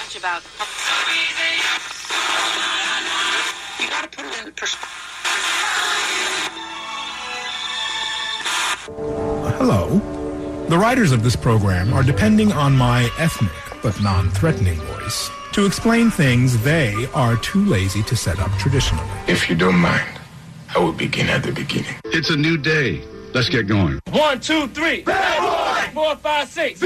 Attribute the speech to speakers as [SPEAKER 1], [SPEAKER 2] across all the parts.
[SPEAKER 1] much about. You gotta put it in pers-
[SPEAKER 2] Hello. The writers of this program are depending on my ethnic but non threatening voice to explain things they are too lazy to set up traditionally.
[SPEAKER 3] If you don't mind, I will begin at the beginning.
[SPEAKER 4] It's a new day. Let's get going.
[SPEAKER 5] One, two, three. Bad boy. Four, five, six.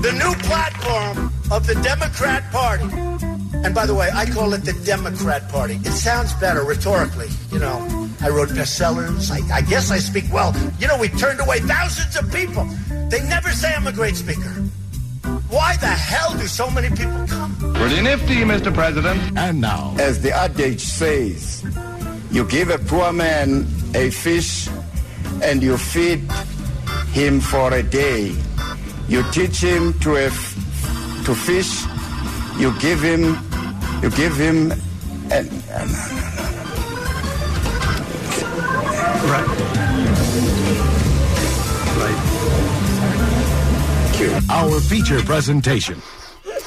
[SPEAKER 6] the new platform of the Democrat Party. And by the way, I call it the Democrat Party. It sounds better rhetorically, you know. I wrote bestsellers. I, I guess I speak well. You know, we turned away thousands of people. They never say I'm a great speaker. Why the hell do so many people come?
[SPEAKER 4] Pretty nifty, Mr. President.
[SPEAKER 3] And now, as the adage says, you give a poor man a fish and you feed him for a day. You teach him to a f- to fish. You give him, you give him, and
[SPEAKER 7] Our feature presentation.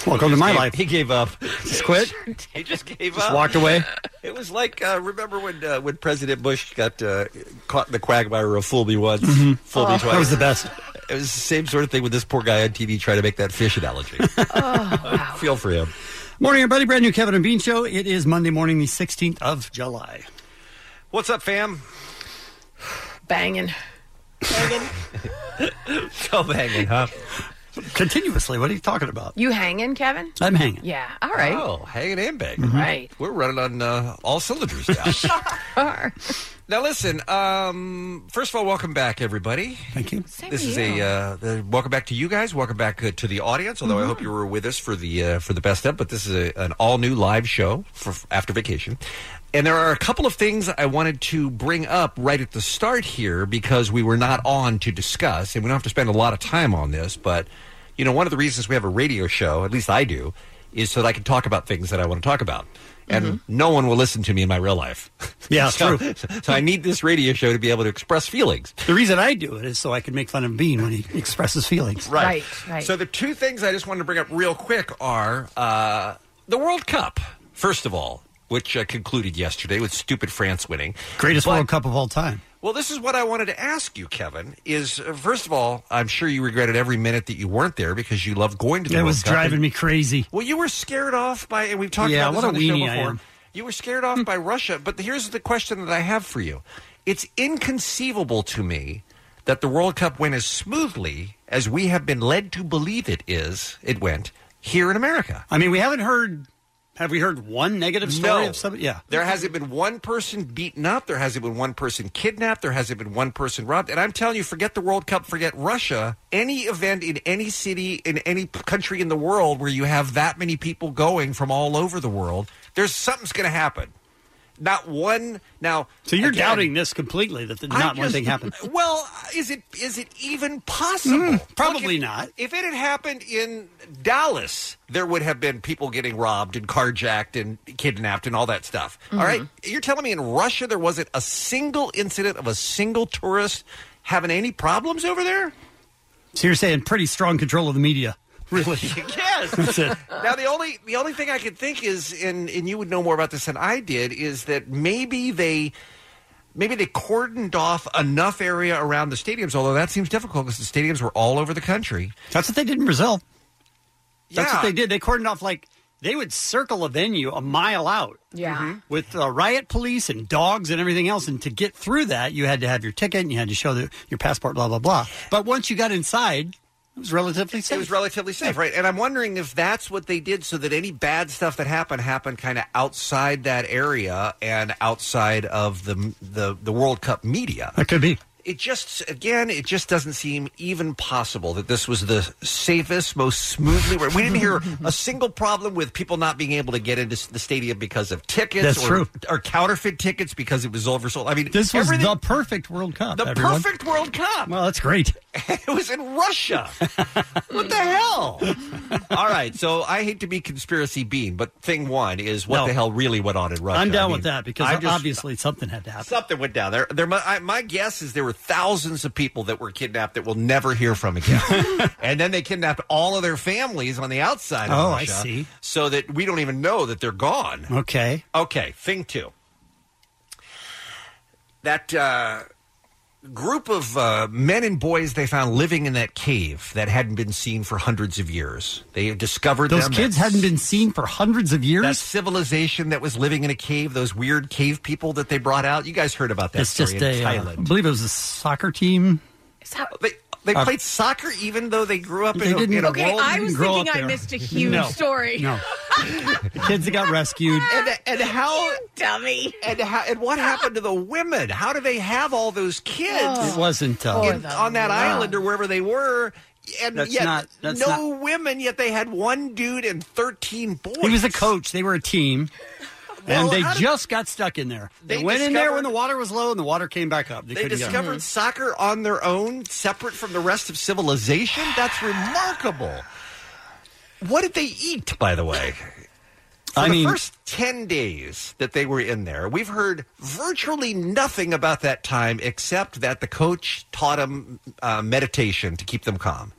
[SPEAKER 7] Welcome to my life.
[SPEAKER 8] He gave up.
[SPEAKER 7] Just quit.
[SPEAKER 8] He just gave
[SPEAKER 7] Just
[SPEAKER 8] up.
[SPEAKER 7] walked away.
[SPEAKER 8] It was like uh, remember when uh, when President Bush got uh, caught in the quagmire of "fool me once, fool me twice."
[SPEAKER 7] Mm-hmm. Oh. That was the best.
[SPEAKER 8] It was the same sort of thing with this poor guy on TV trying to make that fish analogy. Feel for him.
[SPEAKER 7] Morning, everybody. Brand new Kevin and Bean show. It is Monday morning, the 16th of July.
[SPEAKER 8] What's up, fam?
[SPEAKER 9] Banging.
[SPEAKER 8] Still banging, huh?
[SPEAKER 7] Continuously. What are you talking about?
[SPEAKER 9] You hanging, Kevin?
[SPEAKER 7] I'm hanging. Mm-hmm.
[SPEAKER 9] Yeah. All right.
[SPEAKER 8] Oh, hanging and banging.
[SPEAKER 9] Right.
[SPEAKER 8] We're running on uh, all cylinders now. now, listen. Um, first of all, welcome back, everybody.
[SPEAKER 7] Thank you.
[SPEAKER 9] Same
[SPEAKER 8] This
[SPEAKER 9] to
[SPEAKER 8] is
[SPEAKER 9] you.
[SPEAKER 8] a uh, the, welcome back to you guys. Welcome back uh, to the audience. Although I
[SPEAKER 7] Mm-hmm.
[SPEAKER 8] hope you were with us for the uh, for the best of, but this is a, an all new live show for after vacation. And there are a couple of things I wanted to bring up right at the start here because we were not on to discuss, and we don't have to spend a lot of time on this. But you know, one of the reasons we have a radio show, at least I do, is so that I can talk about things that I want to talk about. And no one will listen to me in my real life.
[SPEAKER 7] Mm-hmm. Yeah,
[SPEAKER 8] so,
[SPEAKER 7] true.
[SPEAKER 8] So I need this radio show to be able to express feelings.
[SPEAKER 7] The reason I do it is so I can make fun of Bean when he expresses feelings.
[SPEAKER 8] Right.
[SPEAKER 9] Right, right.
[SPEAKER 8] So the two things I just wanted to bring up real quick are uh, the World Cup, first of all, which uh, concluded yesterday with stupid France winning.
[SPEAKER 7] Greatest
[SPEAKER 8] But-
[SPEAKER 7] World Cup of all time.
[SPEAKER 8] Well, this is what I wanted to ask you, Kevin. Is uh, first of all, I'm sure you regretted every minute that you weren't there because you loved going to the
[SPEAKER 7] That
[SPEAKER 8] World
[SPEAKER 7] was
[SPEAKER 8] Cup.
[SPEAKER 7] driving me crazy.
[SPEAKER 8] Well, you were scared off by, and we've talked
[SPEAKER 7] Yeah,
[SPEAKER 8] about this
[SPEAKER 7] what a
[SPEAKER 8] on the show
[SPEAKER 7] weenie I
[SPEAKER 8] before.
[SPEAKER 7] am.
[SPEAKER 8] You were scared off by Russia, but here's the question that I have for you: It's inconceivable to me that the World Cup went as smoothly as we have been led to believe it is. It went here in America.
[SPEAKER 7] I mean, we haven't heard. Have we heard one negative story of somebody? Yeah.
[SPEAKER 8] There hasn't been one person beaten up. There hasn't been one person kidnapped. There hasn't been one person robbed. And I'm telling you, forget the World Cup, forget Russia. Any event in any city, in any p- country in the world where you have that many people going from all over the world, there's something's going to happen. Not one. Now.
[SPEAKER 7] So you're
[SPEAKER 8] again,
[SPEAKER 7] doubting this completely that
[SPEAKER 8] I'm
[SPEAKER 7] not one
[SPEAKER 8] just-
[SPEAKER 7] thing happened.
[SPEAKER 8] Well, is it is it even possible?
[SPEAKER 7] probably
[SPEAKER 8] if-
[SPEAKER 7] not.
[SPEAKER 8] If it had happened in Dallas, there would have been people getting robbed and carjacked and kidnapped and all that stuff. All right, you're telling me in Russia there wasn't a single incident of a single tourist having any problems over there?
[SPEAKER 7] So you're saying pretty strong control of the media. Really?
[SPEAKER 8] Yes.
[SPEAKER 7] That's it.
[SPEAKER 8] now the only the only thing I could think is, and and you would know more about this than I did, is that maybe they. Maybe they cordoned off enough area around the stadiums, although that seems difficult because the stadiums were all over the country.
[SPEAKER 7] That's what they did in Brazil. That's
[SPEAKER 8] Yeah.
[SPEAKER 7] what they did. They cordoned off like they would circle a venue a mile out
[SPEAKER 9] Yeah.
[SPEAKER 7] with uh, riot police and dogs and everything else. And to get through that, you had to have your ticket and you had to show the, your passport, blah blah blah. But once you got inside, it was relatively safe.
[SPEAKER 8] It was relatively safe, right? And I'm wondering if that's what they did so that any bad stuff that happened happened kind of outside that area and outside of the the the World Cup media.
[SPEAKER 7] That could be.
[SPEAKER 8] it just again it just doesn't seem even possible that this was the safest most smoothly we didn't hear a single problem with people not being able to get into s- the stadium because of tickets
[SPEAKER 7] That's
[SPEAKER 8] or,
[SPEAKER 7] true.
[SPEAKER 8] or counterfeit tickets because it was oversold i mean
[SPEAKER 7] This was
[SPEAKER 8] everything-
[SPEAKER 7] the perfect World Cup.
[SPEAKER 8] the
[SPEAKER 7] everyone.
[SPEAKER 8] perfect world cup
[SPEAKER 7] Well, that's great.
[SPEAKER 8] it was in russia what the hell all right so i hate to be conspiracy bean but thing one is what
[SPEAKER 7] No.
[SPEAKER 8] the hell really went on in russia
[SPEAKER 7] I'm down
[SPEAKER 8] I mean,
[SPEAKER 7] with that because
[SPEAKER 8] I'm just-
[SPEAKER 7] obviously something had to happen.
[SPEAKER 8] Something went down there. There, mu- I, my guess is there were thousands of people that were kidnapped that we'll never hear from again. and then they kidnapped all of their families on the outside. Of
[SPEAKER 7] Oh, I
[SPEAKER 8] Russia
[SPEAKER 7] see.
[SPEAKER 8] So that we don't even know that they're gone.
[SPEAKER 7] Okay.
[SPEAKER 8] Okay, thing two. That uh, group of uh, men and boys they found living in that cave that hadn't been seen for hundreds of years. They discovered
[SPEAKER 7] Those
[SPEAKER 8] them.
[SPEAKER 7] kids
[SPEAKER 8] That
[SPEAKER 7] hadn't been seen for hundreds of years.
[SPEAKER 8] that civilization that was living in a cave, those weird cave people that they brought out. You guys heard about that
[SPEAKER 7] it's
[SPEAKER 8] story
[SPEAKER 7] just
[SPEAKER 8] in
[SPEAKER 7] a, uh, I
[SPEAKER 8] Thailand.
[SPEAKER 7] believe it was a soccer team.
[SPEAKER 8] they they
[SPEAKER 7] Uh,
[SPEAKER 8] played soccer even though they grew up
[SPEAKER 7] They
[SPEAKER 8] in, a-
[SPEAKER 7] didn't-
[SPEAKER 8] in a
[SPEAKER 7] Okay,
[SPEAKER 8] world.
[SPEAKER 9] I
[SPEAKER 7] didn't
[SPEAKER 9] was
[SPEAKER 7] grow
[SPEAKER 9] thinking
[SPEAKER 7] up
[SPEAKER 9] I
[SPEAKER 7] there.
[SPEAKER 9] missed a huge
[SPEAKER 7] No.
[SPEAKER 9] story.
[SPEAKER 7] No. The kids that got rescued.
[SPEAKER 8] and, and how
[SPEAKER 9] dummy
[SPEAKER 8] and how and what happened to the women? How do they have all those kids?
[SPEAKER 7] It wasn't. Uh,
[SPEAKER 8] in- on that island or wherever they were. And
[SPEAKER 7] That's
[SPEAKER 8] yet,
[SPEAKER 7] not- that's
[SPEAKER 8] no women. Yet they had one dude and thirteen boys.
[SPEAKER 7] He was a coach. They were a team.
[SPEAKER 8] Well,
[SPEAKER 7] and they
[SPEAKER 8] how did-
[SPEAKER 7] just got stuck in there. They,
[SPEAKER 8] They
[SPEAKER 7] went in there
[SPEAKER 8] discovered-
[SPEAKER 7] when the water was low and the water came back up. They,
[SPEAKER 8] They
[SPEAKER 7] couldn't get out.
[SPEAKER 8] discovered soccer on their own, separate from the rest of civilization. That's remarkable. What did they eat, by the way? For
[SPEAKER 7] I
[SPEAKER 8] the
[SPEAKER 7] mean-
[SPEAKER 8] first 10 days that they were in there, we've heard virtually nothing about that time except that the coach taught them uh, meditation to keep them calm.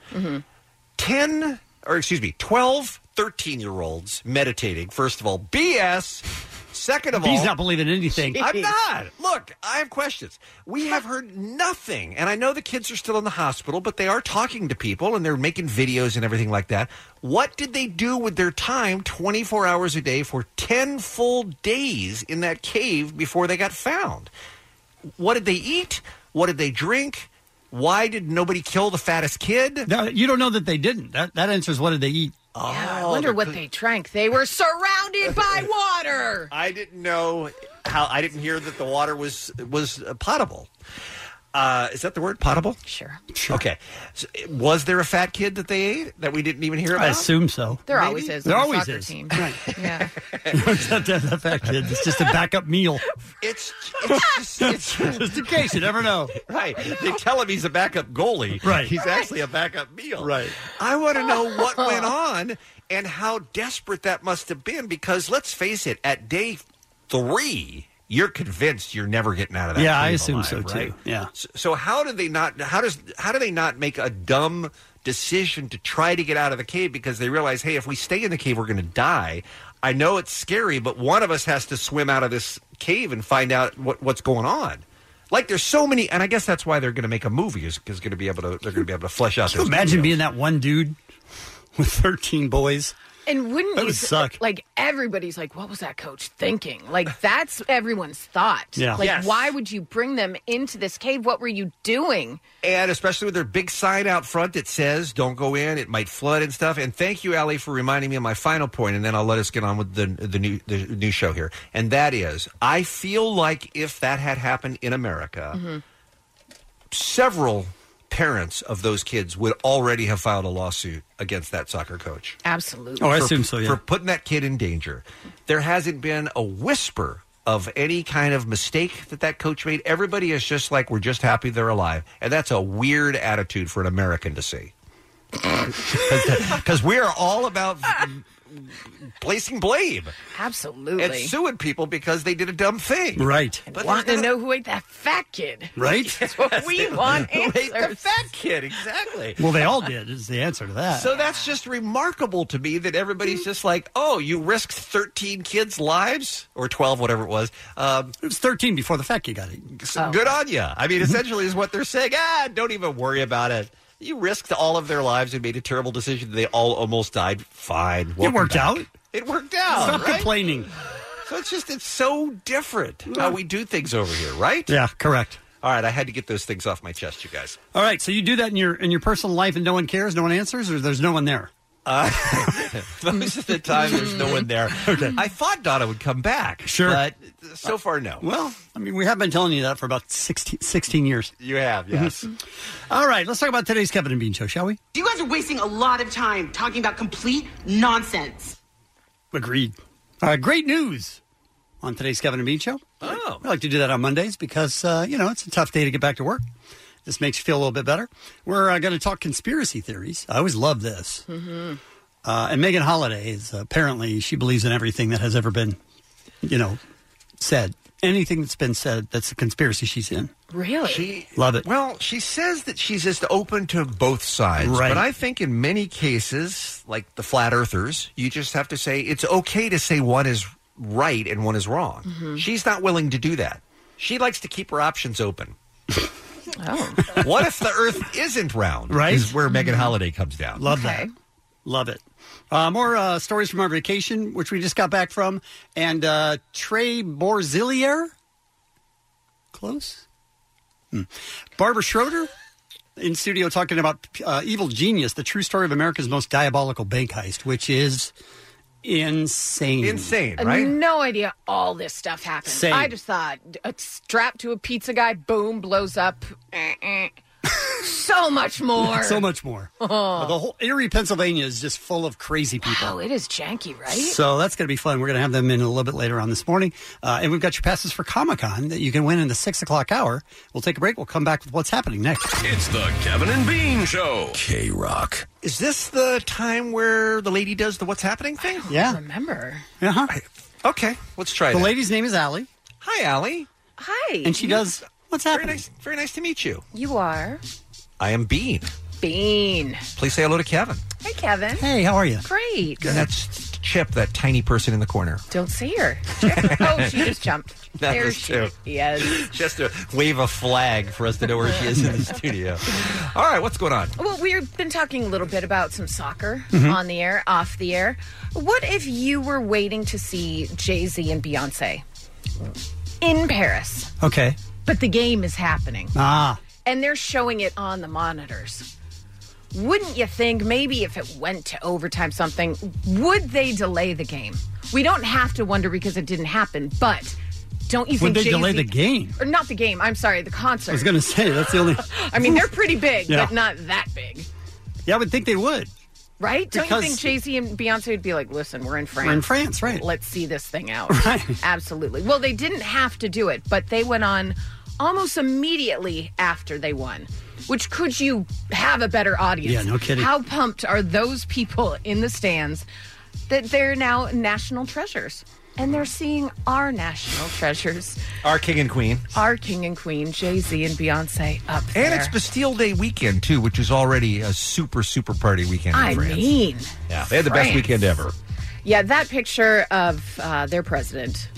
[SPEAKER 8] 10 or excuse me 12 13 year olds meditating first of all bs second of all
[SPEAKER 7] He's not believing anything.
[SPEAKER 8] i'm not look i have questions we have heard nothing and i know the kids are still in the hospital but they are talking to people and they're making videos and everything like that what did they do with their time 24 hours a day for 10 full days in that cave before they got found what did they eat what did they drink why did nobody kill the fattest kid Oh,
[SPEAKER 7] No, you don't know that they didn't. That, that answers what did they eat?
[SPEAKER 9] I wonder what they drank. They were surrounded by water.
[SPEAKER 8] I didn't know how. I didn't hear that the water was was uh, potable. Uh, is that the word potable?
[SPEAKER 9] Sure.
[SPEAKER 8] Okay. So, was there a fat kid that they ate that we didn't even hear about?
[SPEAKER 7] I assume so.
[SPEAKER 9] There always is.
[SPEAKER 7] There
[SPEAKER 9] on a
[SPEAKER 7] always
[SPEAKER 9] soccer
[SPEAKER 7] is.
[SPEAKER 9] Team.
[SPEAKER 7] Right.
[SPEAKER 9] Yeah.
[SPEAKER 7] Except that's the fact, kids. It's just a backup meal.
[SPEAKER 8] It's, it's, just, it's
[SPEAKER 7] Just in case, you never know.
[SPEAKER 8] right. They tell him he's a backup goalie.
[SPEAKER 7] Right.
[SPEAKER 8] He's actually a backup meal.
[SPEAKER 7] Right.
[SPEAKER 8] I want to know what went on and how desperate that must have been because let's face it, at day three, you're convinced you're never getting out of that.
[SPEAKER 7] Yeah, I
[SPEAKER 8] cave
[SPEAKER 7] assume
[SPEAKER 8] alive,
[SPEAKER 7] so, too.
[SPEAKER 8] right?
[SPEAKER 7] Yeah.
[SPEAKER 8] So, so how do they not? How does? How do they not make a dumb decision to try to get out of the cave because they realize, hey, if we stay in the cave, we're going to die. I know it's scary, but one of us has to swim out of this cave and find out what, what's going on. Like there's so many, and I guess that's why they're going to make a movie is, is going to be able to they're going to be able to flesh out.
[SPEAKER 7] Can you
[SPEAKER 8] those
[SPEAKER 7] imagine
[SPEAKER 8] details.
[SPEAKER 7] being that one dude with 13 boys?
[SPEAKER 9] And wouldn't
[SPEAKER 7] That
[SPEAKER 9] you
[SPEAKER 7] would
[SPEAKER 9] th-
[SPEAKER 7] suck.
[SPEAKER 9] Like everybody's like, what was that coach thinking? Like that's everyone's thought.
[SPEAKER 7] Yeah.
[SPEAKER 9] Like
[SPEAKER 8] Yes.
[SPEAKER 9] why would you bring them into this cave? What were you doing?
[SPEAKER 8] And especially with their big sign out front that says, don't go in, it might flood and stuff. And thank you, Allie, for reminding me of my final point, and then I'll let us get on with the, the, new, the new show here. And that is, I feel like if that had happened in America, several parents of those kids would already have filed a lawsuit against that soccer coach.
[SPEAKER 9] Absolutely.
[SPEAKER 7] Oh, I
[SPEAKER 8] for-
[SPEAKER 7] assume so, yeah.
[SPEAKER 8] For putting that kid in danger. There hasn't been a whisper of any kind of mistake that that coach made. Everybody is just like, we're just happy they're alive. And that's a weird attitude for an American to see. Because we are all about placing blame
[SPEAKER 9] Absolutely.
[SPEAKER 8] and suing people because they did a dumb thing.
[SPEAKER 7] Right.
[SPEAKER 8] But
[SPEAKER 9] Want
[SPEAKER 8] there's
[SPEAKER 9] to know who ate that fat kid?
[SPEAKER 7] Right?
[SPEAKER 9] we want
[SPEAKER 8] no- Wait, the
[SPEAKER 9] answers.
[SPEAKER 8] fat kid, exactly.
[SPEAKER 7] Well, they all did, is the answer to that.
[SPEAKER 8] So that's just remarkable to me that everybody's just like, oh, you risked 13 kids' lives or 12, whatever it was. Um,
[SPEAKER 7] it was 13 before the fat kid got Mm-hmm. eaten.
[SPEAKER 8] so Good on you. I mean, essentially, is what they're saying. Ah, don't even worry about it. You risked all of their lives and made a terrible decision. They all almost died. Fine. Welcome
[SPEAKER 7] worked
[SPEAKER 8] back.
[SPEAKER 7] out.
[SPEAKER 8] It worked out.
[SPEAKER 7] Stop
[SPEAKER 8] right?
[SPEAKER 7] complaining.
[SPEAKER 8] So it's just, it's so different how we do things over here, right?
[SPEAKER 7] Yeah, correct.
[SPEAKER 8] All right, I had to get those things off my chest, you guys.
[SPEAKER 7] All right, so you do that in your in your personal life and no one cares, no one answers, or there's no one there?
[SPEAKER 8] Uh, most of the time, there's no one there. Okay. I thought Donna would come back.
[SPEAKER 7] Sure.
[SPEAKER 8] But
[SPEAKER 7] Uh,
[SPEAKER 8] so far, no.
[SPEAKER 7] Well, I mean, we have been telling you that for about 16, 16 years. Mm-hmm.
[SPEAKER 8] You have, yes.
[SPEAKER 7] All right, let's talk about today's Kevin and Bean show, shall we?
[SPEAKER 10] You guys are wasting a lot of time talking about complete nonsense.
[SPEAKER 7] Agreed. Uh, great news on today's Kevin and Bean show.
[SPEAKER 8] Oh.
[SPEAKER 7] I like to do that on Mondays because, uh, you know, it's a tough day to get back to work. This makes you feel a little bit better. We're uh, going to talk conspiracy theories. I always love this.
[SPEAKER 9] Mm-hmm.
[SPEAKER 7] Uh, and Megan Holliday is uh, apparently, she believes in everything that has ever been, you know, said. Anything that's been said that's a conspiracy she's in.
[SPEAKER 9] Really?
[SPEAKER 7] Love it.
[SPEAKER 8] Well, she says that she's just open to both sides.
[SPEAKER 7] Right.
[SPEAKER 8] But I think in many cases, like the flat earthers, you just have to say it's okay to say one is right and one is wrong. She's not willing to do that. She likes to keep her options open. What if the earth isn't round?
[SPEAKER 7] Right.
[SPEAKER 8] Is where Megan Holiday comes down.
[SPEAKER 7] Love that. Love it. Uh, more uh, stories from our vacation, which we just got back from. And uh, Trey Borzillier. Close. Hmm. Barbara Schroeder in studio talking about uh, Evil Genius, the true story of America's most diabolical bank heist, which is insane.
[SPEAKER 8] Insane,
[SPEAKER 9] I have no idea all this stuff happened.
[SPEAKER 7] Same.
[SPEAKER 9] I just thought uh, strapped to a pizza guy, boom, blows up. Eh, eh. so much more.
[SPEAKER 7] so much more.
[SPEAKER 9] Oh.
[SPEAKER 7] The whole Erie, Pennsylvania is just full of crazy people.
[SPEAKER 9] Oh, it is janky, right?
[SPEAKER 7] So that's going to be fun. We're going to have them in a little bit later on this morning. Uh, and we've got your passes for Comic Con that you can win in the six o'clock hour. We'll take a break. We'll come back with what's happening next.
[SPEAKER 11] It's the Kevin and Bean Show. K Rock.
[SPEAKER 8] Is this the time where the lady does the what's happening thing?
[SPEAKER 7] Yeah.
[SPEAKER 9] Remember.
[SPEAKER 7] Uh-huh.
[SPEAKER 8] Okay, let's try
[SPEAKER 7] The
[SPEAKER 8] that.
[SPEAKER 7] lady's name is Allie.
[SPEAKER 8] Hi, Allie.
[SPEAKER 9] Hi.
[SPEAKER 7] And she does what's
[SPEAKER 8] Very
[SPEAKER 7] happening.
[SPEAKER 8] nice- very nice to meet you.
[SPEAKER 9] You are
[SPEAKER 8] I am Bean.
[SPEAKER 9] Bean.
[SPEAKER 8] Please say hello to Kevin.
[SPEAKER 9] Hey, Kevin.
[SPEAKER 7] Hey, how are you?
[SPEAKER 9] Great.
[SPEAKER 8] And that's Chip, that tiny person in the corner.
[SPEAKER 9] Don't see her. oh, she just jumped.
[SPEAKER 8] That
[SPEAKER 9] there
[SPEAKER 8] was
[SPEAKER 9] she
[SPEAKER 8] two.
[SPEAKER 9] is.
[SPEAKER 8] Just to wave a flag for us to know where she is in the studio. All right, what's going on?
[SPEAKER 9] Well, we've been talking a little bit about some soccer
[SPEAKER 8] Mhm.
[SPEAKER 9] on the air, off the air. What if you were waiting to see Jay Z and Beyonce in Paris,
[SPEAKER 7] Okay.
[SPEAKER 9] but the game is happening
[SPEAKER 7] Ah.
[SPEAKER 9] and they're showing it on the monitors? Wouldn't you think maybe if it went to overtime, something, would they delay the game? We don't have to wonder because it didn't happen, but don't you think
[SPEAKER 7] Would they
[SPEAKER 9] Jay-Z-
[SPEAKER 7] delay the game?
[SPEAKER 9] Or not the game, I'm sorry, the concert.
[SPEAKER 7] I was going to say, that's the only.
[SPEAKER 9] I mean, they're pretty big,
[SPEAKER 7] Yeah.
[SPEAKER 9] but not that big.
[SPEAKER 7] Yeah, I would think they would.
[SPEAKER 9] Right? Don't
[SPEAKER 7] Because-
[SPEAKER 9] you think Jay Z and Beyonce would be like, listen, we're in France.
[SPEAKER 7] in France, right.
[SPEAKER 9] Let's see this thing out. Absolutely. Well, they didn't have to do it, but they went on almost immediately after they won. Which could you have a better audience?
[SPEAKER 7] Yeah, no kidding.
[SPEAKER 9] How pumped are those people in the stands that they're now national treasures? And they're seeing our national treasures,
[SPEAKER 8] Our king and queen.
[SPEAKER 9] our king and queen, Jay Z and Beyonce up there.
[SPEAKER 8] And it's Bastille Day weekend, too, which is already a super, super party weekend in
[SPEAKER 9] I
[SPEAKER 8] France.
[SPEAKER 9] mean,
[SPEAKER 8] yeah, they had the best
[SPEAKER 9] France.
[SPEAKER 8] weekend ever.
[SPEAKER 9] yeah, that picture of uh, their president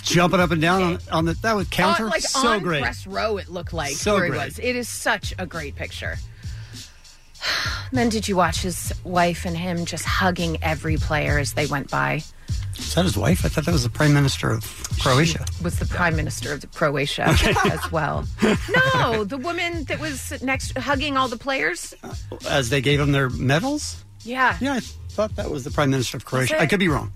[SPEAKER 7] Jumping up and down on, on the that would counter.
[SPEAKER 9] On, Uh, like
[SPEAKER 7] so
[SPEAKER 9] on
[SPEAKER 7] great.
[SPEAKER 9] press row, it looked like
[SPEAKER 7] So
[SPEAKER 9] where he
[SPEAKER 7] great.
[SPEAKER 9] was. It is such a great picture. Then did you watch his wife and him just hugging every player as they went by?
[SPEAKER 7] Is that his wife? I thought that was the prime minister of Croatia.
[SPEAKER 9] Was the prime minister of Croatia as well? No, the woman that was next hugging all the players.
[SPEAKER 7] As they gave him their medals?
[SPEAKER 9] Yeah,
[SPEAKER 7] Yeah, I thought that was the prime minister of Croatia.
[SPEAKER 9] it?
[SPEAKER 7] I could be wrong.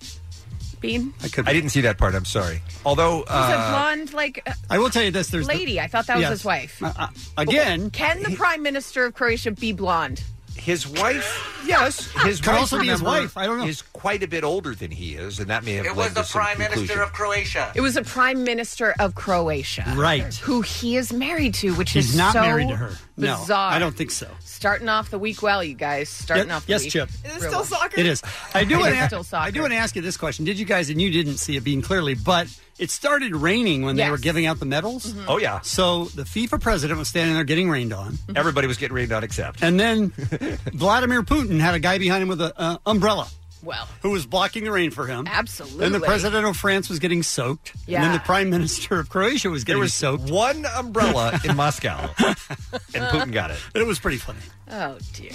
[SPEAKER 9] Bean.
[SPEAKER 7] I could.
[SPEAKER 8] I didn't see that part. I'm sorry. Although,
[SPEAKER 9] It was a
[SPEAKER 8] uh,
[SPEAKER 9] blonde like uh,
[SPEAKER 7] I will tell you this. There's the-
[SPEAKER 9] lady. I thought that was
[SPEAKER 7] Yes.
[SPEAKER 9] his wife.
[SPEAKER 7] Uh, uh, again,
[SPEAKER 9] Can the prime minister of Croatia be blonde?
[SPEAKER 8] his wife, yes, his
[SPEAKER 7] Could
[SPEAKER 8] wife,
[SPEAKER 7] also be his
[SPEAKER 8] remember,
[SPEAKER 7] wife. I don't know.
[SPEAKER 8] Is quite a bit older than he is, and that may have.
[SPEAKER 12] It
[SPEAKER 8] led
[SPEAKER 12] was the
[SPEAKER 8] to some
[SPEAKER 12] Prime Minister
[SPEAKER 8] conclusion.
[SPEAKER 12] of Croatia.
[SPEAKER 9] It was the prime minister of Croatia,
[SPEAKER 7] Right.
[SPEAKER 9] Who he is married to, which
[SPEAKER 7] he's
[SPEAKER 9] is
[SPEAKER 7] not
[SPEAKER 9] so
[SPEAKER 7] married to her. No,
[SPEAKER 9] bizarre.
[SPEAKER 7] I don't think so.
[SPEAKER 9] Starting off the week well, you guys. Starting
[SPEAKER 7] Ye-
[SPEAKER 9] off. The
[SPEAKER 7] yes,
[SPEAKER 9] week.
[SPEAKER 7] Chip.
[SPEAKER 9] Is it still soccer?
[SPEAKER 7] It is. I do
[SPEAKER 9] It
[SPEAKER 7] want
[SPEAKER 9] is
[SPEAKER 7] to.
[SPEAKER 9] still
[SPEAKER 7] I
[SPEAKER 9] soccer.
[SPEAKER 7] do want to ask you this question. Did you guys and you didn't see it being clearly, but it started raining when they
[SPEAKER 9] Yes. Mm-hmm.
[SPEAKER 7] were giving out the medals.
[SPEAKER 8] Oh yeah,
[SPEAKER 7] So the FIFA president was standing there getting rained on,
[SPEAKER 9] Mm-hmm.
[SPEAKER 8] everybody was getting rained on except.
[SPEAKER 7] and then Vladimir Putin had a guy behind him with an uh, umbrella
[SPEAKER 9] Well,
[SPEAKER 7] who was blocking the rain for him.
[SPEAKER 9] absolutely.
[SPEAKER 7] And the president of France was getting soaked. And then
[SPEAKER 9] Yeah.
[SPEAKER 7] the prime minister of Croatia was
[SPEAKER 8] There
[SPEAKER 7] getting
[SPEAKER 8] was
[SPEAKER 7] soaked.
[SPEAKER 8] one umbrella in Moscow, and Putin got it.
[SPEAKER 7] Uh. It was pretty funny.
[SPEAKER 9] Uh-huh. Oh dear.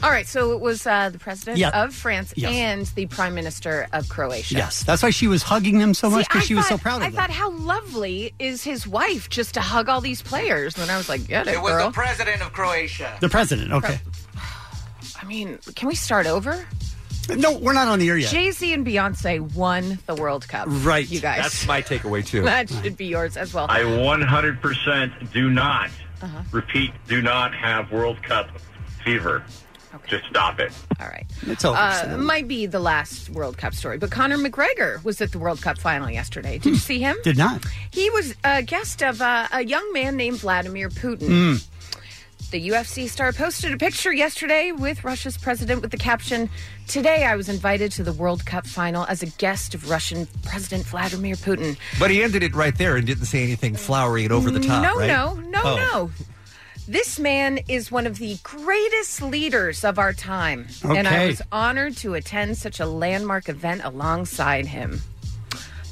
[SPEAKER 9] All right, so it was uh, the president
[SPEAKER 7] Yeah.
[SPEAKER 9] of France
[SPEAKER 7] Yes.
[SPEAKER 9] and the prime minister of Croatia.
[SPEAKER 7] Yes. That's why she was hugging them so
[SPEAKER 9] See,
[SPEAKER 7] much
[SPEAKER 9] I
[SPEAKER 7] because she was so
[SPEAKER 9] thought-
[SPEAKER 7] proud of
[SPEAKER 9] I
[SPEAKER 7] them.
[SPEAKER 9] thought, how lovely is his wife just to hug all these players? And then I was like, get it,
[SPEAKER 12] It was
[SPEAKER 9] girl.
[SPEAKER 12] the President of Croatia.
[SPEAKER 7] the president. Okay.
[SPEAKER 9] I mean, can we start over?
[SPEAKER 7] No, we're not on the air yet.
[SPEAKER 9] Jay Z and Beyonce won the World Cup.
[SPEAKER 7] Right.
[SPEAKER 9] You guys.
[SPEAKER 12] That's my takeaway, too.
[SPEAKER 9] That should be yours as well.
[SPEAKER 12] I 100% do not,
[SPEAKER 9] Uh-huh.
[SPEAKER 12] repeat, do not have World Cup fever. Just stop it.
[SPEAKER 9] All right.
[SPEAKER 7] It's
[SPEAKER 9] Uh, might be the last World Cup story, but Conor McGregor was at the World Cup final yesterday. Did you see him?
[SPEAKER 7] Hmm. Did not.
[SPEAKER 9] He was a guest of uh, a young man named Vladimir Putin.
[SPEAKER 7] Hmm. Mm.
[SPEAKER 9] The UFC star posted a picture yesterday with Russia's president with the caption Today I was invited to the World Cup final as a guest of Russian President Vladimir Putin.
[SPEAKER 8] But he ended it right there and didn't say anything flowery and over the top.
[SPEAKER 9] No,
[SPEAKER 8] right?
[SPEAKER 9] no, no,
[SPEAKER 8] Oh.
[SPEAKER 9] no. This man is one of the greatest leaders of our time. And I
[SPEAKER 8] Okay.
[SPEAKER 9] was honored to attend such a landmark event alongside him.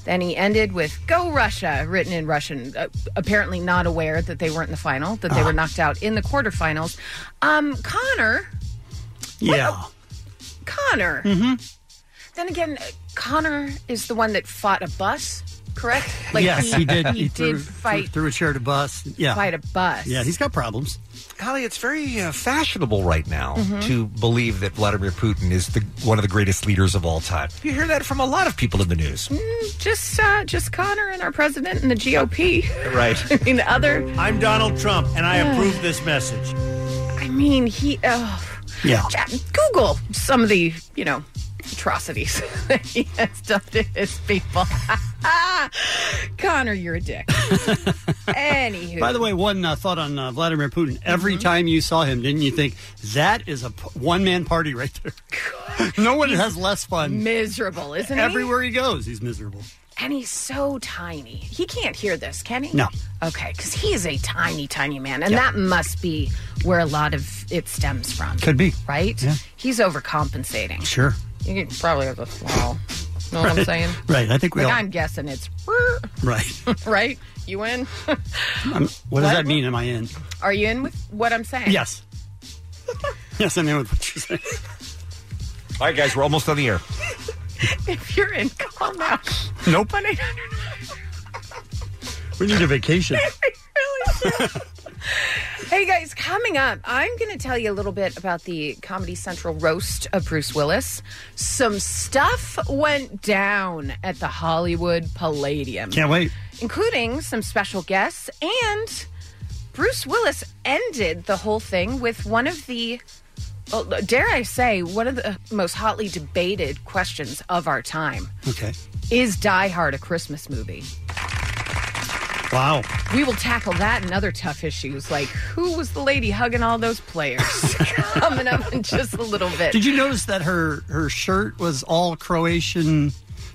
[SPEAKER 9] Then he ended with Go Russia, written in Russian. Uh, apparently, not aware that they weren't in the final,
[SPEAKER 8] Ah.
[SPEAKER 9] that they were knocked out in the quarterfinals. Um, Connor,
[SPEAKER 7] Yeah.
[SPEAKER 9] Connor.
[SPEAKER 8] Hmm.
[SPEAKER 7] Mhm.
[SPEAKER 9] Then again, Connor is the one that fought a bus, correct?
[SPEAKER 7] yes, he, did.
[SPEAKER 9] He,
[SPEAKER 7] threw,
[SPEAKER 9] did fight
[SPEAKER 7] through a chair to bus. Yeah,
[SPEAKER 9] fight a bus.
[SPEAKER 7] Yeah, he's got problems.
[SPEAKER 8] Golly, it's very uh, fashionable right now
[SPEAKER 9] Mhm.
[SPEAKER 8] to believe that Vladimir Putin is the, one of the greatest leaders of all time. You hear that from a lot of people in the news.
[SPEAKER 9] just uh, just Connor and our president and the GOP.
[SPEAKER 8] Right.
[SPEAKER 9] I mean, the other.
[SPEAKER 6] I'm Donald Trump, and I
[SPEAKER 9] Yeah.
[SPEAKER 6] approve this message.
[SPEAKER 9] I mean, he. Oh,
[SPEAKER 6] Yeah.
[SPEAKER 9] Google some of the you know atrocities that he has done to his people. Connor, you're a dick. Anywho, Mm-hmm.
[SPEAKER 7] By the way, one uh, thought on uh, Vladimir Putin. Every time you saw him, didn't you think that is a one man party right there? no one has less fun.
[SPEAKER 9] miserable, isn't
[SPEAKER 7] Everywhere he goes, he's miserable.
[SPEAKER 9] he? And he's so tiny. He can't hear this, can he?
[SPEAKER 7] No.
[SPEAKER 9] Okay, because he is a tiny, tiny man, and
[SPEAKER 7] Yeah.
[SPEAKER 9] that must be where a lot of it stems from.
[SPEAKER 7] Could be.
[SPEAKER 9] right?
[SPEAKER 7] Yeah.
[SPEAKER 9] He's overcompensating.
[SPEAKER 7] Sure.
[SPEAKER 9] You could probably have a wow. Know what I'm
[SPEAKER 7] Right.
[SPEAKER 9] saying?
[SPEAKER 7] Right, I think we
[SPEAKER 9] like,
[SPEAKER 7] all-
[SPEAKER 9] I'm guessing it's
[SPEAKER 7] Right.
[SPEAKER 9] right. You in?
[SPEAKER 7] I'm, what, does that mean? Am I in?
[SPEAKER 9] Are you in with what I'm saying?
[SPEAKER 7] Yes. yes, I'm in with what you're saying.
[SPEAKER 8] All right, guys, we're almost on the air.
[SPEAKER 9] If you're in, call now.
[SPEAKER 7] Nope.
[SPEAKER 9] One eight
[SPEAKER 7] We need a vacation.
[SPEAKER 9] Hey guys, coming up, I'm going to tell you a little bit about the Comedy Central roast of Bruce Willis. Some stuff went down at the Hollywood Palladium.
[SPEAKER 7] Can't wait.
[SPEAKER 9] Including some special guests and Bruce Willis ended the whole thing with one of the well, dare I say, one of the most hotly debated questions of our time.
[SPEAKER 7] Okay.
[SPEAKER 9] Is Die Hard a Christmas movie?
[SPEAKER 7] Wow.
[SPEAKER 9] We will tackle that and other tough issues like who was the lady hugging all those players coming up in just a little bit.
[SPEAKER 7] Did you notice that her her shirt was all Croatian?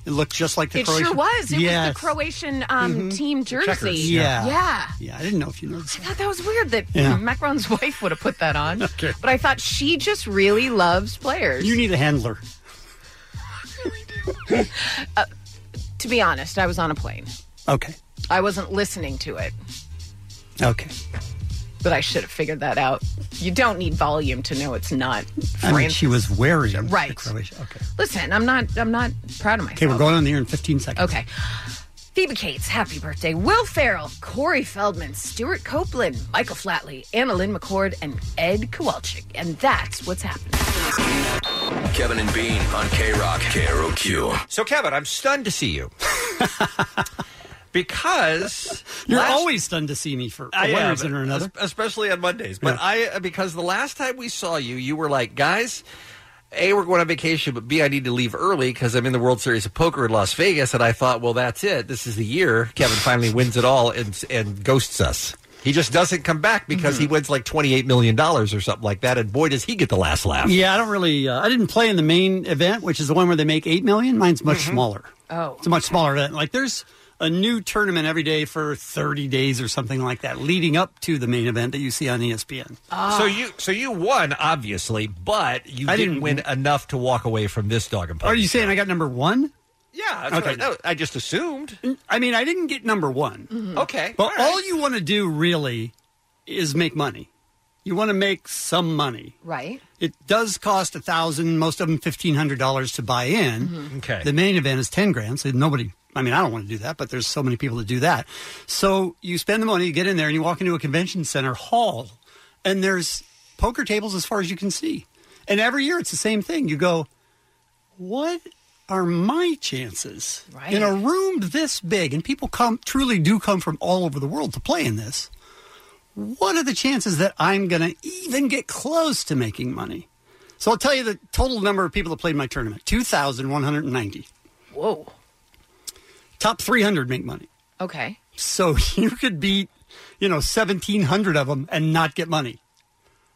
[SPEAKER 7] It looked just like the
[SPEAKER 9] it
[SPEAKER 7] Croatian.
[SPEAKER 9] sure was. It
[SPEAKER 7] Yes. Mm-hmm.
[SPEAKER 9] was the Croatian um, team jersey.
[SPEAKER 7] Checkers, yeah.
[SPEAKER 9] Yeah.
[SPEAKER 7] Yeah, I didn't know if you noticed.
[SPEAKER 9] I thought that was weird that
[SPEAKER 7] Yeah.
[SPEAKER 9] Macron's wife would have put that on. But I thought she just really loves players.
[SPEAKER 7] You need a handler.
[SPEAKER 9] to be honest, I was on a plane.
[SPEAKER 7] Okay.
[SPEAKER 9] I wasn't listening to it,
[SPEAKER 7] Okay.
[SPEAKER 9] but I should have figured that out. You don't need volume to know it's not
[SPEAKER 7] I mean,
[SPEAKER 9] France.
[SPEAKER 7] she was wearing the
[SPEAKER 9] Right.
[SPEAKER 7] Croatian. Okay.
[SPEAKER 9] Listen, I'm not. I'm not proud of myself.
[SPEAKER 7] Okay, we're going on the air in 15 seconds.
[SPEAKER 9] Okay. Phoebe Cates, happy birthday. Will Farrell, Corey Feldman, Stuart Copeland, Michael Flatley, Anna Lynn McCord, and Ed Kowalczyk. And that's what's happening.
[SPEAKER 11] Kevin and Bean on K Rock. KROQ.
[SPEAKER 8] So, Kevin, I'm stunned to see you. because
[SPEAKER 7] You're
[SPEAKER 8] last-
[SPEAKER 7] always stunned to see me for
[SPEAKER 8] I
[SPEAKER 7] one
[SPEAKER 8] am,
[SPEAKER 7] reason or another.
[SPEAKER 8] es- especially on Mondays. But I uh, because the last time we saw you, you were like, guys. A, we're going on vacation, but B, I need to leave early because I'm in the World Series of Poker in Las Vegas, and I thought, well, that's it. This is the year Kevin finally wins it all and and ghosts us. He just doesn't come back because
[SPEAKER 7] Mm-hmm.
[SPEAKER 8] he wins like twenty eight million dollars or something like that, and boy, does he get the last laugh.
[SPEAKER 7] Yeah, I don't really. Uh, I didn't play in the main event, which is the one where they make eight million. Mine's much smaller.
[SPEAKER 9] Oh,
[SPEAKER 7] It's a much smaller event. Like there's a new tournament every day for 30 days or something like that, leading up to the main event that you see on E ESPN.
[SPEAKER 8] So you so you won obviously, but you
[SPEAKER 7] I
[SPEAKER 8] didn't,
[SPEAKER 7] didn't-
[SPEAKER 8] win enough to walk away from this dog and
[SPEAKER 7] Are
[SPEAKER 8] pony.
[SPEAKER 7] you saying I got number one?
[SPEAKER 8] Yeah, that's what I- that- I just assumed. Mm-hmm.
[SPEAKER 7] I mean, I didn't get number one.
[SPEAKER 8] Okay,
[SPEAKER 7] But all, you want to do really is make money. You want to make some money.
[SPEAKER 9] Right?
[SPEAKER 7] It does cost a thousand, most of them fifteen hundred dollars to buy
[SPEAKER 9] Mm-hmm.
[SPEAKER 7] in.
[SPEAKER 8] Okay.
[SPEAKER 7] The main event is ten grand, so nobody. I mean, I don't want to do that, but there's so many people that do that. So you spend the money, you get in there, and you walk into a convention center hall, and there's poker tables as far as you can see. And every year it's the same thing. You go, what are my chances in a room this big and people come truly do come from all over the world to play in this what are the chances that i'm going to even get close to making money so i'll tell you the total number of people that played my tournament 2190
[SPEAKER 9] whoa
[SPEAKER 7] top 300 make money
[SPEAKER 9] Okay.
[SPEAKER 7] so you could beat you know 1700 of them and not get money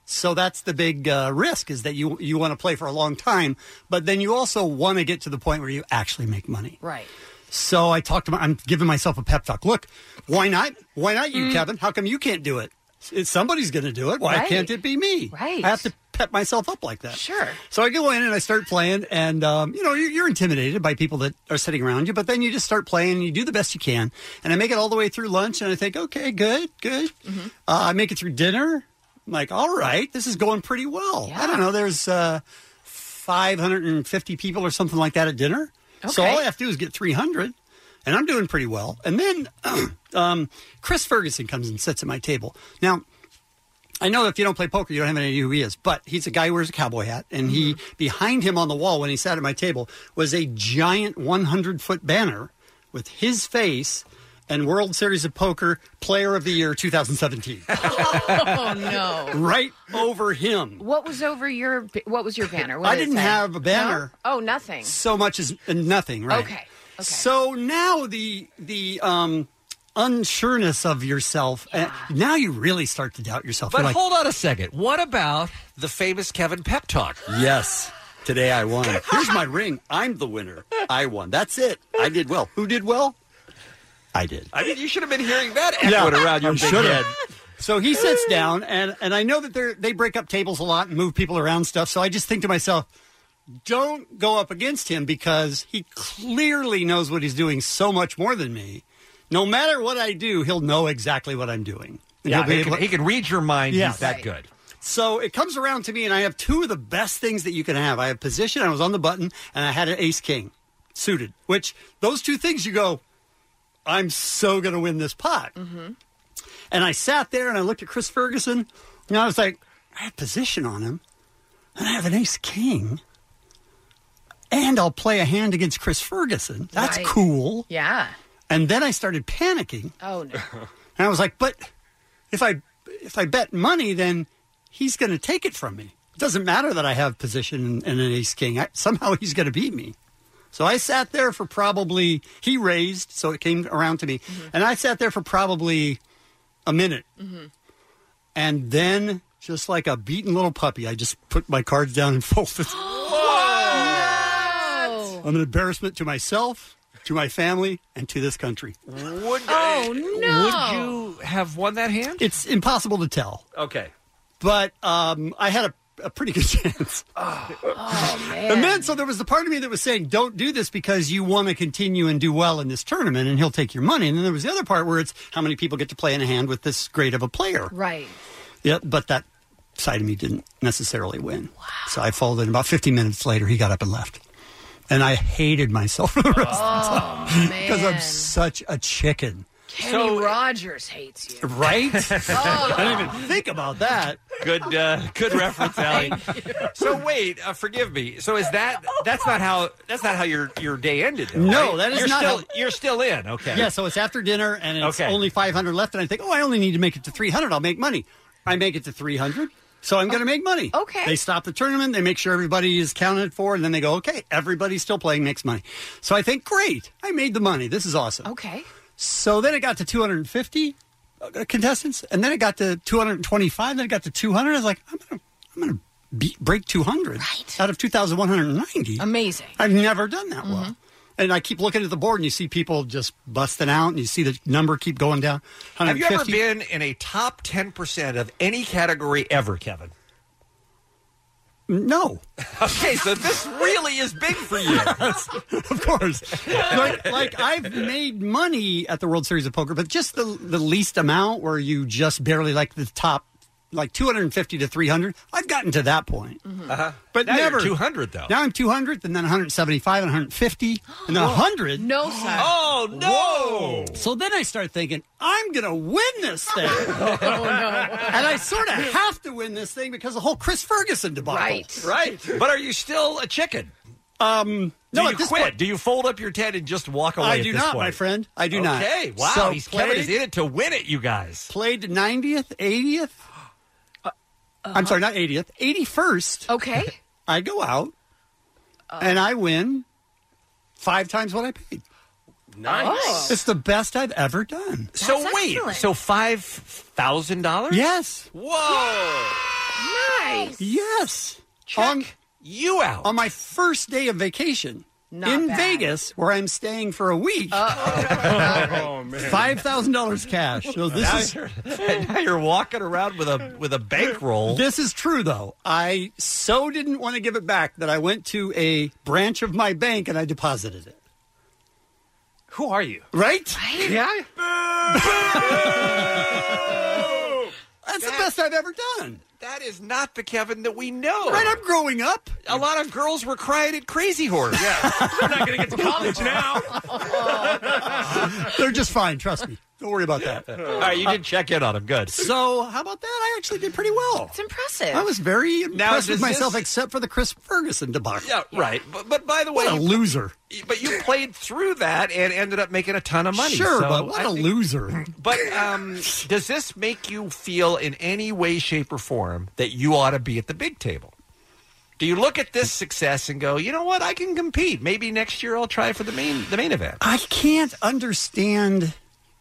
[SPEAKER 7] so that's the big uh, risk is that you you want to play for a long time but then you also want to get to the point where you actually make money
[SPEAKER 9] Right.
[SPEAKER 7] so i talked to my i'm giving myself a pep talk look why not why not you kevin how come you can't do it It's- somebody's going to do it why
[SPEAKER 9] Mm. Right.
[SPEAKER 7] can't it be me
[SPEAKER 9] Right.
[SPEAKER 7] i have to pep myself up like that
[SPEAKER 9] Sure.
[SPEAKER 7] so I go in and I start playing, and um, you know you're, you're intimidated by people that are sitting around you, but then you just start playing and you do the best you can. And I make it all the way through lunch, and I think, okay, good, good. Uh, I make it through dinner. I'm like, all right, this is going pretty well. I don't know. There's uh, 550 people or something like that at dinner. So
[SPEAKER 13] Okay.
[SPEAKER 7] all I have to do is get 300, and I'm doing pretty well. And then um, Chris Ferguson comes and sits at my table. Now, I know if you don't play poker, you don't have any idea who he is, but he's a guy who wears a cowboy hat. And he, behind him on the wall when he sat at my table, was a giant 100 foot banner with his face and World Series of Poker Player of the Year 2017.
[SPEAKER 9] Oh no.
[SPEAKER 7] right over him.
[SPEAKER 9] What was over your? What was your banner? What
[SPEAKER 7] I
[SPEAKER 9] did it
[SPEAKER 7] didn't
[SPEAKER 9] say?
[SPEAKER 7] have a banner.
[SPEAKER 9] No? Oh, nothing.
[SPEAKER 7] So much as nothing, right?
[SPEAKER 9] Okay.
[SPEAKER 7] So now the the um unsureness of yourself uh, now you really start to doubt yourself.
[SPEAKER 8] But
[SPEAKER 7] You're like,
[SPEAKER 8] hold on a second. What about the famous Kevin pep talk?
[SPEAKER 7] Yes. Today I won. Here's my ring. I'm the winner. I won. That's it. I did well. Who did well? I did.
[SPEAKER 8] I mean, you should have been hearing that
[SPEAKER 7] Yeah.
[SPEAKER 8] echoed around your
[SPEAKER 7] I
[SPEAKER 8] big
[SPEAKER 7] should
[SPEAKER 8] head.
[SPEAKER 7] have. So he sits down, and, and I know that they they break up tables a lot and move people around stuff. So I just think to myself, don't go up against him because he clearly knows what he's doing so much more than me. No matter what I do, he'll know exactly what I'm doing. And
[SPEAKER 8] Yeah,
[SPEAKER 7] he'll be
[SPEAKER 8] he can-
[SPEAKER 7] able-
[SPEAKER 8] he can read your mind. He's
[SPEAKER 7] Yes.
[SPEAKER 8] that good.
[SPEAKER 7] so it comes around to me, and I have two of the best things that you can have. I have position, I was on the button, and I had an ace king suited, which those two things you go, I'm so going to win this pot.
[SPEAKER 9] Mm-hmm.
[SPEAKER 7] And I sat there and I looked at Chris Ferguson, and I was like, I have position on him, and I have an ace king, and I'll play a hand against Chris Ferguson. That's
[SPEAKER 9] Right.
[SPEAKER 7] cool.
[SPEAKER 9] Yeah.
[SPEAKER 7] And then I started panicking.
[SPEAKER 9] Oh no.
[SPEAKER 7] And I was like, but if I if I bet money, then he's going to take it from me. It doesn't matter that I have position and, and an ace king. I, somehow he's going to beat me. So I sat there for probably he raised, so it came around to me, and I sat there for probably a minute, and then just like a beaten little puppy, I just put my cards down and folded. I'm an embarrassment to myself, to my family, and to this country.
[SPEAKER 8] Would
[SPEAKER 9] oh
[SPEAKER 8] Would you have won that hand?
[SPEAKER 7] It's impossible to tell.
[SPEAKER 8] Okay.
[SPEAKER 7] but um, I had a, a pretty good chance. And then, so there was the part of me that was saying, don't do this because you want to continue and do well in this tournament and he'll take your money. And then there was the other part where it's how many people get to play in a hand with this great of a player.
[SPEAKER 9] Right.
[SPEAKER 7] Yeah, but that side of me didn't necessarily win. So I folded. About 15 minutes later, he got up and left. And I hated myself for the rest of the time because I'm
[SPEAKER 9] Oh, man.
[SPEAKER 7] such a chicken.
[SPEAKER 9] Kenny Rogers hates you.
[SPEAKER 7] Right? I didn't
[SPEAKER 9] Oh.
[SPEAKER 7] even think about that.
[SPEAKER 8] Good, uh, good reference, Allie. So wait, uh, forgive me. So is that that's not how that's not how your your day ended? Though,
[SPEAKER 7] No,
[SPEAKER 8] right?
[SPEAKER 7] that is
[SPEAKER 8] You're
[SPEAKER 7] not
[SPEAKER 8] Still,
[SPEAKER 7] how-
[SPEAKER 8] you're still in. Okay.
[SPEAKER 7] Yeah, so it's after dinner and it's
[SPEAKER 8] Okay.
[SPEAKER 7] only 500 left. And I think, oh, I only need to make it to 300. I'll make money. I make it to 300. So I'm going to make money.
[SPEAKER 9] Okay.
[SPEAKER 7] They stop the tournament. They make sure everybody is counted for. And then they go, okay, everybody's still playing, makes money. So I think, great. I made the money. This is awesome.
[SPEAKER 9] Okay.
[SPEAKER 7] So then it got to 250 uh, contestants. And then it got to 225. Then it got to 200. I was like, I'm going to I'm gonna beat, break 200 out of 2,190.
[SPEAKER 9] Amazing.
[SPEAKER 7] I've never done that well. And I keep looking at the board, and you see people just busting out, and you see the number keep going down.
[SPEAKER 8] Have you ever
[SPEAKER 7] 150.
[SPEAKER 8] been in a top ten percent of any category ever, Kevin?
[SPEAKER 7] No.
[SPEAKER 8] Okay, so this really is big for you.
[SPEAKER 7] of course. like, like I've made money at the World Series of Poker, but just the the least amount where you just barely like the top, like two hundred and fifty to three hundred. I've gotten to that point,
[SPEAKER 9] Mm-hmm.
[SPEAKER 8] Uh-huh.
[SPEAKER 7] but
[SPEAKER 8] Now you're
[SPEAKER 7] never
[SPEAKER 8] 200 though.
[SPEAKER 7] Now I'm two hundred, and then one hundred seventy five, and one hundred fifty, and then
[SPEAKER 8] Whoa.
[SPEAKER 7] hundred.
[SPEAKER 9] No, sir.
[SPEAKER 8] Oh no!
[SPEAKER 7] So then I start thinking I'm gonna win this thing,
[SPEAKER 9] Oh,
[SPEAKER 7] and I sort of have to win this thing because the whole Chris Ferguson debacle.
[SPEAKER 8] Right. But are you still a chicken?
[SPEAKER 7] Um,
[SPEAKER 8] Do
[SPEAKER 7] no,
[SPEAKER 8] you
[SPEAKER 7] at this
[SPEAKER 8] quit?
[SPEAKER 7] point,
[SPEAKER 8] Do you fold up your tent and just walk away?
[SPEAKER 7] I
[SPEAKER 8] at
[SPEAKER 7] do
[SPEAKER 8] this
[SPEAKER 7] not,
[SPEAKER 8] point?
[SPEAKER 7] my friend. I do not.
[SPEAKER 8] Okay, wow.
[SPEAKER 7] So
[SPEAKER 8] he's Kevin is
[SPEAKER 7] played-
[SPEAKER 8] in it to win it, you guys.
[SPEAKER 7] played 90th, 80th. I'm sorry, not 80th, 81st.
[SPEAKER 9] Okay.
[SPEAKER 7] I go out and I win five times what I paid.
[SPEAKER 8] Nice. Oh.
[SPEAKER 7] It's the best I've ever done.
[SPEAKER 8] So wait, so five thousand dollars?
[SPEAKER 7] Yes.
[SPEAKER 8] Whoa!
[SPEAKER 9] Nice.
[SPEAKER 7] Yes. on
[SPEAKER 8] you out
[SPEAKER 7] on my first day of vacation in Vegas, where I'm staying for a week.
[SPEAKER 8] oh man.
[SPEAKER 7] Five thousand dollars cash. So this
[SPEAKER 8] now
[SPEAKER 7] is
[SPEAKER 8] you're, and now you're walking around with a with a bankroll.
[SPEAKER 7] This is true, though. I so didn't want to give it back that I went to a branch of my bank and I deposited it.
[SPEAKER 13] Who are you?
[SPEAKER 7] Right?
[SPEAKER 13] Yeah.
[SPEAKER 7] That's the best I've ever done.
[SPEAKER 8] That is not the Kevin that we know.
[SPEAKER 7] Right, I'm growing up.
[SPEAKER 8] A lot of girls were crying at Crazy Horse.
[SPEAKER 13] Yeah.
[SPEAKER 8] We're not going to get to college now.
[SPEAKER 7] They're just fine. Trust me. Don't worry about that.
[SPEAKER 8] All right, you did check in on him. Good.
[SPEAKER 7] So, how about that? I actually did pretty well. It's
[SPEAKER 9] impressive.
[SPEAKER 7] I was very impressed
[SPEAKER 8] does
[SPEAKER 7] with myself,
[SPEAKER 8] this-
[SPEAKER 7] except for the Chris Ferguson debacle.
[SPEAKER 8] Yeah, right. But, but by the way,
[SPEAKER 7] What a loser.
[SPEAKER 8] but you played through that and ended up making a ton of money.
[SPEAKER 7] Sure,
[SPEAKER 8] so
[SPEAKER 7] but what
[SPEAKER 8] I
[SPEAKER 7] a
[SPEAKER 8] think-
[SPEAKER 7] loser.
[SPEAKER 8] But um, does this make you feel in any way, shape, or form that you ought to be at the big table? Do you look at this success and go, you know what, I can compete. Maybe next year I'll try for the main the main event.
[SPEAKER 7] I can't understand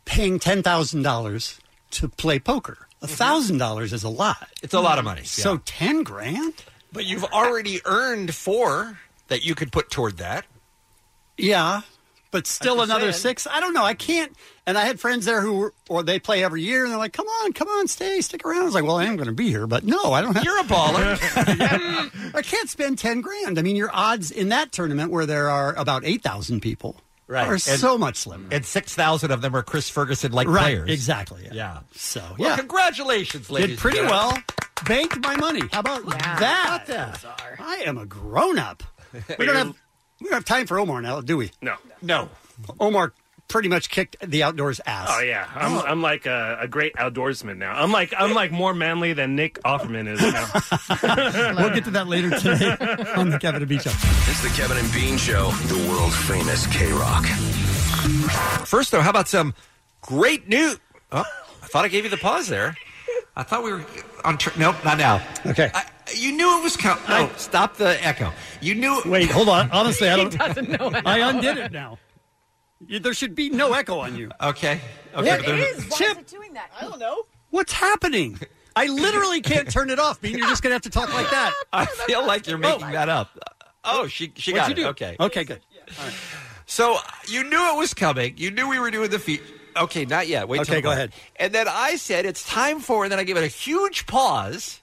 [SPEAKER 7] paying ten thousand dollars to play poker.
[SPEAKER 8] Mm-hmm.
[SPEAKER 7] thousand dollars is a lot.
[SPEAKER 8] It's a lot of money, yeah.
[SPEAKER 7] So ten grand?
[SPEAKER 8] But you've already earned four that you could put toward that.
[SPEAKER 7] Yeah, but still
[SPEAKER 8] I'm just
[SPEAKER 7] another
[SPEAKER 8] saying.
[SPEAKER 7] six. I don't know. I can't. And I had friends there who were, or they play every year, and they're like, "Come on, come on, stay, stick around." I was like, "Well, I am going to be here, but no, I don't." Have,
[SPEAKER 8] You're a baller.
[SPEAKER 7] I can't spend ten grand. I mean, your odds in that tournament where there are about eight thousand people
[SPEAKER 8] Right.
[SPEAKER 7] are
[SPEAKER 8] And-
[SPEAKER 7] so much slimmer.
[SPEAKER 8] And six thousand of them are Chris Ferguson like
[SPEAKER 7] right.
[SPEAKER 8] players.
[SPEAKER 7] Exactly.
[SPEAKER 8] Yeah.
[SPEAKER 7] So
[SPEAKER 8] Well,
[SPEAKER 7] yeah.
[SPEAKER 8] congratulations, ladies.
[SPEAKER 7] Did
[SPEAKER 8] and
[SPEAKER 7] pretty
[SPEAKER 8] gentlemen.
[SPEAKER 7] well. Banked my money. How about that? I am a grown up. We don't have we don't have time for Omar now, do we?
[SPEAKER 13] No.
[SPEAKER 8] No.
[SPEAKER 7] Omar pretty much kicked the outdoors ass.
[SPEAKER 13] Oh yeah, I'm, I'm like a, a great outdoorsman now. I'm like I'm like more manly than Nick Offerman is now.
[SPEAKER 7] We'll get to that later today on the Kevin and Beach Show.
[SPEAKER 11] It's the Kevin and Bean Show, the world famous K Rock.
[SPEAKER 8] First, though, how about some great news? Oh, I thought I gave you the pause there. I thought we were on. Tr- nope, not now.
[SPEAKER 7] Okay.
[SPEAKER 8] you knew it was coming. No, stop the echo. You knew.
[SPEAKER 7] Wait, hold on. Honestly, I don't.
[SPEAKER 8] know how.
[SPEAKER 7] I undid it now. You- There should be no echo on you.
[SPEAKER 8] Okay. Okay.
[SPEAKER 7] What
[SPEAKER 8] but there-
[SPEAKER 7] is- Why Chip.
[SPEAKER 9] it doing that?
[SPEAKER 7] I don't know. What's happening? I literally can't turn it off, Bean. You're just going to have to talk like that.
[SPEAKER 8] I feel like you're making that up. Oh, she she got
[SPEAKER 7] What'd you
[SPEAKER 8] it.
[SPEAKER 7] do?
[SPEAKER 8] Okay.
[SPEAKER 7] Okay, good.
[SPEAKER 8] So you knew it was coming. You knew we were doing the feet. Okay, not yet. Wait. till
[SPEAKER 7] Okay,
[SPEAKER 8] the
[SPEAKER 7] go
[SPEAKER 8] break.
[SPEAKER 7] ahead.
[SPEAKER 8] And then I said it's time for, and then I gave it a huge pause,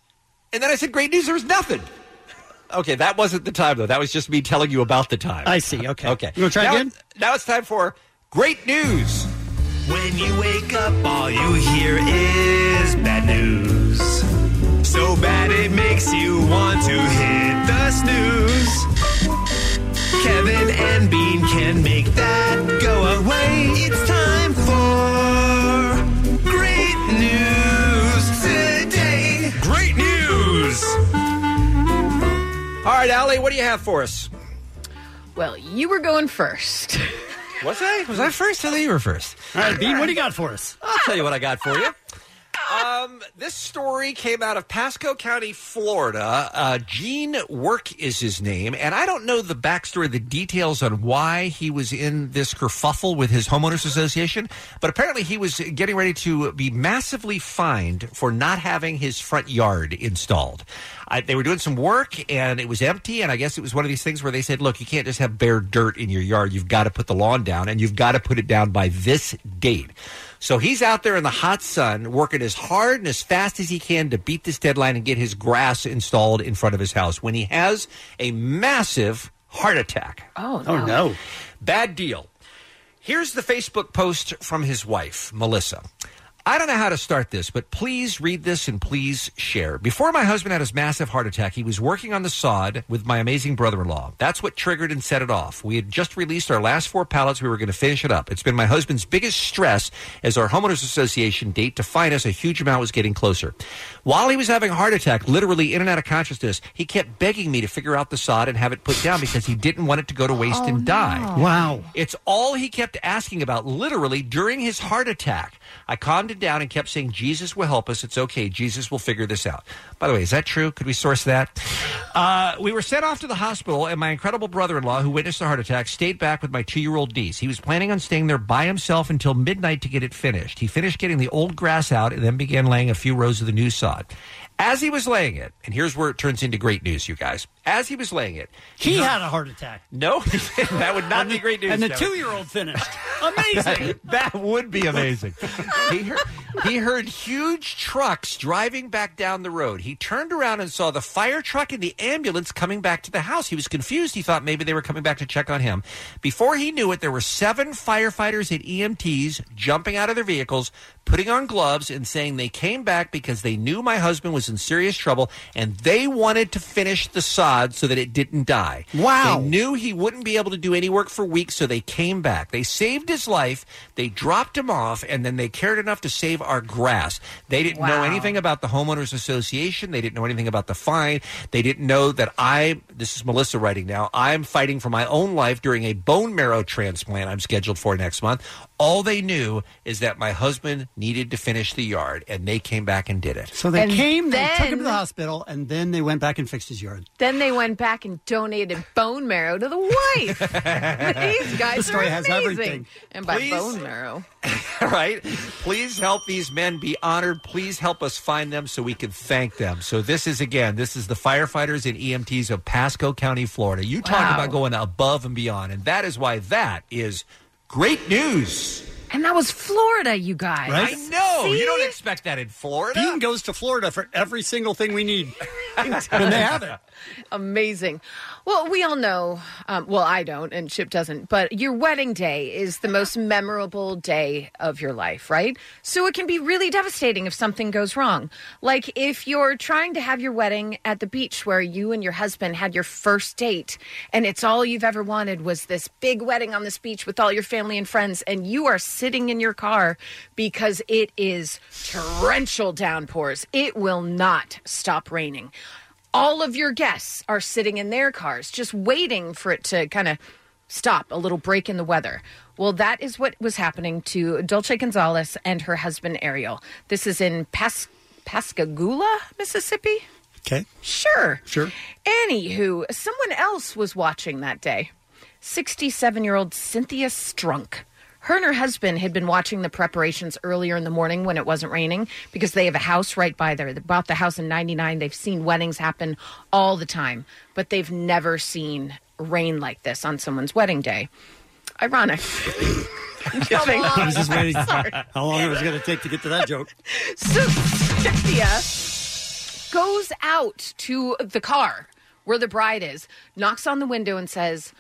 [SPEAKER 8] and then I said, "Great news! There was nothing." Okay, that wasn't the time though. That was just me telling you about the time.
[SPEAKER 7] I see. Okay.
[SPEAKER 8] Okay.
[SPEAKER 7] You want to try
[SPEAKER 8] now,
[SPEAKER 7] again?
[SPEAKER 8] Now it's time for great news.
[SPEAKER 6] When you wake up, all you hear is bad news. So bad it makes you want to hit the snooze. Kevin and Bean can make that go away. It's time for great news today.
[SPEAKER 8] Great news. All right, Allie, what do you have for us?
[SPEAKER 9] Well, you were going first.
[SPEAKER 8] Was I? Was I first? I thought you were first.
[SPEAKER 7] All right, Bean, what do you got for us?
[SPEAKER 8] I'll tell you what I got for you. Um, this story came out of Pasco County, Florida. Uh, Gene Work is his name, and I don't know the backstory, the details on why he was in this kerfuffle with his homeowners association, but apparently he was getting ready to be massively fined for not having his front yard installed. I, they were doing some work, and it was empty, and I guess it was one of these things where they said, "Look, you can't just have bare dirt in your yard. You've got to put the lawn down, and you've got to put it down by this date." So he's out there in the hot sun working as hard and as fast as he can to beat this deadline and get his grass installed in front of his house when he has a massive heart attack.
[SPEAKER 9] Oh,
[SPEAKER 8] no. Bad deal. Here's the Facebook post from his wife, Melissa. I don't know how to start this, but please read this and please share. Before my husband had his massive heart attack, he was working on the sod with my amazing brother in law. That's what triggered and set it off. We had just released our last four pallets. We were going to finish it up. It's been my husband's biggest stress as our homeowners association date to find us a huge amount was getting closer. While he was having a heart attack, literally in and out of consciousness, he kept begging me to figure out the sod and have it put down because he didn't want it to go to waste
[SPEAKER 6] Oh,
[SPEAKER 8] and die.
[SPEAKER 6] no. Wow.
[SPEAKER 8] It's all he kept asking about, literally during his heart attack. I calmed him down and kept saying, Jesus will help us. It's okay. Jesus will figure this out. By the way, is that true? Could we source that? Uh, we were sent off to the hospital, and my incredible brother in law, who witnessed the heart attack, stayed back with my two year old niece. He was planning on staying there by himself until midnight to get it finished. He finished getting the old grass out and then began laying a few rows of the new sod. As he was laying it, and here's where it turns into great news, you guys. As he was laying it,
[SPEAKER 7] He had a heart attack.
[SPEAKER 8] no, that would not be great news.
[SPEAKER 7] and the
[SPEAKER 8] Kevin.
[SPEAKER 7] two-year-old finished. Amazing.
[SPEAKER 8] that would be amazing. he, heard, he heard huge trucks driving back down the road. He turned around and saw the fire truck and the ambulance coming back to the house. He was confused. He thought maybe they were coming back to check on him. Before he knew it, there were seven firefighters and EMTs jumping out of their vehicles, putting on gloves, and saying they came back because they knew my husband was in serious trouble and they wanted to finish the sod so that it didn't die. Wow. They knew he wouldn't be able to do any work for weeks, so they came back. They saved his life. They dropped him off, and then they cared enough to save our grass. They didn't know
[SPEAKER 14] Wow.
[SPEAKER 8] anything about the homeowners association. They didn't know anything about the fine. They didn't know that I. This is Melissa writing now. I'm fighting for my own life during a bone marrow transplant I'm scheduled for next month. All they knew is that my husband needed to finish the yard, and they came back and did it.
[SPEAKER 7] So they
[SPEAKER 9] And
[SPEAKER 7] came, they took him to
[SPEAKER 9] then-
[SPEAKER 7] the hospital, and then they went back and fixed his yard.
[SPEAKER 9] Then they went back and donated bone marrow to the wife. These guys
[SPEAKER 7] The story
[SPEAKER 9] are
[SPEAKER 7] has
[SPEAKER 9] amazing.
[SPEAKER 7] everything.
[SPEAKER 9] And by
[SPEAKER 8] Please-
[SPEAKER 9] bone marrow,
[SPEAKER 8] right? Please help these men be honored. Please help us find them so we can thank them. So this is again, this is the firefighters and EMTs of Pasco County, Florida. You talk
[SPEAKER 9] Wow.
[SPEAKER 8] about going above and beyond, and that is why that is great news.
[SPEAKER 9] and that was Florida, you guys.
[SPEAKER 8] I know you don't expect that in Florida.
[SPEAKER 7] Dean goes to Florida for every single thing we need.
[SPEAKER 9] and
[SPEAKER 7] they have it.
[SPEAKER 9] Amazing. Well, we all know. Um, well, I don't, and Chip doesn't. But your wedding day is the most memorable day of your life, right? So it can be really devastating if something goes wrong. Like if you're trying to have your wedding at the beach where you and your husband had your first date, and it's all you've ever wanted was this big wedding on this beach with all your family and friends, and you are sitting in your car because it is torrential downpours. It will not stop raining all of your guests are sitting in their cars just waiting for it to kind of stop a little break in the weather well that is what was happening to dolce gonzalez and her husband ariel this is in Pas- pascagoula mississippi
[SPEAKER 7] Okay.
[SPEAKER 9] sure
[SPEAKER 7] Sure.
[SPEAKER 9] anywho someone else was watching that day 67 year old cynthia strunk her and her husband had been watching the preparations earlier in the morning when it wasn't raining because they have a house right by there. They bought the house in 99. They've seen weddings happen all the time, but they've never seen rain like this on someone's wedding day. Ironic. Coming.
[SPEAKER 7] I was just waiting
[SPEAKER 9] Sorry.
[SPEAKER 7] how long it was going to take to get to that joke.
[SPEAKER 9] So Cynthia goes out to the car where the bride is, knocks on the window, and says,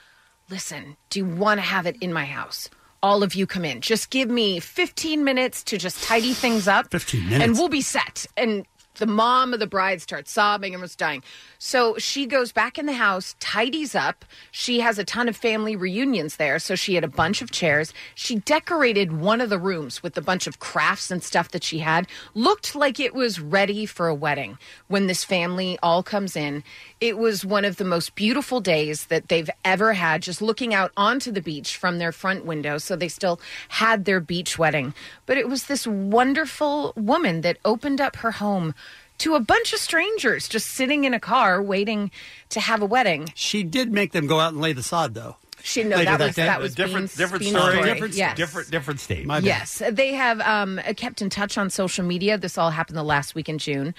[SPEAKER 9] Listen, do you want to have it in my house? All of you come in. Just give me 15 minutes to just tidy things up.
[SPEAKER 7] 15
[SPEAKER 9] And
[SPEAKER 7] minutes.
[SPEAKER 9] we'll be set. And the mom of the bride starts sobbing and was dying. So she goes back in the house, tidies up. She has a ton of family reunions there. So she had a bunch of chairs. She decorated one of the rooms with a bunch of crafts and stuff that she had. Looked like it was ready for a wedding when this family all comes in. It was one of the most beautiful days that they've ever had, just looking out onto the beach from their front window. So they still had their beach wedding. But it was this wonderful woman that opened up her home to a bunch of strangers just sitting in a car waiting to have a wedding.
[SPEAKER 7] She did make them go out and lay the sod, though.
[SPEAKER 9] She no, that
[SPEAKER 7] Later that
[SPEAKER 9] was
[SPEAKER 7] day.
[SPEAKER 9] that was
[SPEAKER 7] Different-
[SPEAKER 9] Bean's-
[SPEAKER 7] different
[SPEAKER 9] Bean's
[SPEAKER 7] story.
[SPEAKER 9] story.
[SPEAKER 7] Different-
[SPEAKER 9] yes.
[SPEAKER 8] different state.
[SPEAKER 9] Yes, they have um, kept in touch on social media. This all happened the last week in June.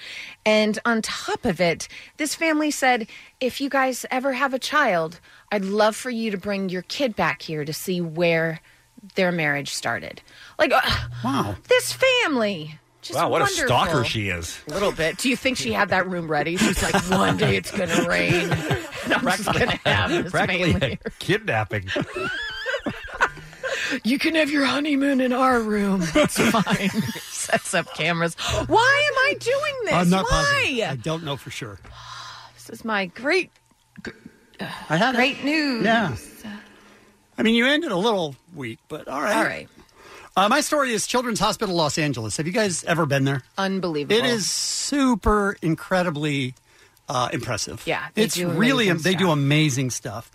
[SPEAKER 9] And on top of it, this family said, if you guys ever have a child, I'd love for you to bring your kid back here to see where their marriage started. Like, wow. This family. Just
[SPEAKER 8] wow, what
[SPEAKER 9] wonderful.
[SPEAKER 8] a stalker she is.
[SPEAKER 9] A little bit. Do you think she had that room ready? She's like, one day it's going to rain. And I'm just going to have this
[SPEAKER 8] Practically
[SPEAKER 9] family.
[SPEAKER 8] a kidnapping.
[SPEAKER 9] You can have your honeymoon in our room. It's fine. So sets up cameras. Why am I doing this?
[SPEAKER 7] I'm not
[SPEAKER 9] Why?
[SPEAKER 7] positive. I don't know for sure.
[SPEAKER 9] This is my great,
[SPEAKER 7] I had it.
[SPEAKER 9] great news.
[SPEAKER 7] Yeah. I mean, you ended a little weak, but all right.
[SPEAKER 9] All right.
[SPEAKER 7] Uh, my story is Children's Hospital Los Angeles. Have you guys ever been there?
[SPEAKER 9] Unbelievable.
[SPEAKER 7] It is super incredibly uh, impressive.
[SPEAKER 9] Yeah, they
[SPEAKER 7] it's
[SPEAKER 9] do
[SPEAKER 7] really
[SPEAKER 9] amazing
[SPEAKER 7] they do
[SPEAKER 9] stuff.
[SPEAKER 7] amazing stuff,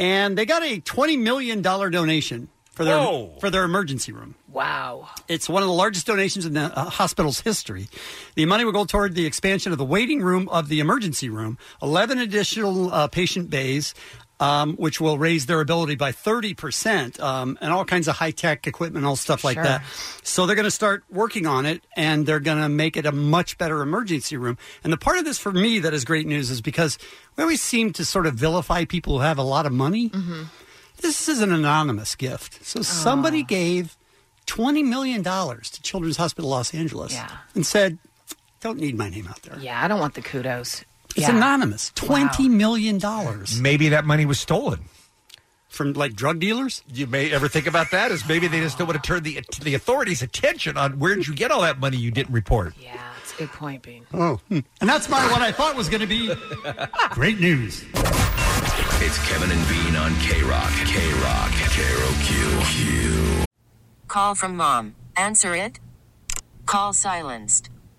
[SPEAKER 7] and they got a twenty million dollar donation for their
[SPEAKER 9] Whoa.
[SPEAKER 7] for their emergency room.
[SPEAKER 9] Wow.
[SPEAKER 7] It's one of the largest donations in the uh, hospital's history. The money will go toward the expansion of the waiting room of the emergency room, 11 additional uh, patient bays, um, which will raise their ability by 30%, um, and all kinds of high tech equipment, all stuff like
[SPEAKER 6] Sure.
[SPEAKER 7] that. So they're going to start working on it, and they're going to make it a much better emergency room. And the part of this for me that is great news is because we always seem to sort of vilify people who have a lot of money.
[SPEAKER 9] Mm. Mm-hmm.
[SPEAKER 7] This is an anonymous gift.
[SPEAKER 9] Ah.
[SPEAKER 7] So somebody gave $20 million to Children's Hospital Los Angeles
[SPEAKER 9] Yeah.
[SPEAKER 7] and said, don't need my name out there.
[SPEAKER 9] Yeah, I don't want the kudos.
[SPEAKER 7] It's
[SPEAKER 9] Yeah.
[SPEAKER 7] anonymous. Twenty million dollars.
[SPEAKER 8] Maybe that money was stolen
[SPEAKER 7] from like drug dealers.
[SPEAKER 8] You may ever think about that? Is maybe they just don't want to turn the the authorities' attention on where'd you get all that money you didn't report?
[SPEAKER 9] Yeah, it's a good point, Bean.
[SPEAKER 7] Oh, hmm. and that's my what I thought was going to be great news.
[SPEAKER 11] It's Kevin and Bean on K Rock. K Rock. K Rock.
[SPEAKER 15] Call from mom. Answer it. Call silenced.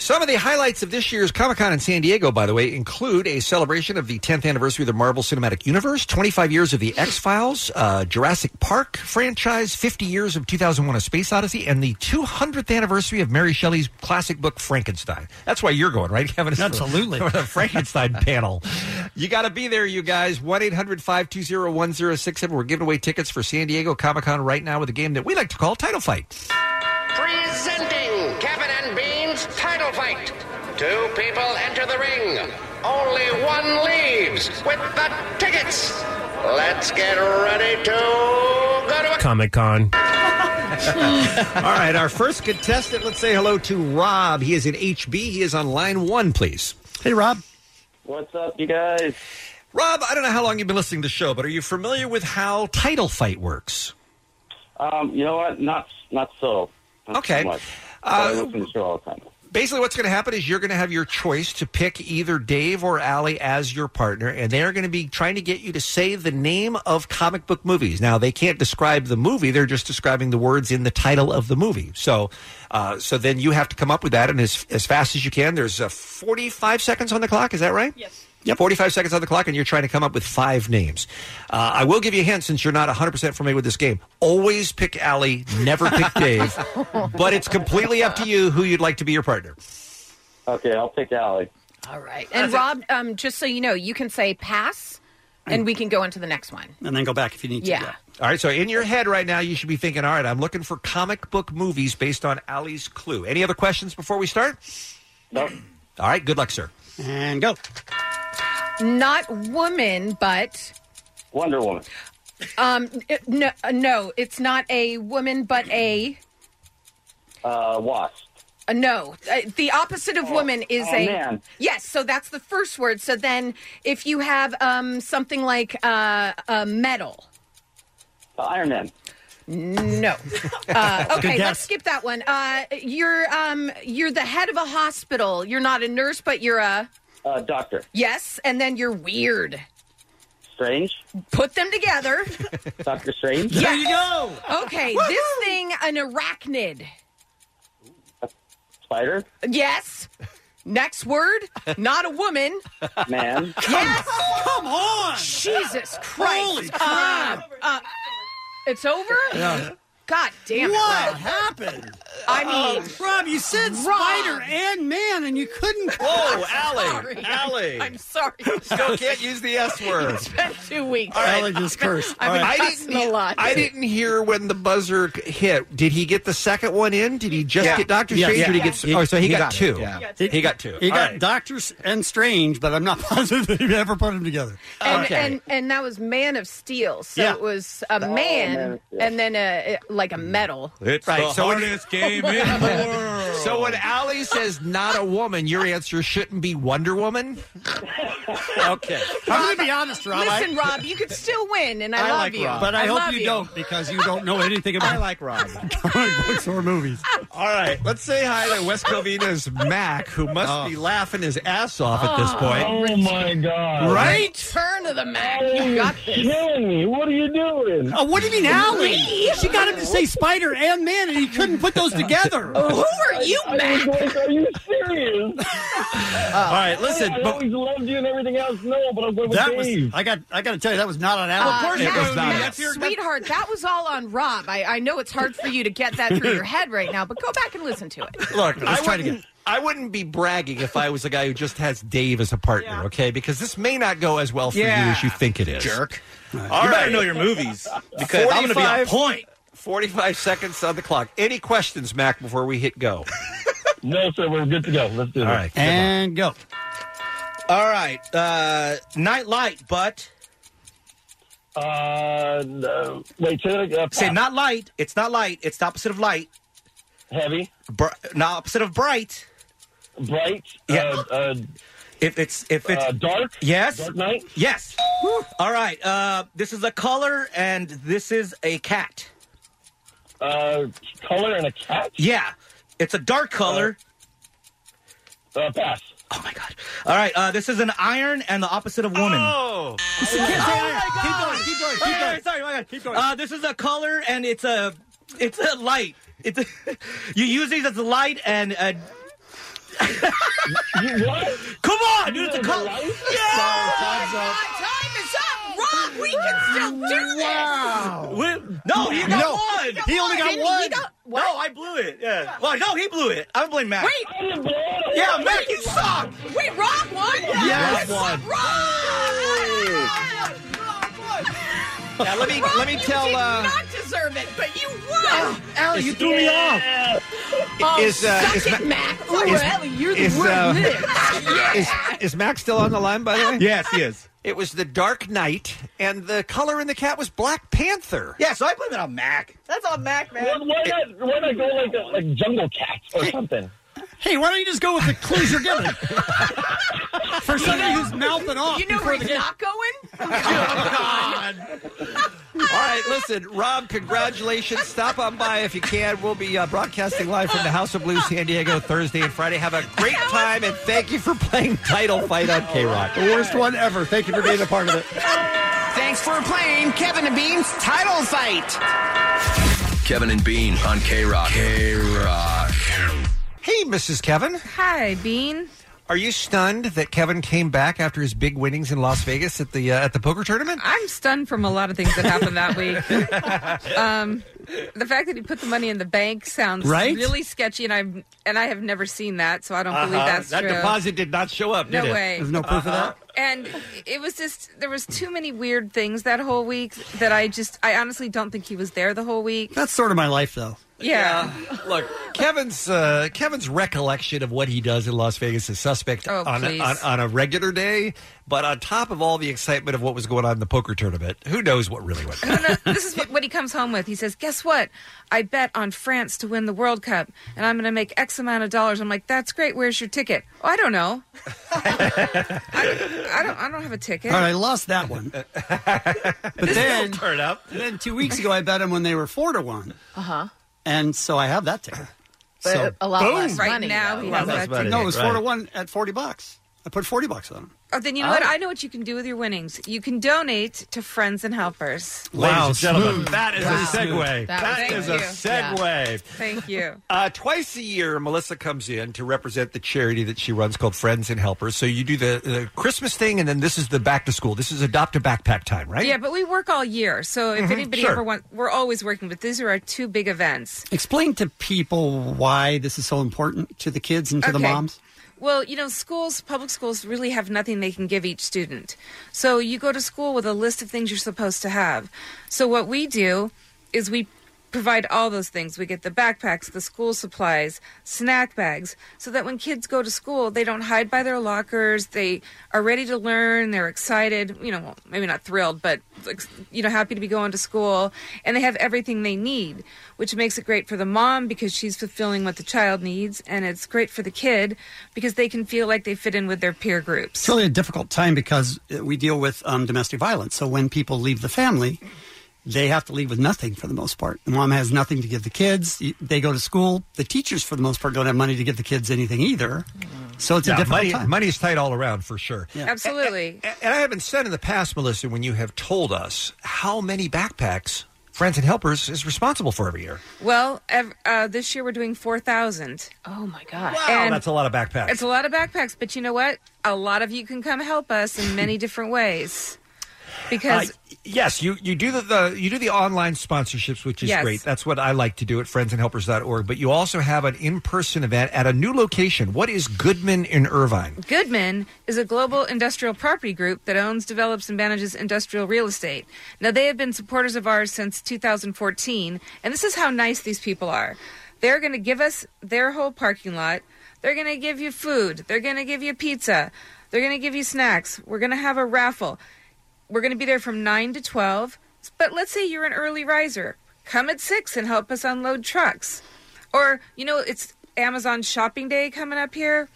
[SPEAKER 8] Some of the highlights of this year's Comic Con in San Diego, by the way, include a celebration of the 10th anniversary of the Marvel Cinematic Universe, 25 years of the X Files, uh, Jurassic Park franchise, 50 years of 2001 A Space Odyssey, and the 200th anniversary of Mary Shelley's classic book Frankenstein. That's why you're going, right, Kevin? It's for-
[SPEAKER 7] Absolutely.
[SPEAKER 8] for the Frankenstein panel. You got to be there, you guys. 1 800 520 1067. We're giving away tickets for San Diego Comic Con right now with a game that we like to call Title Fight.
[SPEAKER 16] Presenting Kevin and Bean's title fight. Two people enter the ring. Only one leaves with the tickets. Let's get ready to go to
[SPEAKER 17] Comic Con.
[SPEAKER 8] All right, our first contestant. Let's say hello to Rob. He is in HB. He is on line one, please.
[SPEAKER 7] Hey, Rob.
[SPEAKER 8] What's up, you guys? Rob, I don't know how long you've been listening to the show, but are you familiar with how title fight works?
[SPEAKER 18] Um, you know what? Not not so. Not so
[SPEAKER 8] Okay.
[SPEAKER 18] much. But I
[SPEAKER 8] Uh,
[SPEAKER 18] listen to the show all the time.
[SPEAKER 8] Basically, what's going to happen is you're going to have your choice to pick either Dave or Allie as your partner, and they're going to be trying to get you to say the name of comic book movies. Now, they can't describe the movie; they're just describing the words in the title of the movie. So, uh, so then you have to come up with that, and as as fast as you can. There's uh, 45 seconds on the clock. Is that right? Yes. Yeah, 45 seconds on the clock, and you're trying to come up with five names. Uh, I will give you a hint since you're not 100% familiar with this game. Always pick Allie, never pick Dave. but it's completely up to you who you'd like to be your partner.
[SPEAKER 18] Okay, I'll pick Allie.
[SPEAKER 9] All right. And Rob, um, just so you know, you can say pass, and we can go into the next one.
[SPEAKER 8] And then go back if you need
[SPEAKER 9] to, Yeah. yeah.
[SPEAKER 8] All right. So in your head right now, you should be thinking, all right, I'm looking for comic book movies based on Ali's clue. Any other questions before we start? No. All right. Good luck, sir. And go.
[SPEAKER 9] Not woman, but
[SPEAKER 18] Wonder Woman.
[SPEAKER 9] um, it- no, no, it's not a woman, but a
[SPEAKER 18] Uh, wasp.
[SPEAKER 9] uh, no. Uh, the opposite of woman is
[SPEAKER 18] oh,
[SPEAKER 9] a
[SPEAKER 18] man.
[SPEAKER 9] yes. So that's the first word. So then, if you have um something like uh, a metal,
[SPEAKER 18] Uh, Iron Man.
[SPEAKER 9] No. Uh, okay, let's skip that one. Uh, you're um, you're the head of a hospital. You're not a nurse, but you're a
[SPEAKER 18] Uh, doctor.
[SPEAKER 9] yes, and then you're weird.
[SPEAKER 18] Strange.
[SPEAKER 9] Put them together.
[SPEAKER 18] Doctor Strange.
[SPEAKER 9] Yes. Okay, this thing an arachnid.
[SPEAKER 18] Spider.
[SPEAKER 9] Yes. Next word, not a woman.
[SPEAKER 18] Man.
[SPEAKER 9] Yes. Come on. Jesus Christ.
[SPEAKER 6] Holy
[SPEAKER 9] Uh,
[SPEAKER 6] crap.
[SPEAKER 9] uh, it's over.
[SPEAKER 6] Yeah.
[SPEAKER 9] God damn it!
[SPEAKER 6] What
[SPEAKER 9] Rob.
[SPEAKER 6] happened?
[SPEAKER 9] I mean,
[SPEAKER 7] Rob, you said spider and man, and you couldn't.
[SPEAKER 8] Whoa,
[SPEAKER 7] Allie,
[SPEAKER 8] Oh, Allie. Allie.
[SPEAKER 9] I'm sorry.
[SPEAKER 8] Still can't use the S word.
[SPEAKER 9] It's been two weeks.
[SPEAKER 8] All
[SPEAKER 9] I've been
[SPEAKER 8] right. I
[SPEAKER 9] cussing
[SPEAKER 8] didn't,
[SPEAKER 9] a lot.
[SPEAKER 8] I didn't hear when the buzzer c- hit. Did he get the second one in? Did he just
[SPEAKER 7] Yeah.
[SPEAKER 8] get Doctor Strange? Or did he get? oh, so he, got, two. He got two.
[SPEAKER 7] He
[SPEAKER 8] All
[SPEAKER 7] got
[SPEAKER 8] right.
[SPEAKER 7] Doctors and Strange, but I'm not positive that he ever put them together.
[SPEAKER 9] And, and and that was Man of Steel, so
[SPEAKER 7] Yeah.
[SPEAKER 9] it was a
[SPEAKER 7] Oh, Man
[SPEAKER 9] man,
[SPEAKER 7] of Steel.
[SPEAKER 9] and then a like a metal.
[SPEAKER 8] It's
[SPEAKER 6] the hardest game in
[SPEAKER 8] the world. So when Allie says not a woman, your answer shouldn't be Wonder Woman. okay.
[SPEAKER 7] I'm going to be honest, Rob. I-
[SPEAKER 9] Listen, Rob, you could still win, and I, love
[SPEAKER 7] like
[SPEAKER 9] you,
[SPEAKER 7] Rob, but I, hope
[SPEAKER 9] love
[SPEAKER 7] you, don't because you don't know anything about. I like Rob. comic books or movies.
[SPEAKER 8] All right, let's say hi to West Covina's Mac, who must be laughing his ass off at this point.
[SPEAKER 9] Oh, my
[SPEAKER 8] God! Right?
[SPEAKER 9] Turn to the Mac. You got this.
[SPEAKER 18] killing me. What are you doing?
[SPEAKER 7] Oh, what do you mean, Allie? She got him to say spider and man, and he couldn't put those together.
[SPEAKER 6] Who
[SPEAKER 9] are you,
[SPEAKER 18] I was like, are you serious?
[SPEAKER 7] All right,
[SPEAKER 18] listen, I always loved you and everything else. No, but I'm going with
[SPEAKER 7] That was.
[SPEAKER 18] Dave.
[SPEAKER 7] I got. I got to tell you, that was not on Allie.
[SPEAKER 9] Uh, Mac, Mac, sweetheart, that was all on Rob. I, I know it's hard for you to get that through your head right now, but go back and listen to it.
[SPEAKER 8] Look,
[SPEAKER 9] let's
[SPEAKER 8] I
[SPEAKER 9] try it
[SPEAKER 8] wouldn't. I wouldn't be bragging if I was a guy who just has Dave as a partner, okay? Because this may not go as well for you
[SPEAKER 6] Yeah.
[SPEAKER 8] as you think it is. Jerk.
[SPEAKER 6] You better know your movies because I'm going to be on point.
[SPEAKER 8] 45 seconds on the clock. Any questions, Mac, before we hit go?
[SPEAKER 18] no, sir, we're good to go. Let's do
[SPEAKER 8] All right. good
[SPEAKER 7] And go.
[SPEAKER 6] All right. Uh, night light, but.
[SPEAKER 18] Uh, no. wait. Say, that, uh,
[SPEAKER 6] Say not light. It's not light. It's the opposite of light.
[SPEAKER 18] Heavy.
[SPEAKER 6] Br- not opposite of bright.
[SPEAKER 18] Bright.
[SPEAKER 6] Yeah.
[SPEAKER 18] Uh, uh,
[SPEAKER 6] if it's if it's
[SPEAKER 18] uh, dark?
[SPEAKER 6] Yes.
[SPEAKER 18] Dark night?
[SPEAKER 6] Yes. All right. Uh, this is a color, and this is a cat.
[SPEAKER 18] Uh, color and a cat.
[SPEAKER 6] Yeah. It's a dark color. Oh
[SPEAKER 18] Uh, pass.
[SPEAKER 6] All right. Uh, this is an iron and the opposite of woman.
[SPEAKER 8] Oh.
[SPEAKER 6] Keep going. Keep going. Keep going. sorry. My God. Keep going. Uh, this is a color, and it's a it's a light. It's a, you use these as a light and. Uh,
[SPEAKER 18] what?
[SPEAKER 6] Come on, dude! It's a color. Yeah.
[SPEAKER 9] Time is up, Rob. We can still do this.
[SPEAKER 6] We- no, he got
[SPEAKER 9] No.
[SPEAKER 6] one.
[SPEAKER 9] He only got Didn't he one. got- what?
[SPEAKER 6] no, I blew it. Yeah. Well, no, he blew it. I blame Mac.
[SPEAKER 9] Wait. I didn't blow it.
[SPEAKER 6] Yeah, Mac, you suck.
[SPEAKER 9] Wait, Rob won.
[SPEAKER 6] Yes.
[SPEAKER 9] What's up,
[SPEAKER 6] Rob
[SPEAKER 9] Rob?
[SPEAKER 8] Now, let me-
[SPEAKER 9] Rob,
[SPEAKER 8] let me
[SPEAKER 9] you
[SPEAKER 8] tell,
[SPEAKER 9] Did
[SPEAKER 8] uh,
[SPEAKER 9] not deserve it, but you won.
[SPEAKER 6] Allie, you threw me off.
[SPEAKER 9] Oh,
[SPEAKER 8] Is, uh,
[SPEAKER 9] suck
[SPEAKER 8] is
[SPEAKER 9] it,
[SPEAKER 8] Ma-
[SPEAKER 9] Mac.
[SPEAKER 8] is-
[SPEAKER 9] Oh, Allie, you're the
[SPEAKER 8] is,
[SPEAKER 9] word
[SPEAKER 8] uh,
[SPEAKER 9] lives.
[SPEAKER 8] Is, is Mac still on the line, by the way?
[SPEAKER 6] Yes, he is.
[SPEAKER 8] It was The Dark Knight, and the color in the cat was Black Panther.
[SPEAKER 6] Yeah, so I blame it on Mac.
[SPEAKER 9] That's on Mac, man.
[SPEAKER 18] Why, why not? Why not go like a, like jungle cat or something?
[SPEAKER 7] Hey, why don't you just go with the clues you're given? For somebody who's mouthing off
[SPEAKER 9] You know
[SPEAKER 7] before
[SPEAKER 9] where
[SPEAKER 7] the
[SPEAKER 9] he's
[SPEAKER 7] game.
[SPEAKER 9] not going?
[SPEAKER 10] Oh,
[SPEAKER 8] All right, listen, Rob, congratulations. Stop on by if you can. We'll be uh, broadcasting live from the House of Blues, San Diego, Thursday and Friday. Have a great time, and thank you for playing Title Fight on K Rock.
[SPEAKER 7] The worst one ever. Thank you for being a part of it.
[SPEAKER 10] Thanks for playing Kevin and Bean's title fight.
[SPEAKER 11] Kevin and Bean on K Rock. K Rock.
[SPEAKER 8] Hey, Mrs. Kevin.
[SPEAKER 17] Hi, Bean.
[SPEAKER 8] Are you stunned that Kevin came back after his big winnings in Las Vegas at the uh, at the poker tournament?
[SPEAKER 17] I'm stunned from a lot of things that happened that week. Um, the fact that he put the money in the bank sounds
[SPEAKER 8] Right?
[SPEAKER 17] really sketchy, and I've and I have never seen that, so I don't believe
[SPEAKER 6] Uh-huh.
[SPEAKER 17] that's
[SPEAKER 6] that
[SPEAKER 17] true.
[SPEAKER 6] deposit did not show up.
[SPEAKER 17] No
[SPEAKER 6] did it?
[SPEAKER 17] way. Uh-huh. And it was just there was too many weird things that whole week that I just I honestly don't think he was there the whole week.
[SPEAKER 7] That's sort of my life, though.
[SPEAKER 17] Yeah.
[SPEAKER 8] Look, Kevin's uh, Kevin's recollection of what he does in Las Vegas is suspect
[SPEAKER 17] Oh,
[SPEAKER 8] on,
[SPEAKER 17] please.
[SPEAKER 8] on on a regular day, but on top of all the excitement of what was going on in the poker tournament, who knows what really went? on.
[SPEAKER 17] this is what, what he comes home with. He says, "Guess what? I bet on France to win the World Cup, and I'm going to make X amount of dollars." I'm like, "That's great. Where's your ticket?" "Oh, I don't know. I, I don't. I don't have a ticket.
[SPEAKER 7] All right, I lost that one. but then, turn up. then two weeks ago, I bet him when they were four to one,
[SPEAKER 9] Uh huh.
[SPEAKER 7] and so I have that ticket.
[SPEAKER 9] But
[SPEAKER 7] so,
[SPEAKER 9] a lot
[SPEAKER 7] boom.
[SPEAKER 9] less
[SPEAKER 17] Right
[SPEAKER 9] money.
[SPEAKER 17] now,
[SPEAKER 9] though.
[SPEAKER 17] he has
[SPEAKER 7] Well,
[SPEAKER 17] that ticket.
[SPEAKER 7] No, it was four to one at forty bucks. I put forty bucks on him.
[SPEAKER 17] Oh, then you know what? I know what you can do with your winnings. You can donate to friends and helpers.
[SPEAKER 6] Ladies and gentlemen,
[SPEAKER 7] smooth.
[SPEAKER 6] that is
[SPEAKER 7] Wow.
[SPEAKER 6] a segue.
[SPEAKER 17] That
[SPEAKER 6] that
[SPEAKER 17] was
[SPEAKER 6] is
[SPEAKER 17] smooth.
[SPEAKER 6] a segue.
[SPEAKER 17] Thank you.
[SPEAKER 8] Uh, twice a year, Melissa comes in to represent the charity that she runs called Friends and Helpers. So you do the, the Christmas thing, and then this is the back to school. This is adopt a backpack time, right?
[SPEAKER 17] Yeah, but we work all year, so if
[SPEAKER 7] Mm-hmm.
[SPEAKER 8] Mhm,
[SPEAKER 17] anybody
[SPEAKER 8] sure.
[SPEAKER 17] ever wants, we're always working. But these are our two big events.
[SPEAKER 7] Explain to people why this is so important to the kids and to the
[SPEAKER 17] Okay.
[SPEAKER 7] moms.
[SPEAKER 17] Well, you know, schools, public schools really have nothing they can give each student. So you go to school with a list of things you're supposed to have. So what we do is we provide all those things. We get the backpacks, the school supplies, snack bags, so that when kids go to school, they don't hide by their lockers. They are ready to learn. They're excited, you know, well, maybe not thrilled, but like, you know, happy to be going to school and they have everything they need, which makes it great for the mom because she's fulfilling what the child needs and it's great for the kid because they can feel like they fit in with their peer group. It's
[SPEAKER 7] really a difficult time because uh, we deal with um, domestic violence. So when people leave the family, they have to leave with nothing for the most part. The mom has nothing to give the kids. Y- They go to school. The teachers, for the most part, don't have money to give the kids anything either. So it's
[SPEAKER 8] Yeah,
[SPEAKER 7] a difficult
[SPEAKER 8] money-
[SPEAKER 7] time.
[SPEAKER 8] Money's tight all around for sure.
[SPEAKER 17] Absolutely.
[SPEAKER 8] And I haven't said in the past, Melissa, when you have told us how many backpacks Friends and Helpers is responsible for every year.
[SPEAKER 17] Well, ev- uh, this year we're doing 4,000. Oh my gosh.
[SPEAKER 8] wow, that's a lot of backpacks.
[SPEAKER 17] It's a lot of backpacks, but you know what? A lot of you can come help us in many different ways. Because
[SPEAKER 8] Uh, yes, you, you do the, the you do the online sponsorships, which is
[SPEAKER 17] Yes.
[SPEAKER 8] great. That's what I like to do at friendsandhelpers.org. But you also have an in person event at a new location. What is Goodman in Irvine?
[SPEAKER 17] Goodman is a global industrial property group that owns, develops, and manages industrial real estate. Now, they have been supporters of ours since 2014, and this is how nice these people are. They're going to give us their whole parking lot, they're going to give you food, they're going to give you pizza, they're going to give you snacks, we're going to have a raffle. We're going to be there from 9 to 12. But let's say you're an early riser. Come at 6 and help us unload trucks. Or, you know, it's Amazon shopping day coming up here.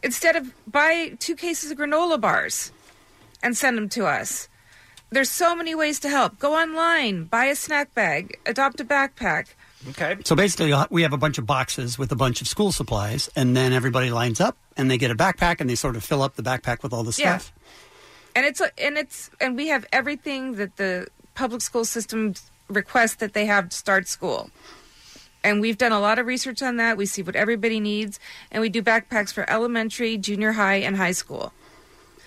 [SPEAKER 17] Instead of buy two cases of granola bars and send them to us. There's so many ways to help. Go online, buy a snack bag, adopt a backpack.
[SPEAKER 8] Okay.
[SPEAKER 7] So basically, you'll ha- we have a bunch of boxes with a bunch of school supplies, and then everybody lines up and they get a backpack and they sort of fill up the backpack with all the
[SPEAKER 17] Yeah.
[SPEAKER 7] stuff.
[SPEAKER 17] And it's a- and it's and we have everything that the public school system requests that they have to start school. And we've done a lot of research on that. We see what everybody needs, and we do backpacks for elementary, junior high, and high school.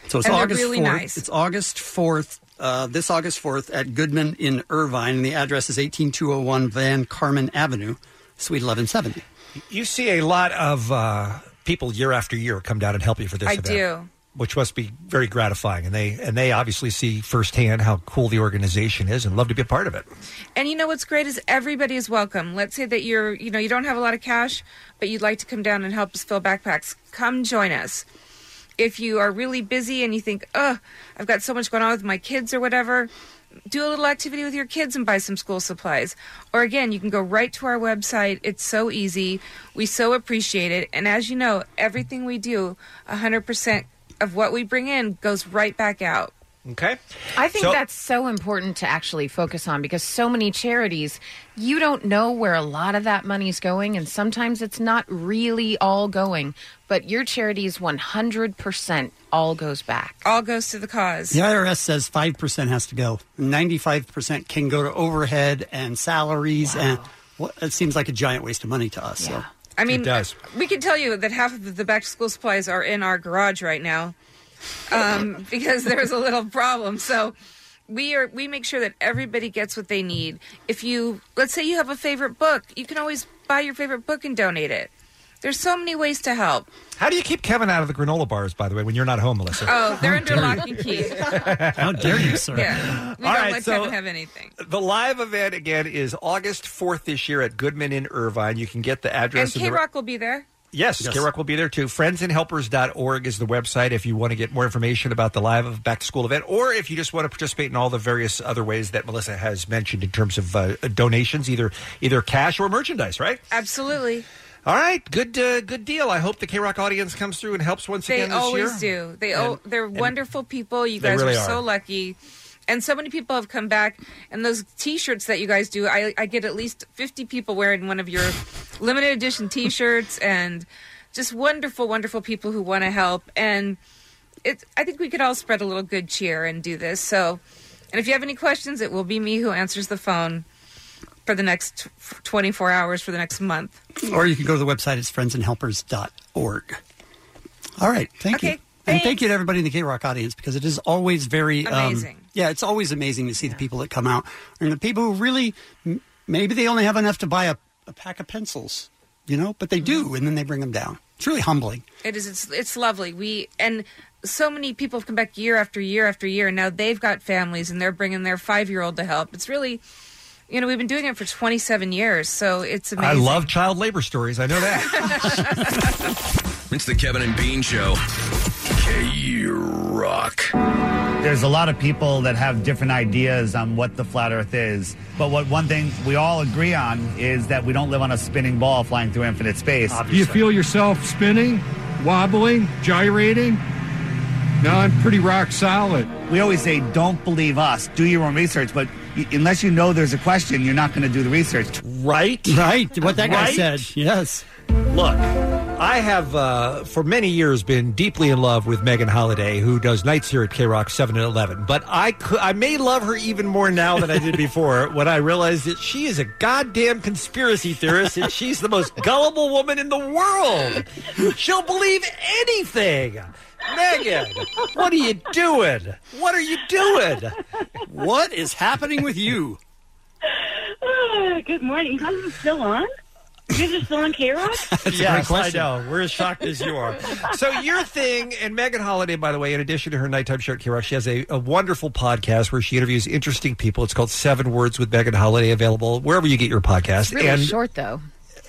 [SPEAKER 7] So it's
[SPEAKER 17] And they're
[SPEAKER 7] August
[SPEAKER 17] really
[SPEAKER 7] 4th.
[SPEAKER 17] nice.
[SPEAKER 7] It's August 4th, uh, this August 4th at Goodman in Irvine. And the address is 18201 Van Carmen Avenue, Suite 1170.
[SPEAKER 8] You see a lot of uh, people year after year come down and help you for this
[SPEAKER 17] I
[SPEAKER 8] event.
[SPEAKER 17] do.
[SPEAKER 8] Which must be very gratifying, and they and they obviously see firsthand how cool the organization is, and love to be a part of it.
[SPEAKER 17] And you know what's great is everybody is welcome. Let's say that you're, you know, you don't have a lot of cash, but you'd like to come down and help us fill backpacks. Come join us. If you are really busy and you think, oh, I've got so much going on with my kids or whatever, do a little activity with your kids and buy some school supplies. Or again, you can go right to our website. It's so easy. We so appreciate it. And as you know, everything we do, 100% of what we bring in goes right back out.
[SPEAKER 8] Okay.
[SPEAKER 9] I think
[SPEAKER 17] So-
[SPEAKER 9] that's so important to actually focus on because so many charities, you don't know where a lot of that money is going, and sometimes it's not really all going. But your charity's 100% all goes back.
[SPEAKER 8] Oh,
[SPEAKER 17] All goes to the cause.
[SPEAKER 7] The IRS says 5% has to go. 95% can go to overhead and salaries. And what, it seems like a giant waste of money to us. So.
[SPEAKER 17] I mean,
[SPEAKER 8] does.
[SPEAKER 17] we can tell you that half of the back to school supplies are in our garage right now um, because there's a little problem. So we are we make sure that everybody gets what they need. If you let's say you have a favorite book, you can always buy your favorite book and donate it. There's so many ways to help.
[SPEAKER 2] How do you keep Kevin out of the granola bars, by the way, when you're not home, Melissa?
[SPEAKER 17] Oh, they're under
[SPEAKER 2] dare
[SPEAKER 17] lock and key.
[SPEAKER 2] How dare you, sir?
[SPEAKER 17] Yeah, we
[SPEAKER 8] All
[SPEAKER 17] don't
[SPEAKER 8] right,
[SPEAKER 17] let
[SPEAKER 8] so-
[SPEAKER 17] Kevin have anything.
[SPEAKER 8] The live event again is August 4th this year at Goodman in Irvine. You can get the
[SPEAKER 17] And
[SPEAKER 8] address
[SPEAKER 17] K
[SPEAKER 8] the
[SPEAKER 17] Rock will be there.
[SPEAKER 8] Yes, yes. will be there too. Friendsandhelpers.org is the website if you want to get more information about the live of back to school event or if you just want to participate in all the various other ways that Melissa has mentioned in terms of uh, donations, either either cash or merchandise, right?
[SPEAKER 17] Absolutely.
[SPEAKER 8] All right, good uh, good deal. I hope the K Rock audience comes through and helps once
[SPEAKER 17] They
[SPEAKER 8] again this
[SPEAKER 17] always
[SPEAKER 8] year.
[SPEAKER 17] do. They
[SPEAKER 8] And-
[SPEAKER 17] oh, they're
[SPEAKER 8] and-
[SPEAKER 17] wonderful people. You
[SPEAKER 8] They
[SPEAKER 17] guys
[SPEAKER 8] really
[SPEAKER 17] are so
[SPEAKER 8] are.
[SPEAKER 17] lucky. And so many people have come back, and those T-shirts that you guys do, I, I get at least fifty people wearing one of your limited edition T-shirts, and just wonderful, wonderful people who want to help. And it, I think we could all spread a little good cheer and do this. So, and if you have any questions, it will be me who answers the phone for the next twenty four hours for the next month.
[SPEAKER 7] Or you can go to the website. It's friendsandhelpers.org. All right. Thank you. And thank you to everybody in the K Rock audience because it is always very um,
[SPEAKER 6] Amazing.
[SPEAKER 7] yeah, it's always amazing to see the people that come out and the people who really m- maybe they only have enough to buy a, a pack of pencils, you know, but they do,
[SPEAKER 19] Mm-hmm.
[SPEAKER 7] and then they bring them down. It's really humbling.
[SPEAKER 17] It is. It's, it's lovely. We and so many people have come back year after year after year, and now they've got families, and they're bringing their five year old to help. It's really, you know, we've been doing it for twenty seven years, so it's amazing.
[SPEAKER 8] I love child labor stories. I know that.
[SPEAKER 11] It's the Kevin and Bean Show. K Rock.
[SPEAKER 20] There's a lot of people that have different ideas on what the flat earth is. But what one thing we all agree on is that we don't live on a spinning ball flying through infinite space.
[SPEAKER 21] Do you feel yourself spinning, wobbling, gyrating?
[SPEAKER 20] No, I'm pretty rock solid. We always say, don't believe us, do your own research. But y- unless you know there's a question, you're not going to do the research. Right?
[SPEAKER 7] Right. What that guy
[SPEAKER 20] Right?
[SPEAKER 7] said. Yes.
[SPEAKER 8] Look, I have uh, for many years been deeply in love with Megan Holiday, who does nights here at K Rock seven and eleven. But I could, I may love her even more now than I did before when I realized that she is a goddamn conspiracy theorist and she's the most gullible woman in the world. She'll believe anything. Megan, what are you doing? What are you doing?
[SPEAKER 7] What is happening with you?
[SPEAKER 19] Oh, good morning. You guys are still on? You guys are still on K Rock?
[SPEAKER 8] That's yes, I know. We're as shocked as you are. So your thing, and Megan Holiday, by the way, in addition to her nighttime show at K Rock, she has a, a wonderful podcast where she interviews interesting people. It's called Seven Words with Megan Holiday, available wherever you get your podcast.
[SPEAKER 9] It's really
[SPEAKER 8] and
[SPEAKER 9] short, though.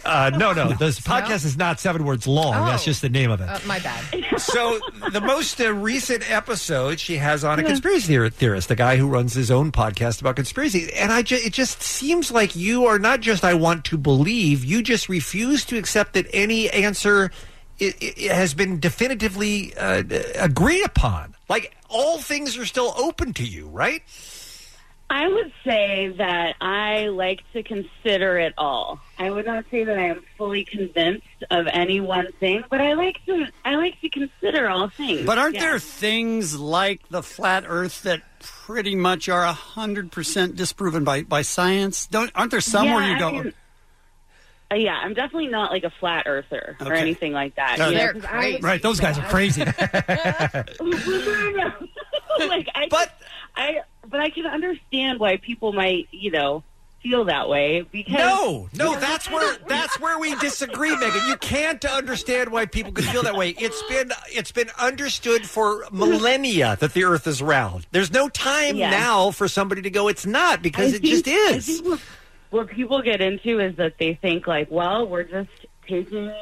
[SPEAKER 8] uh, no, no, this podcast is not seven words long. That's just the name of it.
[SPEAKER 9] Uh, my bad.
[SPEAKER 8] So the most uh, recent episode she has on a conspiracy theor- theorist, the guy who runs his own podcast about conspiracy, and I ju- it just seems like you are not just I want to believe, you just refuse to accept that any answer i i has been definitively uh, agreed upon. Like all things are still open to you, right?
[SPEAKER 19] I would say that I like to consider it all. I would not say that I am fully convinced of any one thing, but I like to I like to consider all things.
[SPEAKER 7] But aren't
[SPEAKER 19] Yeah.
[SPEAKER 7] there things like the flat Earth that pretty much are hundred percent disproven by, by science? Don't aren't there some where
[SPEAKER 19] Yeah,
[SPEAKER 7] you
[SPEAKER 19] I
[SPEAKER 7] go?
[SPEAKER 19] mean, uh, yeah, I'm definitely not like a flat earther or
[SPEAKER 7] Okay.
[SPEAKER 19] anything like that.
[SPEAKER 7] No,
[SPEAKER 19] you know,
[SPEAKER 7] they're
[SPEAKER 19] 'cause I-
[SPEAKER 7] right, those guys are crazy.
[SPEAKER 19] like I, but I, but I can understand why people might, you know, feel that way because
[SPEAKER 8] No, no, that's where that's where we disagree, Megan. You can't understand why people could feel that way. It's been it's been understood for millennia that the Earth is round. There's no time
[SPEAKER 19] Yeah.
[SPEAKER 8] now for somebody to go. It's not because
[SPEAKER 19] I
[SPEAKER 8] it just
[SPEAKER 19] think- I
[SPEAKER 8] is.
[SPEAKER 19] think what, what people get into is that they think like, well, we're just taking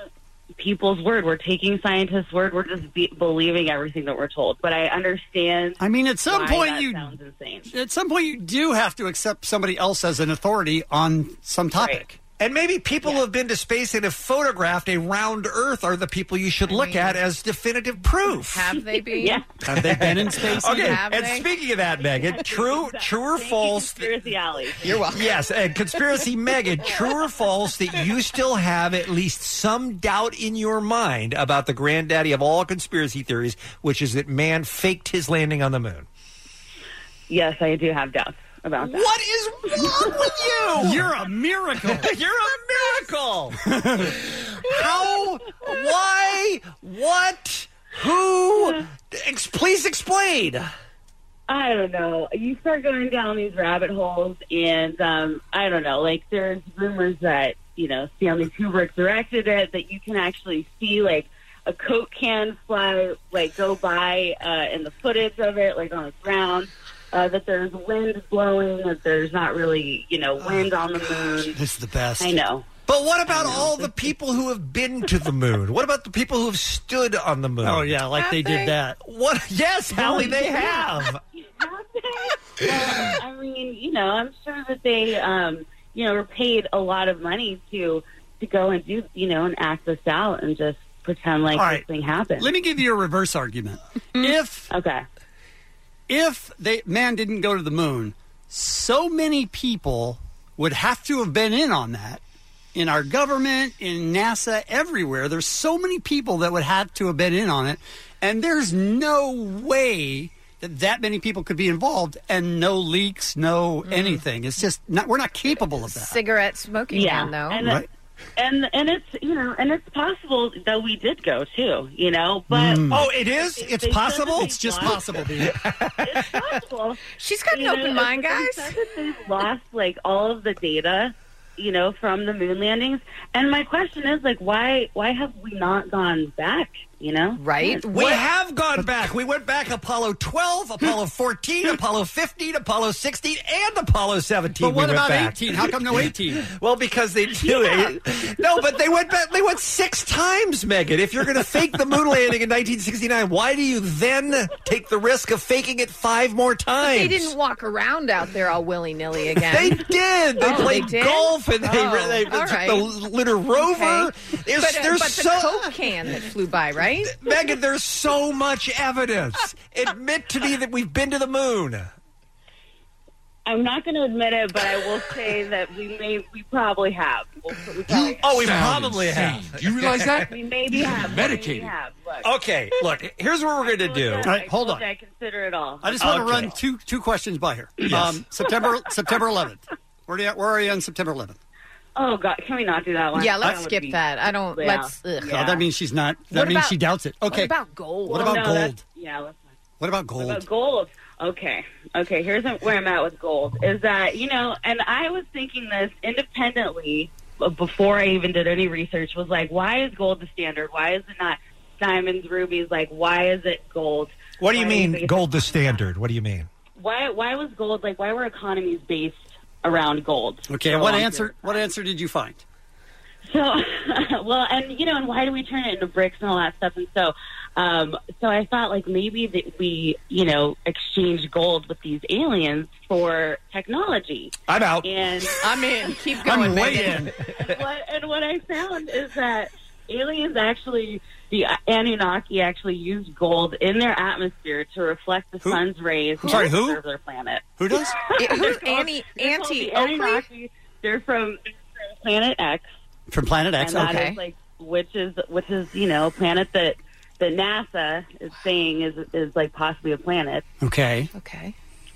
[SPEAKER 19] people's word, we're taking scientists' word, we're just be- believing everything that we're told. But I understand.
[SPEAKER 7] I mean, at some
[SPEAKER 19] why
[SPEAKER 7] point
[SPEAKER 19] that
[SPEAKER 7] you-
[SPEAKER 19] sounds insane.
[SPEAKER 7] At some point, you do have to accept somebody else as an authority on some topic.
[SPEAKER 8] And maybe people who have been to space and have photographed a round Earth are the people you should look at as definitive proof.
[SPEAKER 9] Have they been?
[SPEAKER 19] Yeah.
[SPEAKER 8] Have they been in space? Okay,
[SPEAKER 19] Have
[SPEAKER 8] and
[SPEAKER 19] they?
[SPEAKER 8] speaking of that, Megan, true, true or false?
[SPEAKER 19] Conspiracy alley.
[SPEAKER 8] Yes, and conspiracy Megan, true or false that you still have at least some doubt in your mind about the granddaddy of all conspiracy theories, which is that man faked his landing on the moon.
[SPEAKER 19] Yes, I do have doubts. about that.
[SPEAKER 6] What is wrong with you?
[SPEAKER 7] You're a miracle.
[SPEAKER 6] You're a miracle. How? Why? What? Who? Ex- please explain.
[SPEAKER 19] I don't know. You start going down these rabbit holes, and um, I don't know. Like, there's rumors that you know Stanley Kubrick directed it. That you can actually see like a coke can fly, like go by uh, in the footage of it, like on the ground. Uh, that there's wind blowing. That there's not really you know wind on the moon.
[SPEAKER 8] Oh, This is the best.
[SPEAKER 19] I know.
[SPEAKER 8] But what about all the people who have been to the moon? What about the people who have stood on the moon?
[SPEAKER 7] Oh, yeah, like they did that.
[SPEAKER 8] What? Yes, Hallie, they have.
[SPEAKER 19] Well, I mean, you know, I'm sure that they, um, you know, were paid a lot of money to to go and do, you know, and act this out and just pretend like
[SPEAKER 7] All right.
[SPEAKER 19] this thing happened.
[SPEAKER 7] Let me give you a reverse argument. if
[SPEAKER 19] okay,
[SPEAKER 7] if they man didn't go to the moon, so many people would have to have been in on that. In our government, in NASA, everywhere, there's so many people that would have to have been in on it, and there's no way that that many people could be involved, and no leaks, no anything. It's just not, we're not capable of that.
[SPEAKER 9] Cigarette smoking
[SPEAKER 19] yeah,
[SPEAKER 9] ban, though.
[SPEAKER 19] and uh,
[SPEAKER 7] Right.
[SPEAKER 19] and and it's you know, and it's possible that we did go too, you know, but
[SPEAKER 7] Oh, it is?
[SPEAKER 19] They-
[SPEAKER 7] It's
[SPEAKER 19] they said that
[SPEAKER 7] possible?
[SPEAKER 19] they
[SPEAKER 7] It's just
[SPEAKER 19] lost-
[SPEAKER 7] possible, dude.
[SPEAKER 19] possible.
[SPEAKER 9] She's got an
[SPEAKER 19] You know,
[SPEAKER 9] open mind,
[SPEAKER 19] it's-
[SPEAKER 9] guys.
[SPEAKER 19] it's sad that they've lost like all of the data, you know, from the moon landings. And my question is like, why why have we not gone back? You know,
[SPEAKER 9] right?
[SPEAKER 8] We have gone back. We went back Apollo 12, Apollo 14, Apollo 15, Apollo 16, and Apollo 17.
[SPEAKER 7] But what
[SPEAKER 8] we went
[SPEAKER 7] about
[SPEAKER 8] back.
[SPEAKER 7] 18? How come no 18?
[SPEAKER 8] Well, because they do it. No, but they went back. They went six times, Megan. If you're going to fake the moon landing in 1969, why do you then take the risk of faking it five more times?
[SPEAKER 9] They didn't walk around out there all willy nilly again.
[SPEAKER 8] They did. They
[SPEAKER 9] Oh,
[SPEAKER 8] played
[SPEAKER 9] they did?
[SPEAKER 8] golf and they,
[SPEAKER 9] Oh,
[SPEAKER 8] they,
[SPEAKER 9] all
[SPEAKER 8] took
[SPEAKER 9] right.
[SPEAKER 8] the litter rover. There's,
[SPEAKER 9] but, uh,
[SPEAKER 8] there's
[SPEAKER 9] but
[SPEAKER 8] so
[SPEAKER 9] the Coke can that flew by, right?
[SPEAKER 8] Megan, there's so much evidence. Admit to me that we've been to the moon.
[SPEAKER 19] I'm not going to admit it, but I will say that we may we probably have. We'll- we probably have.
[SPEAKER 8] Oh, we
[SPEAKER 6] Sound
[SPEAKER 8] probably
[SPEAKER 6] insane.
[SPEAKER 8] have.
[SPEAKER 6] Do you realize that?
[SPEAKER 19] We maybe have. We
[SPEAKER 6] Medicated.
[SPEAKER 19] maybe have. Look,
[SPEAKER 8] Okay, look. Here's what we're going to do.
[SPEAKER 19] I
[SPEAKER 7] right, hold
[SPEAKER 19] told
[SPEAKER 7] on.
[SPEAKER 19] you I consider it all.
[SPEAKER 7] I just want
[SPEAKER 8] Okay.
[SPEAKER 7] to run two two questions by her. Um, September September 11th. Where, do you, where are you on September 11th?
[SPEAKER 19] Oh God, can we not do that one?
[SPEAKER 9] Yeah, let's
[SPEAKER 19] would
[SPEAKER 9] skip
[SPEAKER 19] be-
[SPEAKER 9] that. I don't.
[SPEAKER 19] Yeah. Oh,
[SPEAKER 9] Let's. Ugh.
[SPEAKER 7] Oh, that means she's not. That
[SPEAKER 9] What
[SPEAKER 7] means
[SPEAKER 9] about-
[SPEAKER 7] she doubts it. Okay.
[SPEAKER 9] What about gold?
[SPEAKER 7] What about
[SPEAKER 19] no,
[SPEAKER 7] gold?
[SPEAKER 19] that's- Yeah, let's not
[SPEAKER 7] What about gold?
[SPEAKER 19] But gold. Okay. Okay. Here's where I'm at with gold is that, you know, and I was thinking this independently before I even did any research was like, why is gold the standard? Why is it not diamonds, rubies? Like, why is it gold?
[SPEAKER 2] What do you
[SPEAKER 19] Why is
[SPEAKER 2] mean,
[SPEAKER 19] it-
[SPEAKER 2] gold the standard? What do you mean?
[SPEAKER 19] Why, why was gold, like, why were economies based around gold?
[SPEAKER 7] okay.
[SPEAKER 19] for a
[SPEAKER 7] What
[SPEAKER 19] long
[SPEAKER 7] answer? What answer did you find?
[SPEAKER 19] So, well, and you know, and why do we turn it into bricks and all that stuff? And so, um, so I thought like maybe that we, you know, exchange gold with these aliens for technology.
[SPEAKER 8] I'm out.
[SPEAKER 19] And
[SPEAKER 9] I'm in. Keep going.
[SPEAKER 7] I'm way
[SPEAKER 9] Megan.
[SPEAKER 7] in.
[SPEAKER 19] and what and what I found is that aliens actually, the Anunnaki actually used gold in their atmosphere to reflect the sun's rays.
[SPEAKER 7] I'm sorry,
[SPEAKER 19] and
[SPEAKER 7] who?
[SPEAKER 19] preserve Their planet.
[SPEAKER 7] Who does?
[SPEAKER 9] It- who's Annie?
[SPEAKER 19] They're called
[SPEAKER 9] Auntie
[SPEAKER 19] the
[SPEAKER 9] Oakley?
[SPEAKER 19] Anunnaki. They're from, they're from Planet X
[SPEAKER 7] From Planet X.
[SPEAKER 19] and
[SPEAKER 7] Okay.
[SPEAKER 19] that is like which is which is you know a planet that that NASA is saying is is like possibly a planet.
[SPEAKER 7] Okay.
[SPEAKER 9] Okay.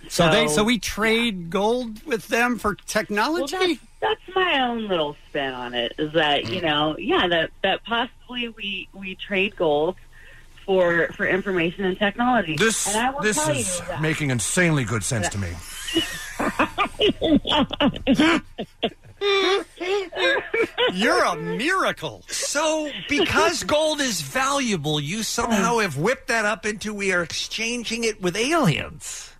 [SPEAKER 7] So, they
[SPEAKER 19] So-
[SPEAKER 7] so we trade gold with them for
[SPEAKER 19] Well,
[SPEAKER 7] technology. Mm.
[SPEAKER 19] that's, that's my own little spin on it. Is that you know yeah that that possibly we we trade gold for for information and technology.
[SPEAKER 6] This
[SPEAKER 19] and I will
[SPEAKER 6] this
[SPEAKER 19] tell
[SPEAKER 6] is
[SPEAKER 19] you that-
[SPEAKER 6] making insanely good sense to me.
[SPEAKER 7] You're a miracle.
[SPEAKER 8] So, because gold is valuable, you
[SPEAKER 19] Oh.
[SPEAKER 8] somehow have whipped that up into we are exchanging it with aliens.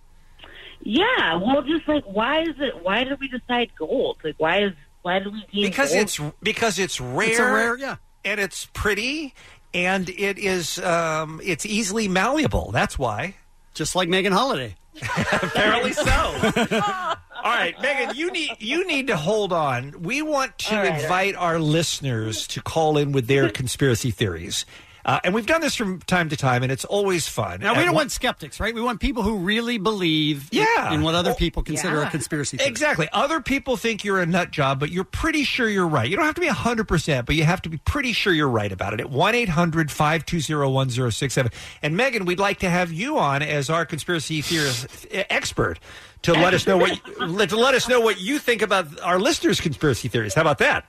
[SPEAKER 19] yeah. Well, just like why is it? Why did we decide gold? Like why is why do we need
[SPEAKER 8] Because
[SPEAKER 19] gold?
[SPEAKER 8] it's because it's rare,
[SPEAKER 7] It's a rare. Yeah.
[SPEAKER 8] and it's pretty, and it is um, it's easily malleable. That's why.
[SPEAKER 7] Just like Megan Holiday.
[SPEAKER 8] Apparently so. all right, Megan, you need you need to hold on. We want to invite our listeners to call in with their conspiracy theories. Uh, and we've done this from time to time, and it's always fun.
[SPEAKER 7] Now, we don't
[SPEAKER 8] At one-
[SPEAKER 7] want skeptics, right? We want people who really believe in-
[SPEAKER 8] yeah.
[SPEAKER 7] in what other
[SPEAKER 8] Oh,
[SPEAKER 7] people consider
[SPEAKER 8] yeah.
[SPEAKER 7] a conspiracy theory.
[SPEAKER 8] Exactly. Other people think you're a nut job, but you're pretty sure you're right. You don't have to be 100%, but you have to be pretty sure you're right about it at 1 800 520 1067. And Megan, we'd like to have you on as our conspiracy theorist eh, expert. To let us know what let- to let us know what you think about our listeners' conspiracy theories. How about that?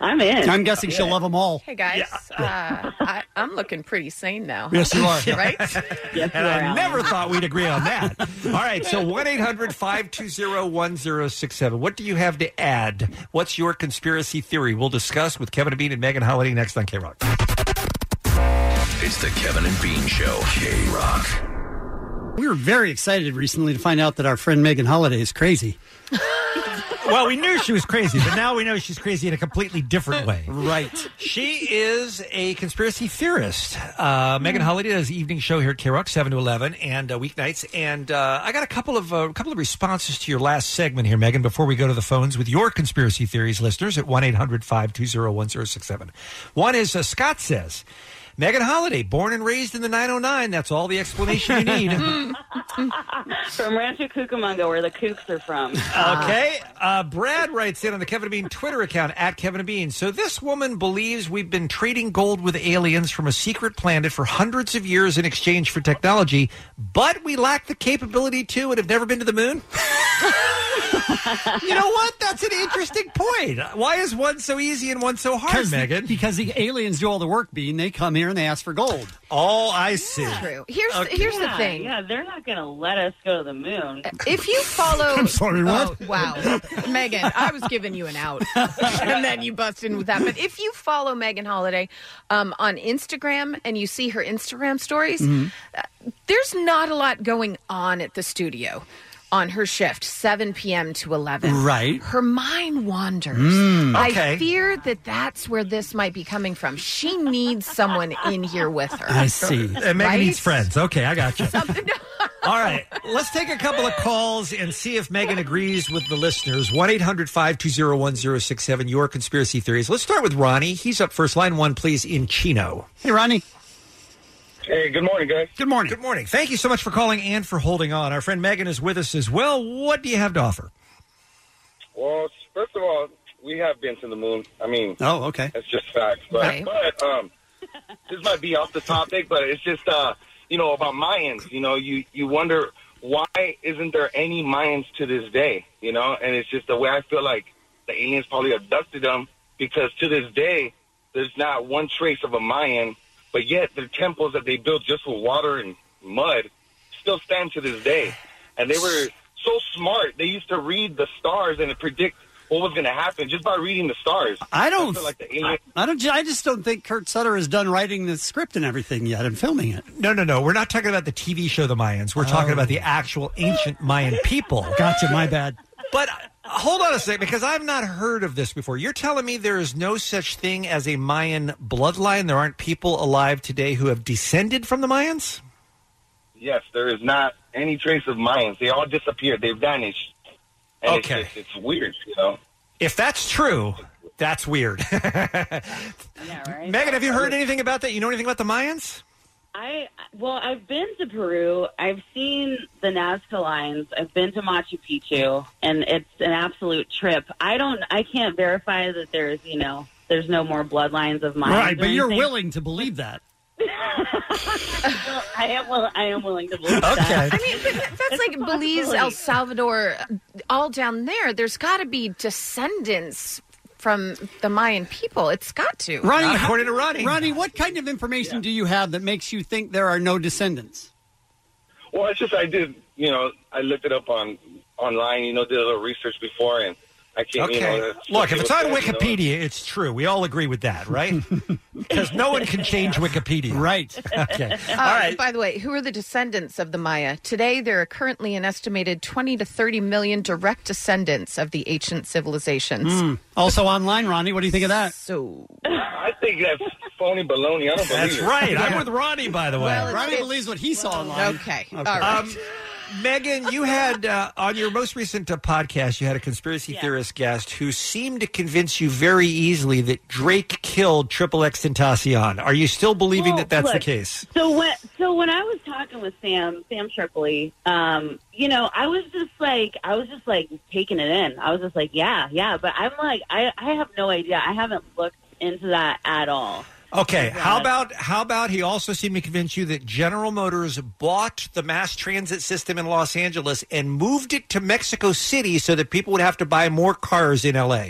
[SPEAKER 19] I'm in.
[SPEAKER 7] I'm guessing she'll love them all.
[SPEAKER 9] Hey guys, uh, I, I'm looking pretty sane now.
[SPEAKER 8] Yes, you are.
[SPEAKER 9] right?
[SPEAKER 8] and I never thought we'd agree on that. All right, so 1 800 520 1067. What do you have to add? What's your conspiracy theory? We'll discuss with Kevin Bean and Megan Holiday next on K Rock.
[SPEAKER 11] It's the Kevin and Bean Show. K Rock.
[SPEAKER 7] We were very excited recently to find out that our friend Megan Holiday is crazy.
[SPEAKER 2] well, we knew she was crazy, but now we know she's crazy in a completely different way.
[SPEAKER 8] Right. She is a conspiracy theorist. Uh, Megan Holiday does the evening show here at K Rock, 7 to 11, and uh, weeknights. And uh, I got a couple of uh, couple of responses to your last segment here, Megan, before we go to the phones with your conspiracy theories listeners at 1 800 520 1067. One is uh, Scott says, Megan Holiday, born and raised in the 909. That's all the explanation you need.
[SPEAKER 19] from Rancho Cucamonga, where the kooks are from.
[SPEAKER 8] Okay. Uh, Brad writes in on the Kevin and Bean Twitter account at Kevin and Bean. So this woman believes we've been trading gold with aliens from a secret planet for hundreds of years in exchange for technology, but we lack the capability to and have never been to the moon. you know what? That's an interesting point. Why is one so easy and one so hard, Megan?
[SPEAKER 7] because the aliens do all the work, Bean. They come here and they ask for gold.
[SPEAKER 8] Oh, I see.
[SPEAKER 9] True. Here's the- here's the
[SPEAKER 19] Yeah,
[SPEAKER 9] thing.
[SPEAKER 19] Yeah, they're not going to let us go to the moon.
[SPEAKER 9] If you follow,
[SPEAKER 19] I'm sorry, what?
[SPEAKER 9] Oh, wow, Megan, I was giving you an out, and then you bust in with that. But if you follow Megan Holiday um, on Instagram and you see her Instagram stories,
[SPEAKER 22] Mhm.
[SPEAKER 9] uh, there's not a lot going on at the studio on her shift, 7 p.m. to 11.
[SPEAKER 7] Right.
[SPEAKER 9] Her mind wanders.
[SPEAKER 7] Mm.
[SPEAKER 9] I
[SPEAKER 7] Okay.
[SPEAKER 9] fear that that's where this might be coming from. She needs someone in here with her.
[SPEAKER 2] I see. And Megan
[SPEAKER 9] Right?
[SPEAKER 2] needs friends.
[SPEAKER 8] Okay, I got you. All right, let's take a couple of calls and see if Megan agrees with the listeners. 1 800 520 1067, your conspiracy theories. Let's start with Ronnie. He's up first. Line one, please, in Chino.
[SPEAKER 7] Hey, Ronnie.
[SPEAKER 8] Hey, good morning, guys. Good morning. Good morning. Thank you so much for calling and for holding on. Our friend Megan is with us as well. What do you have to offer?
[SPEAKER 5] Well, first of all, we have been to the moon. I mean,
[SPEAKER 7] Oh, okay.
[SPEAKER 5] that's just facts. But,
[SPEAKER 7] Right.
[SPEAKER 5] but um, this might be off the topic, but it's just uh, you know about Mayans. You know, you you wonder why isn't there any Mayans to this day? You know, and it's just the way I feel like the aliens probably abducted them because to this day there's not one trace of a Mayan, but yet the temples that they built just with water and mud still stand to this day. And they were so smart; they used to read the stars and predict what was going to happen just by reading the stars.
[SPEAKER 7] I don't.
[SPEAKER 5] feel like the
[SPEAKER 7] I,
[SPEAKER 5] aliens.
[SPEAKER 7] I don't. I just don't think Kurt Sutter is done writing the script and everything yet and filming it.
[SPEAKER 8] No, no, no. We're not talking about the TV show The Mayans. We're talking about the actual ancient Mayan people.
[SPEAKER 7] Oh. Gotcha. My bad.
[SPEAKER 8] But uh, hold on a second, because I've not heard of this before. You're telling me there is no such thing as a Mayan bloodline? There aren't people alive today who have descended from the Mayans?
[SPEAKER 5] Yes, there is not any trace of Mayans. They all disappeared. They vanished. And it's
[SPEAKER 8] Okay.
[SPEAKER 5] just- It's, weird, you know.
[SPEAKER 8] If that's true, that's weird. Megan, have you heard anything about that? You know anything about the Mayans?
[SPEAKER 19] I well, I've been to Peru. I've seen the Nazca lines. I've been to Machu Picchu, and it's an absolute trip. I don't. I can't verify that there's you know there's no more bloodlines of mine.
[SPEAKER 7] right, but you're willing to believe that.
[SPEAKER 19] well, I am. Well, I am willing to believe
[SPEAKER 9] I
[SPEAKER 19] that.
[SPEAKER 9] mean, but that- that's like Belize, El Salvador, all down there. There's got to be descendants from the Mayan people. It's got to.
[SPEAKER 7] Ronnie, how- Ronnie, what kind of information do you have that makes you think there are no descendants?
[SPEAKER 5] Well, it's just I did, you know, I looked it up on online, you know, did a little research before, and I can't, you know.
[SPEAKER 8] Okay.
[SPEAKER 5] that's-
[SPEAKER 8] Look, if it's on
[SPEAKER 5] you know,
[SPEAKER 8] Wikipedia, it's true. We all agree with that, right? Because no one can change Wikipedia.
[SPEAKER 7] Right.
[SPEAKER 8] Okay.
[SPEAKER 9] Uh,
[SPEAKER 8] All right.
[SPEAKER 9] By the way, who are the descendants of the Maya? Today, there are currently an estimated 20 to 30 million direct descendants of the ancient civilizations.
[SPEAKER 7] Hmm. Also online, Ronnie. What do you think of that?
[SPEAKER 9] So
[SPEAKER 5] I think that's phony baloney. I don't believe
[SPEAKER 8] That's
[SPEAKER 5] it.
[SPEAKER 8] right. I'm with Ronnie, by the way.
[SPEAKER 7] Ronnie believes what he saw online.
[SPEAKER 9] Okay.
[SPEAKER 7] All right.
[SPEAKER 8] Um, Megan, you had uh, on your most recent uh, podcast, you had a conspiracy theorist guest who seemed to convince you very easily that Drake killed Triple X Tentacion. Are you still believing
[SPEAKER 19] Well,
[SPEAKER 8] that that's the
[SPEAKER 19] look,
[SPEAKER 8] case?
[SPEAKER 19] So when so when I was talking with Sam Sam Tripoli, um, you know, I was just like I was just like taking it in. I was just like, yeah, yeah. But I'm like I I have no idea. I haven't looked into that at all.
[SPEAKER 8] Okay, how
[SPEAKER 19] Yeah.
[SPEAKER 8] about how about he also seemed to convince you that General Motors bought the mass transit system in Los Angeles and moved it to Mexico City so that people would have to buy more cars in LA.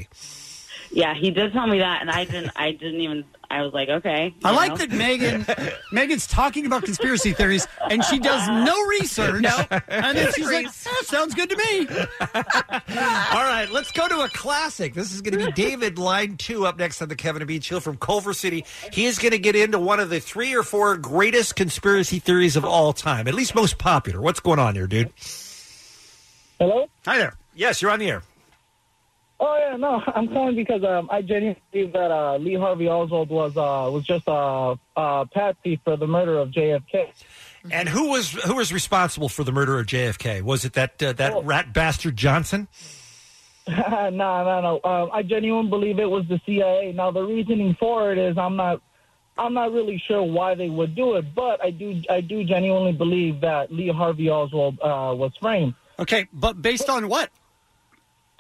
[SPEAKER 19] Yeah, he did tell me that, and I didn't. I didn't even. I was like, okay.
[SPEAKER 7] I
[SPEAKER 19] you
[SPEAKER 7] like
[SPEAKER 19] know?
[SPEAKER 7] that Megan Megan's talking about conspiracy theories and she does no research.
[SPEAKER 6] No.
[SPEAKER 7] And then she's like, "Ah, sounds good to me.
[SPEAKER 8] All right, let's go to a classic. This is going to be David Line 2 up next on the Kevin and Bean Show from Culver City. He is going to get into one of the three or four greatest conspiracy theories of all time, at least most popular. What's going on here, dude?
[SPEAKER 22] Hello?
[SPEAKER 8] Hi there. Yes, you're on the air.
[SPEAKER 22] Oh yeah, no, I'm calling because um, I genuinely believe that uh, Lee Harvey Oswald was uh, was just a uh, patsy for the murder of JFK.
[SPEAKER 8] Mm-hmm. And who was who was responsible for the murder of JFK? Was it that uh, that rat bastard Johnson?
[SPEAKER 22] no, no, no. Um, I genuinely believe it was the CIA. Now the reasoning for it is I'm not I'm not really sure why they would do it, but I do I do genuinely believe that Lee Harvey Oswald uh, was framed.
[SPEAKER 7] Okay, but based on what?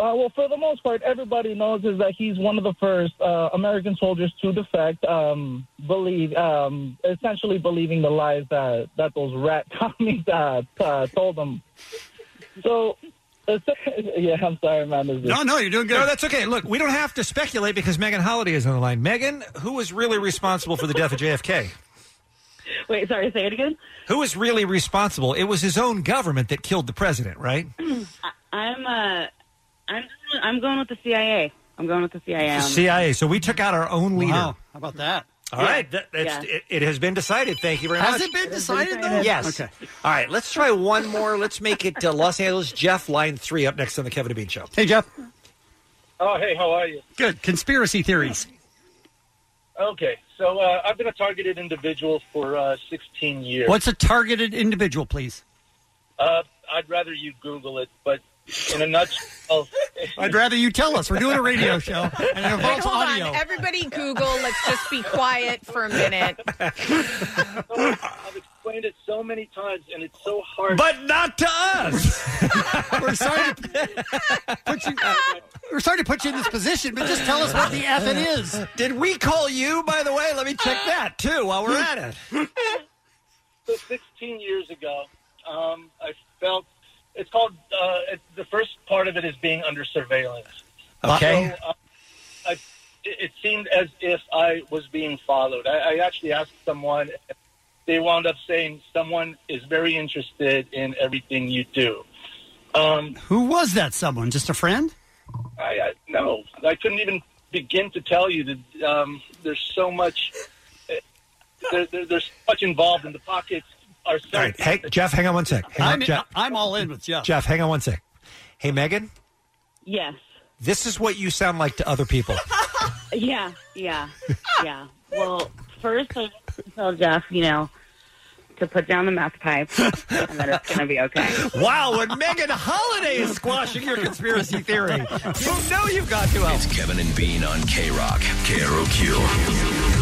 [SPEAKER 22] Uh, well, for the most part, everybody knows is that he's one of the first uh, American soldiers to defect, um, believe, um, essentially believing the lies that, that those rat commies uh, uh, told them. So, yeah, I'm sorry, man. This is-
[SPEAKER 8] No, that's okay. Look, we don't have to speculate because Megan Holiday is on the line. Megan, who was really responsible for the death of JFK?
[SPEAKER 19] Wait, sorry, say it again.
[SPEAKER 8] Who was really responsible? It was his own government that killed the president, right?
[SPEAKER 19] I- I'm uh, I'm I'm going with the CIA. I'm going with the CIA. on this.
[SPEAKER 8] CIA. So we took out our own leader.
[SPEAKER 19] Wow.
[SPEAKER 7] How about that?
[SPEAKER 8] All right, that, that's,
[SPEAKER 19] Yeah.
[SPEAKER 8] it, it has been decided. Thank you very
[SPEAKER 7] Has
[SPEAKER 8] much.
[SPEAKER 7] it been It has been decided, though? decided.
[SPEAKER 8] Yes.
[SPEAKER 7] Okay.
[SPEAKER 8] All right, let's try one more. Let's make it uh, Los Angeles. Jeff, line three, up next on the Kevin and Bean Show.
[SPEAKER 7] Hey Jeff.
[SPEAKER 22] Oh, hey, how are you?
[SPEAKER 7] Good. Conspiracy theories.
[SPEAKER 22] Okay, so uh, I've been a targeted individual for uh, 16 years.
[SPEAKER 7] What's a targeted individual, please?
[SPEAKER 22] Uh, I'd rather you Google it, but in a nutshell,
[SPEAKER 7] I'd rather you tell us. We're doing a radio show and it
[SPEAKER 9] Wait,
[SPEAKER 7] involves
[SPEAKER 9] hold
[SPEAKER 7] audio.
[SPEAKER 9] on. Everybody Google. Let's just be quiet for a minute.
[SPEAKER 22] I've explained it so many times, and it's so hard.
[SPEAKER 8] But not to us.
[SPEAKER 7] We're sorry to put you. uh, We're sorry to put you in this position, but just tell us what the F it is.
[SPEAKER 8] Did we call you, by the way? Let me check that, too, while we're at it.
[SPEAKER 22] So 16 years ago, um, I felt it's called uh, it, the first part of it is being under surveillance.
[SPEAKER 8] Okay.
[SPEAKER 22] So, uh, I, it it seemed as if I was being followed. I, I actually asked someone. They wound up saying someone is very interested in everything you do. Um,
[SPEAKER 7] Who was that someone? Just a friend?
[SPEAKER 22] I, I no, I couldn't even begin to tell you that um, there's so much. eh, There, there, there's so much involved in the pockets. Are so
[SPEAKER 8] All right, hey, Jeff, hang on one sec. Hang on,
[SPEAKER 7] I'm,
[SPEAKER 8] Jeff.
[SPEAKER 7] I'm all in with Jeff.
[SPEAKER 8] Jeff, hang on one sec. Hey, Megan,
[SPEAKER 19] Yes.
[SPEAKER 8] this is what you sound like to other people.
[SPEAKER 19] Yeah. Yeah. Yeah. Well, first I just tell Jeff, you know, to put down the mouth pipe, and then it's gonna be okay.
[SPEAKER 8] wow, when Megan Holiday is squashing your conspiracy theory, you know you've got to help.
[SPEAKER 11] It's Kevin and Bean on K Rock, K R O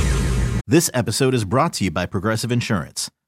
[SPEAKER 11] Q.
[SPEAKER 23] This episode is brought to you by Progressive Insurance.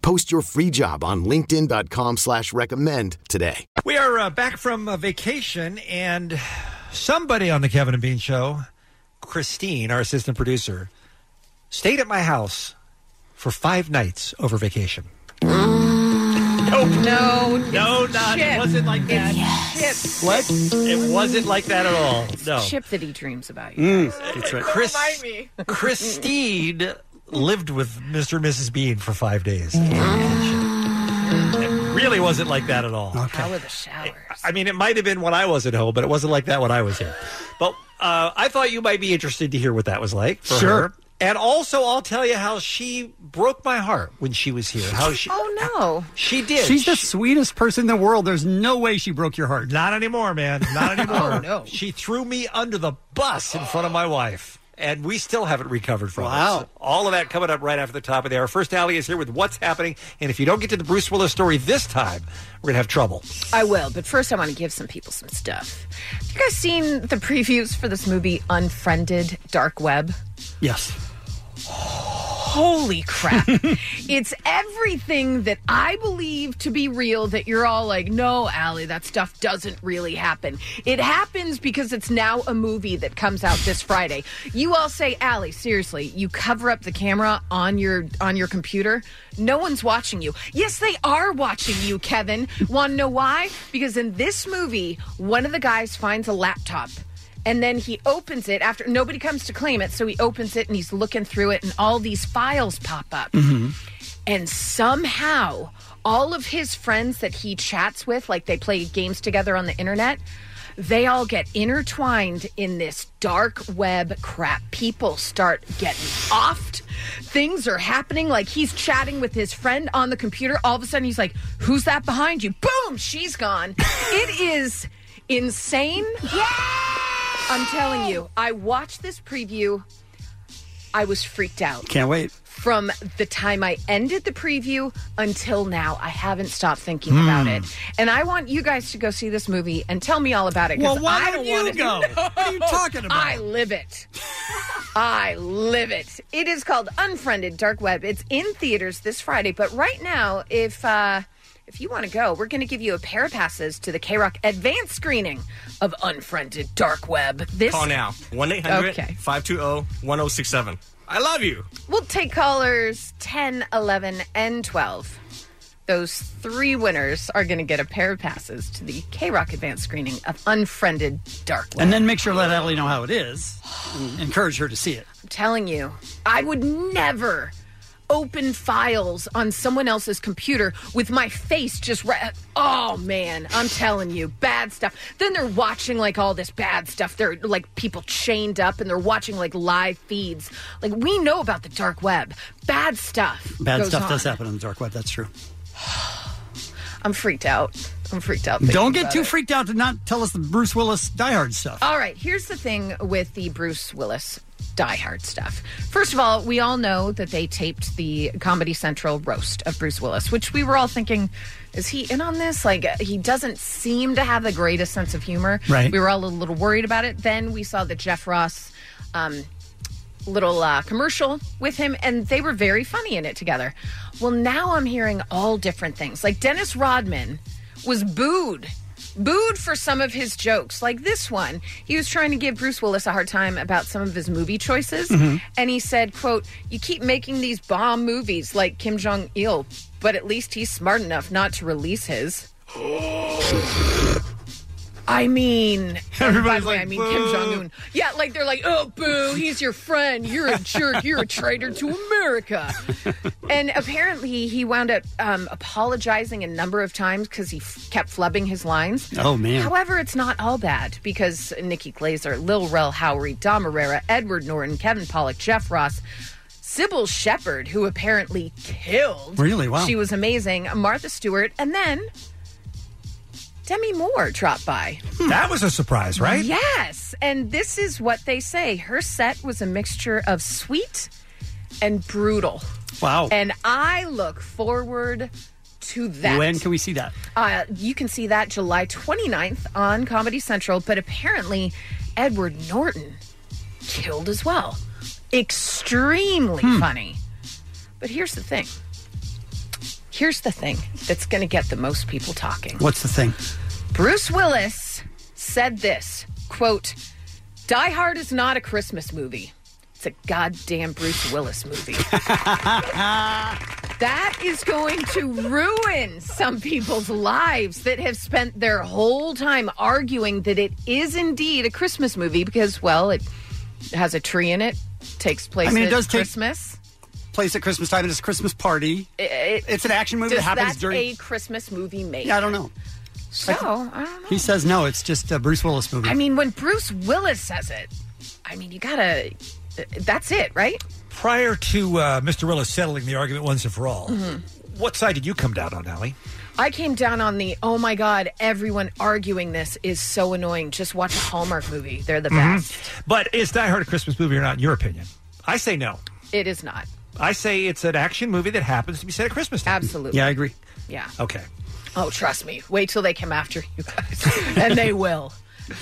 [SPEAKER 24] Post your free job on linkedin.com/recommend slash recommend today.
[SPEAKER 2] We are uh, back from uh, vacation, and somebody on the Kevin and Bean show, Christine, our assistant producer, stayed at my house for five nights over vacation.
[SPEAKER 6] Nope.
[SPEAKER 9] No.
[SPEAKER 6] No, not. It wasn't like that.
[SPEAKER 2] What?
[SPEAKER 6] It wasn't like that at all. No.
[SPEAKER 9] Chip that he dreams about you.
[SPEAKER 2] Mm, that's right. Chris-
[SPEAKER 9] Remind me.
[SPEAKER 2] Christine lived with Mr. and Mrs. Bean for five days. It really wasn't like that at all.
[SPEAKER 9] How are the shower?
[SPEAKER 2] I mean, it might have been when I was at home, but it wasn't like that when I was here. But uh, I thought you might be interested to hear what that was like for
[SPEAKER 6] Sure.
[SPEAKER 2] her. And also, I'll tell you how she broke my heart when she was here. How she
[SPEAKER 9] Oh
[SPEAKER 2] she did.
[SPEAKER 7] She's the sweetest person in the world. There's no way she broke your heart.
[SPEAKER 2] Not anymore, man. Not anymore. no. She threw me under the bus in front of my wife. And we still haven't recovered from it.
[SPEAKER 6] Wow.
[SPEAKER 2] So all of that coming up right after the top of the hour. First Alley is here with what's happening. And if you don't get to the Bruce Willis story this time, we're going to have trouble.
[SPEAKER 9] I will, but first I want to give some people some stuff. Have you guys seen the previews for this movie, Unfriended Dark Web?
[SPEAKER 7] Yes.
[SPEAKER 9] Holy crap. it's everything that I believe to be real that you're all like, no, Allie, that stuff doesn't really happen. It happens because it's now a movie that comes out this Friday. You all say, Allie, seriously, you cover up the camera on your on your computer. No one's watching you. Yes, they are watching you, Kevin. Wanna know why? Because in this movie, one of the guys finds a laptop and then he opens it after nobody comes to claim it. So he opens it and he's looking through it, and all these files pop up. And somehow, all of his friends that he chats with, like they play games together on the internet, they all get intertwined in this dark web crap. People start getting offed. Things are happening. Like he's chatting with his friend on the computer. All of a sudden, he's like, Who's that behind you? Boom, she's gone. it is insane. I'm telling you, I watched this preview. I was freaked out.
[SPEAKER 7] Can't wait.
[SPEAKER 9] From the time I ended the preview until now, I haven't stopped thinking
[SPEAKER 7] Hmm.
[SPEAKER 9] about it. And I want you guys to go see this movie and tell me all about it. 'cause
[SPEAKER 7] Well, why
[SPEAKER 9] I
[SPEAKER 7] don't
[SPEAKER 9] wanna
[SPEAKER 7] you go?
[SPEAKER 9] know.
[SPEAKER 7] What are you talking about?
[SPEAKER 9] I live it. I live it. It is called Unfriended Dark Web. It's in theaters this Friday, but right now, if uh, if you want to go, we're going to give you a pair of passes to the K Rock Advanced screening of Unfriended Dark Web. This
[SPEAKER 15] Call now. 1 800
[SPEAKER 9] Okay.
[SPEAKER 15] 520 1067. I love you.
[SPEAKER 9] We'll take callers 10, 11, and 12. Those three winners are going to get a pair of passes to the K Rock Advanced screening of Unfriended Dark Web.
[SPEAKER 7] And then make sure to let Allie know how it is.
[SPEAKER 9] Mm-hmm.
[SPEAKER 7] and encourage her to see it.
[SPEAKER 9] I'm telling you, I would never open files on someone else's computer with my face just re- oh man i'm telling you bad stuff then they're watching like all this bad stuff they're like people chained up and they're watching like live feeds like we know about the dark web bad stuff
[SPEAKER 7] Bad
[SPEAKER 9] goes
[SPEAKER 7] stuff
[SPEAKER 9] on.
[SPEAKER 7] does happen on the dark web. That's true.
[SPEAKER 9] i'm freaked out i'm freaked out thinking
[SPEAKER 7] Don't get
[SPEAKER 9] about
[SPEAKER 7] too
[SPEAKER 9] it.
[SPEAKER 7] freaked out to not tell us the Bruce Willis Die Hard stuff.
[SPEAKER 9] All right, here's the thing with the Bruce Willis Die Hard stuff. First of all, we all know that they taped the Comedy Central roast of Bruce Willis, which we were all thinking, is he in on this? Like, he doesn't seem to have the greatest sense of humor.
[SPEAKER 25] Right.
[SPEAKER 9] We were all a little worried about it. Then we saw the Jeff Ross. Um, little uh, commercial with him, and they were very funny in it together. Well, now I'm hearing all different things. Like Dennis Rodman was booed. Booed for some of his jokes. Like this one, he was trying to give Bruce Willis a hard time about some of his movie choices.
[SPEAKER 25] Mhm.
[SPEAKER 9] And he said, quote, You keep making these bomb movies like Kim Jong il, but at least he's smart enough not to release his. I mean,
[SPEAKER 6] Everybody's
[SPEAKER 9] by the way,
[SPEAKER 6] like,
[SPEAKER 9] I mean Kim
[SPEAKER 6] "Boo."
[SPEAKER 9] Jong Un. Yeah, like they're like, oh, boo, he's your friend. You're a jerk. You're a traitor to America. and apparently, he wound up um, apologizing a number of times because he f- kept flubbing his lines.
[SPEAKER 7] Oh, man.
[SPEAKER 9] However, it's not all bad because Nikki Glazer, Lil Rel Howery, Dom Herrera, Edward Norton, Kevin Pollock, Jeff Ross. Sybil Shepherd, who apparently killed.
[SPEAKER 7] Really? Wow.
[SPEAKER 9] She was amazing. Martha Stewart. And then Demi Moore dropped by.
[SPEAKER 6] Hmm.
[SPEAKER 2] That was a surprise, right?
[SPEAKER 9] Yes. And this is what they say her set was a mixture of sweet and brutal.
[SPEAKER 7] Wow.
[SPEAKER 9] And I look forward to that.
[SPEAKER 7] When can we see that?
[SPEAKER 9] Uh, you can see that July 29th on Comedy Central, but apparently Edward Norton killed as well. Extremely funny. But here's the thing Here's the thing that's going to get the most people talking.
[SPEAKER 7] What's the thing?
[SPEAKER 9] Bruce Willis said this quote, Die Hard is not a Christmas movie. It's a goddamn Bruce Willis movie. that is going to ruin some people's lives that have spent their whole time arguing that it is indeed a Christmas movie because, well, it has a tree in it, takes place
[SPEAKER 7] I mean, it
[SPEAKER 9] at
[SPEAKER 7] does take-
[SPEAKER 9] Christmas.
[SPEAKER 7] Place at Christmas time and it's a Christmas party.
[SPEAKER 9] I- it-
[SPEAKER 7] It's an action movie
[SPEAKER 9] does
[SPEAKER 7] that happens
[SPEAKER 9] that
[SPEAKER 7] during-
[SPEAKER 9] a Christmas movie made.
[SPEAKER 7] Yeah, I don't know.
[SPEAKER 9] So, I don't
[SPEAKER 7] He says no. It's just a Bruce Willis movie.
[SPEAKER 9] I mean, when Bruce Willis says it, I mean, you gotta. That's it, right?
[SPEAKER 8] Prior to uh, Mr. Willis settling the argument once and for all, what side did you come down on, Allie?
[SPEAKER 9] I came down on the oh my god, everyone arguing this is so annoying. Just watch a Hallmark movie; they're the
[SPEAKER 8] Mhm.
[SPEAKER 9] best.
[SPEAKER 8] But is Die Hard a Christmas movie or not, in your opinion? I say no.
[SPEAKER 9] It is not.
[SPEAKER 8] I say it's an action movie that happens to be set at Christmas time.
[SPEAKER 9] Absolutely.
[SPEAKER 8] Yeah, I agree.
[SPEAKER 9] Yeah.
[SPEAKER 8] Okay.
[SPEAKER 9] Oh, trust me. Wait till they come after you guys, and they will.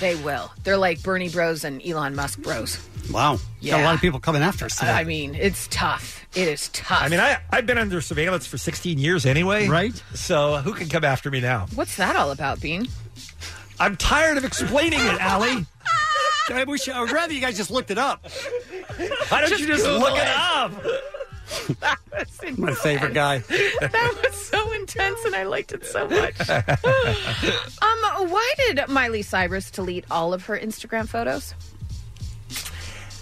[SPEAKER 9] They will. They're like Bernie Bros and Elon Musk Bros.
[SPEAKER 7] Wow. Got a
[SPEAKER 9] Yeah.
[SPEAKER 7] lot of people coming after us today.
[SPEAKER 9] I mean, it's tough. It is tough.
[SPEAKER 8] I mean, I, I've been under surveillance for 16 years anyway. Right. So who can come after me now?
[SPEAKER 9] What's that all about, Bean?
[SPEAKER 8] I'm tired of explaining it, Allie.
[SPEAKER 7] I wish I'd rather you guys just looked it up.
[SPEAKER 8] Why don't you just look it up?
[SPEAKER 9] that was intense.
[SPEAKER 7] My favorite guy.
[SPEAKER 9] that was so intense, and I liked it so much. um, why did Miley Cyrus delete all of her Instagram photos?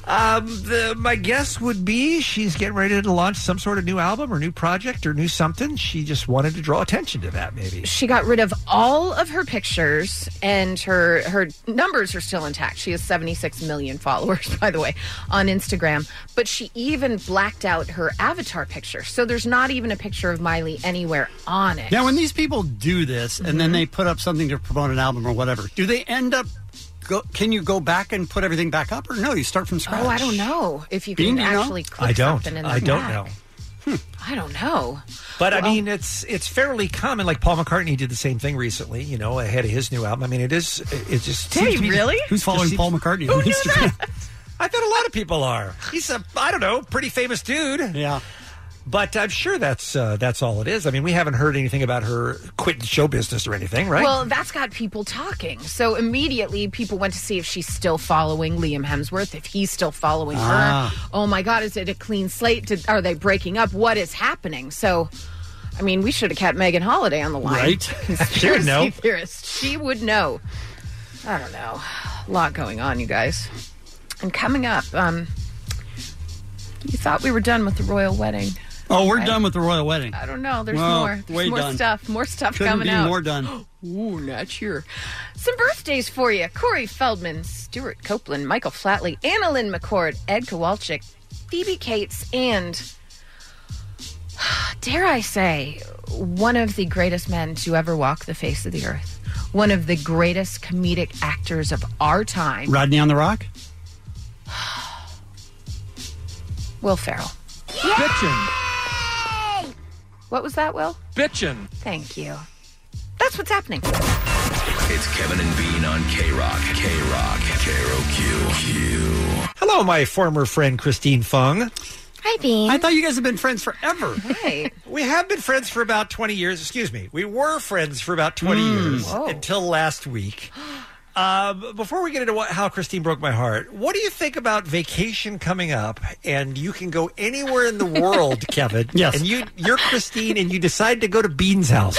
[SPEAKER 8] Um, the, my guess would be she's getting ready to launch some sort of new album or new project or new something. She just wanted to draw attention to that, maybe.
[SPEAKER 9] She got rid of all of her pictures, and her her numbers are still intact. She has seventy six million followers, by the way, on Instagram. But she even blacked out her avatar picture, so there's not even a picture of Miley anywhere on it.
[SPEAKER 7] Now, when these people do this and then
[SPEAKER 9] Mhm.
[SPEAKER 7] they put up something to promote an album or whatever, do they end up? Go, can you go back and put everything back up, or no? You start from scratch.
[SPEAKER 9] Oh, I don't know if you
[SPEAKER 7] Bean,
[SPEAKER 9] can
[SPEAKER 7] do you know?
[SPEAKER 9] actually click
[SPEAKER 8] I don't.
[SPEAKER 9] something in the
[SPEAKER 8] I don't
[SPEAKER 9] back.
[SPEAKER 8] know.
[SPEAKER 9] I don't know.
[SPEAKER 8] But I mean, it's it's fairly common. Like Paul McCartney did the same thing recently, you know, ahead of his new album. I mean, it is. It just
[SPEAKER 7] Did
[SPEAKER 8] seems
[SPEAKER 7] he
[SPEAKER 8] to be-
[SPEAKER 7] really? Who's following
[SPEAKER 8] just
[SPEAKER 7] Paul
[SPEAKER 8] seems-
[SPEAKER 7] McCartney on Who knew Instagram?
[SPEAKER 8] I thought a lot of people are. He's a I don't know, pretty famous dude.
[SPEAKER 7] Yeah.
[SPEAKER 8] But I'm sure that's uh, that's all it is. I mean, we haven't heard anything about her quitting show business or anything, right?
[SPEAKER 9] Well, that's got people talking. So immediately people went to see if she's still following Liam Hemsworth, if he's still following
[SPEAKER 25] Ah.
[SPEAKER 9] her. Oh my God, is it a clean slate? Did, are they breaking up? What is happening? So, I mean, we should have kept Megan Holiday on the line.
[SPEAKER 25] Right.
[SPEAKER 9] Conspiracy
[SPEAKER 25] She would know.
[SPEAKER 9] theorist. She would know. I don't know. A lot going on, you guys. And coming up, um, you thought we were done with the royal wedding.
[SPEAKER 7] Oh, we're
[SPEAKER 9] I-
[SPEAKER 7] done with the royal wedding.
[SPEAKER 9] I don't know. There's
[SPEAKER 7] Well,
[SPEAKER 9] more. There's
[SPEAKER 7] way
[SPEAKER 9] more
[SPEAKER 7] done.
[SPEAKER 9] stuff. More stuff
[SPEAKER 7] Couldn't
[SPEAKER 9] coming
[SPEAKER 7] be
[SPEAKER 9] out.
[SPEAKER 7] more done.
[SPEAKER 9] Ooh, not sure. Some birthdays for you: Corey Feldman, Stuart Copeland, Michael Flatley, Annalyn McCord, Ed Kowalczyk, Phoebe Cates, and dare I say, one of the greatest men to ever walk the face of the earth. One of the greatest comedic actors of our time,
[SPEAKER 7] Rodney on the Rock.
[SPEAKER 9] Will Ferrell.
[SPEAKER 25] Bitchin'.
[SPEAKER 9] What was that, Will?
[SPEAKER 25] Bitchin'.
[SPEAKER 9] Thank you. That's what's happening.
[SPEAKER 11] It's Kevin and Bean on K Rock. K Rock. K R O Q.
[SPEAKER 8] Hello, my former friend Christine Fung.
[SPEAKER 26] Hi, Bean.
[SPEAKER 7] I thought you guys have been friends forever.
[SPEAKER 9] Right.
[SPEAKER 8] we have been friends for about 20 years. Excuse me. We were friends for about 20
[SPEAKER 26] Mm.
[SPEAKER 8] years until last week. Um, before we get into what, how Christine broke my heart, what do you think about vacation coming up? And you can go anywhere in the world, Kevin.
[SPEAKER 7] Yes.
[SPEAKER 8] And you, you're Christine, and you decide to go to Bean's house.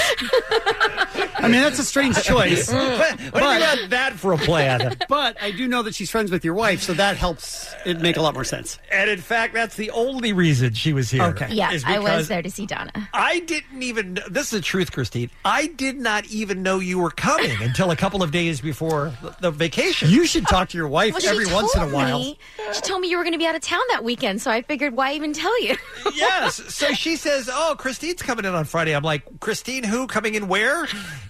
[SPEAKER 7] I mean, that's a strange choice.
[SPEAKER 8] Mm. What- what do you got that for a plan?
[SPEAKER 7] But I do know that she's friends with your wife, so that helps it make a lot more sense.
[SPEAKER 8] And in fact, that's the only reason she was here.
[SPEAKER 7] Okay.
[SPEAKER 26] Yeah,
[SPEAKER 8] is
[SPEAKER 26] I was
[SPEAKER 8] because
[SPEAKER 26] there to see Donna.
[SPEAKER 8] I didn't even. kn- This is the truth, Christine. I did not even know you were coming until a couple of days before the, the vacation.
[SPEAKER 7] You should talk to your wife
[SPEAKER 26] Well, she told Me, she told me you were going to be out of town that weekend, so I figured, why even tell you?
[SPEAKER 8] yes. So she says, "Oh, Christine's coming in on Friday." I'm like, "Christine, who coming in where?"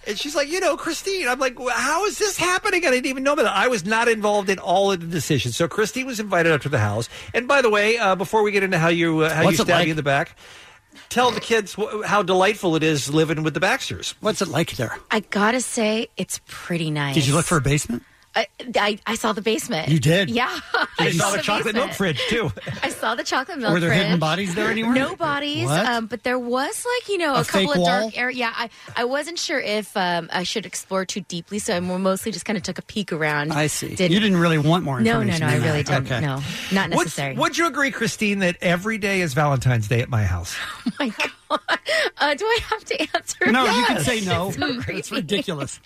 [SPEAKER 8] And she's like, "You know, Christine." I'm like, well, "How is this happening?" I didn't even know about it. I was not involved in all of the decisions. So Christine was invited up to the house. And by the way, uh, before we get into how you uh, how
[SPEAKER 7] What's
[SPEAKER 8] you
[SPEAKER 7] it
[SPEAKER 8] stab
[SPEAKER 7] like?
[SPEAKER 8] you in the back, tell the kids wh- how delightful it is living with the Baxters.
[SPEAKER 7] What's it like there?
[SPEAKER 26] I gotta say, it's pretty nice.
[SPEAKER 7] Did you look for a basement?
[SPEAKER 26] I, I, I saw the basement.
[SPEAKER 8] You did?
[SPEAKER 26] Yeah. I
[SPEAKER 8] You saw the chocolate milk
[SPEAKER 26] basement.
[SPEAKER 8] fridge too.
[SPEAKER 26] I saw the chocolate milk.
[SPEAKER 8] Were there hidden
[SPEAKER 26] fridge.
[SPEAKER 8] bodies there anywhere?
[SPEAKER 26] No bodies,
[SPEAKER 8] What?
[SPEAKER 26] um, but there was like you know
[SPEAKER 8] A
[SPEAKER 26] a,
[SPEAKER 8] fake
[SPEAKER 26] couple of
[SPEAKER 8] wall?
[SPEAKER 26] dark areas. Yeah, I, I wasn't sure if um, I should explore too deeply, so I mo- mostly just kind of took a peek around.
[SPEAKER 8] I see.
[SPEAKER 26] Didn't,
[SPEAKER 8] you didn't really want more
[SPEAKER 26] No, no,
[SPEAKER 8] information.
[SPEAKER 26] no,
[SPEAKER 8] than
[SPEAKER 26] I really
[SPEAKER 8] that.
[SPEAKER 26] didn't. No, not
[SPEAKER 8] What's-
[SPEAKER 26] necessary.
[SPEAKER 8] would you agree, Christine, that every day is Valentine's Day at my house?
[SPEAKER 26] Uh, do I have to answer?
[SPEAKER 8] No,
[SPEAKER 26] yes.
[SPEAKER 8] you can say no.
[SPEAKER 26] It's so
[SPEAKER 8] That's
[SPEAKER 26] creepy.
[SPEAKER 8] ridiculous.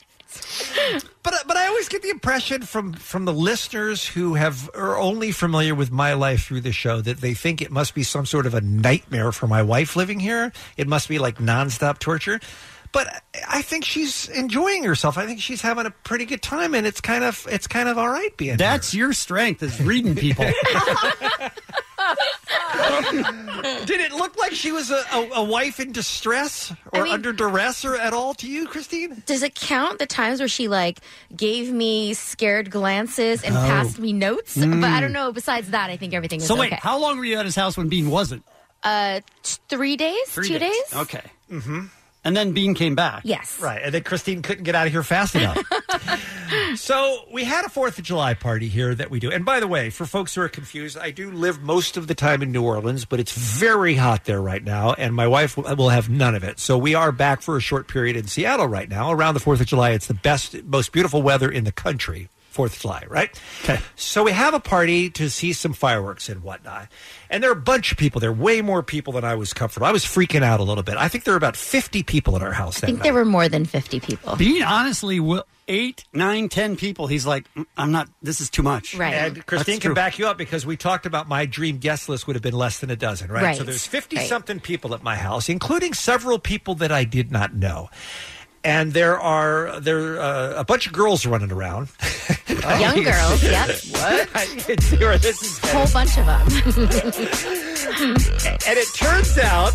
[SPEAKER 8] But but I always get the impression from from the listeners who have are only familiar with my life through the show that they think it must be some sort of a nightmare for my wife living here. It must be like nonstop torture. But I- I think she's enjoying herself. I think she's having a pretty good time, and it's kind of it's kind of all right being. That's your strength is reading people. Did it look like she was a, a, a wife in distress or under duress or at all to you, Christine?
[SPEAKER 26] Does it count the times where she like gave me scared glances and
[SPEAKER 7] Oh.
[SPEAKER 26] passed me notes?
[SPEAKER 7] Mm.
[SPEAKER 26] But I don't know. Besides that, I think everything is
[SPEAKER 7] So wait,
[SPEAKER 26] okay.
[SPEAKER 7] how long were you at his house when Bean wasn't?
[SPEAKER 26] uh, t- three days,
[SPEAKER 7] Three
[SPEAKER 26] two days.
[SPEAKER 7] Okay. Mm-hmm. And then Bean came back.
[SPEAKER 26] Yes.
[SPEAKER 8] Right, and then Christine couldn't get out of here fast enough. so we had a Fourth of July party here that we do. And by the way, for folks who are confused, I do live most of the time in New Orleans, but it's very hot there right now, and my wife w- will have none of it. So we are back for a short period in Seattle right now. Around the Fourth of July, it's the best, most beautiful weather in the country. Fourth of July, right? Okay. So we have a party to see some fireworks and whatnot. And there are a bunch of people there, way more people than I was comfortable. I was freaking out a little bit. I think there were about 50 people at our house
[SPEAKER 26] I
[SPEAKER 8] that
[SPEAKER 26] think
[SPEAKER 8] night.
[SPEAKER 26] there were more than fifty people.
[SPEAKER 7] Bean honestly will eight, nine, ten people. He's like, "Mm, I'm not. This is too much.
[SPEAKER 26] Right.
[SPEAKER 8] And Christine can back you up because we talked about my dream guest list would have been less than a dozen, right? So
[SPEAKER 7] Right.
[SPEAKER 8] there's 50
[SPEAKER 7] Right.
[SPEAKER 8] something people at my house, including several people that I did not know. And there are there are, uh, a bunch of girls running around.
[SPEAKER 26] Oh. Young girls, yep.
[SPEAKER 8] what? I can see where this is
[SPEAKER 26] Whole
[SPEAKER 8] headed.
[SPEAKER 26] bunch of them.
[SPEAKER 8] And it turns out,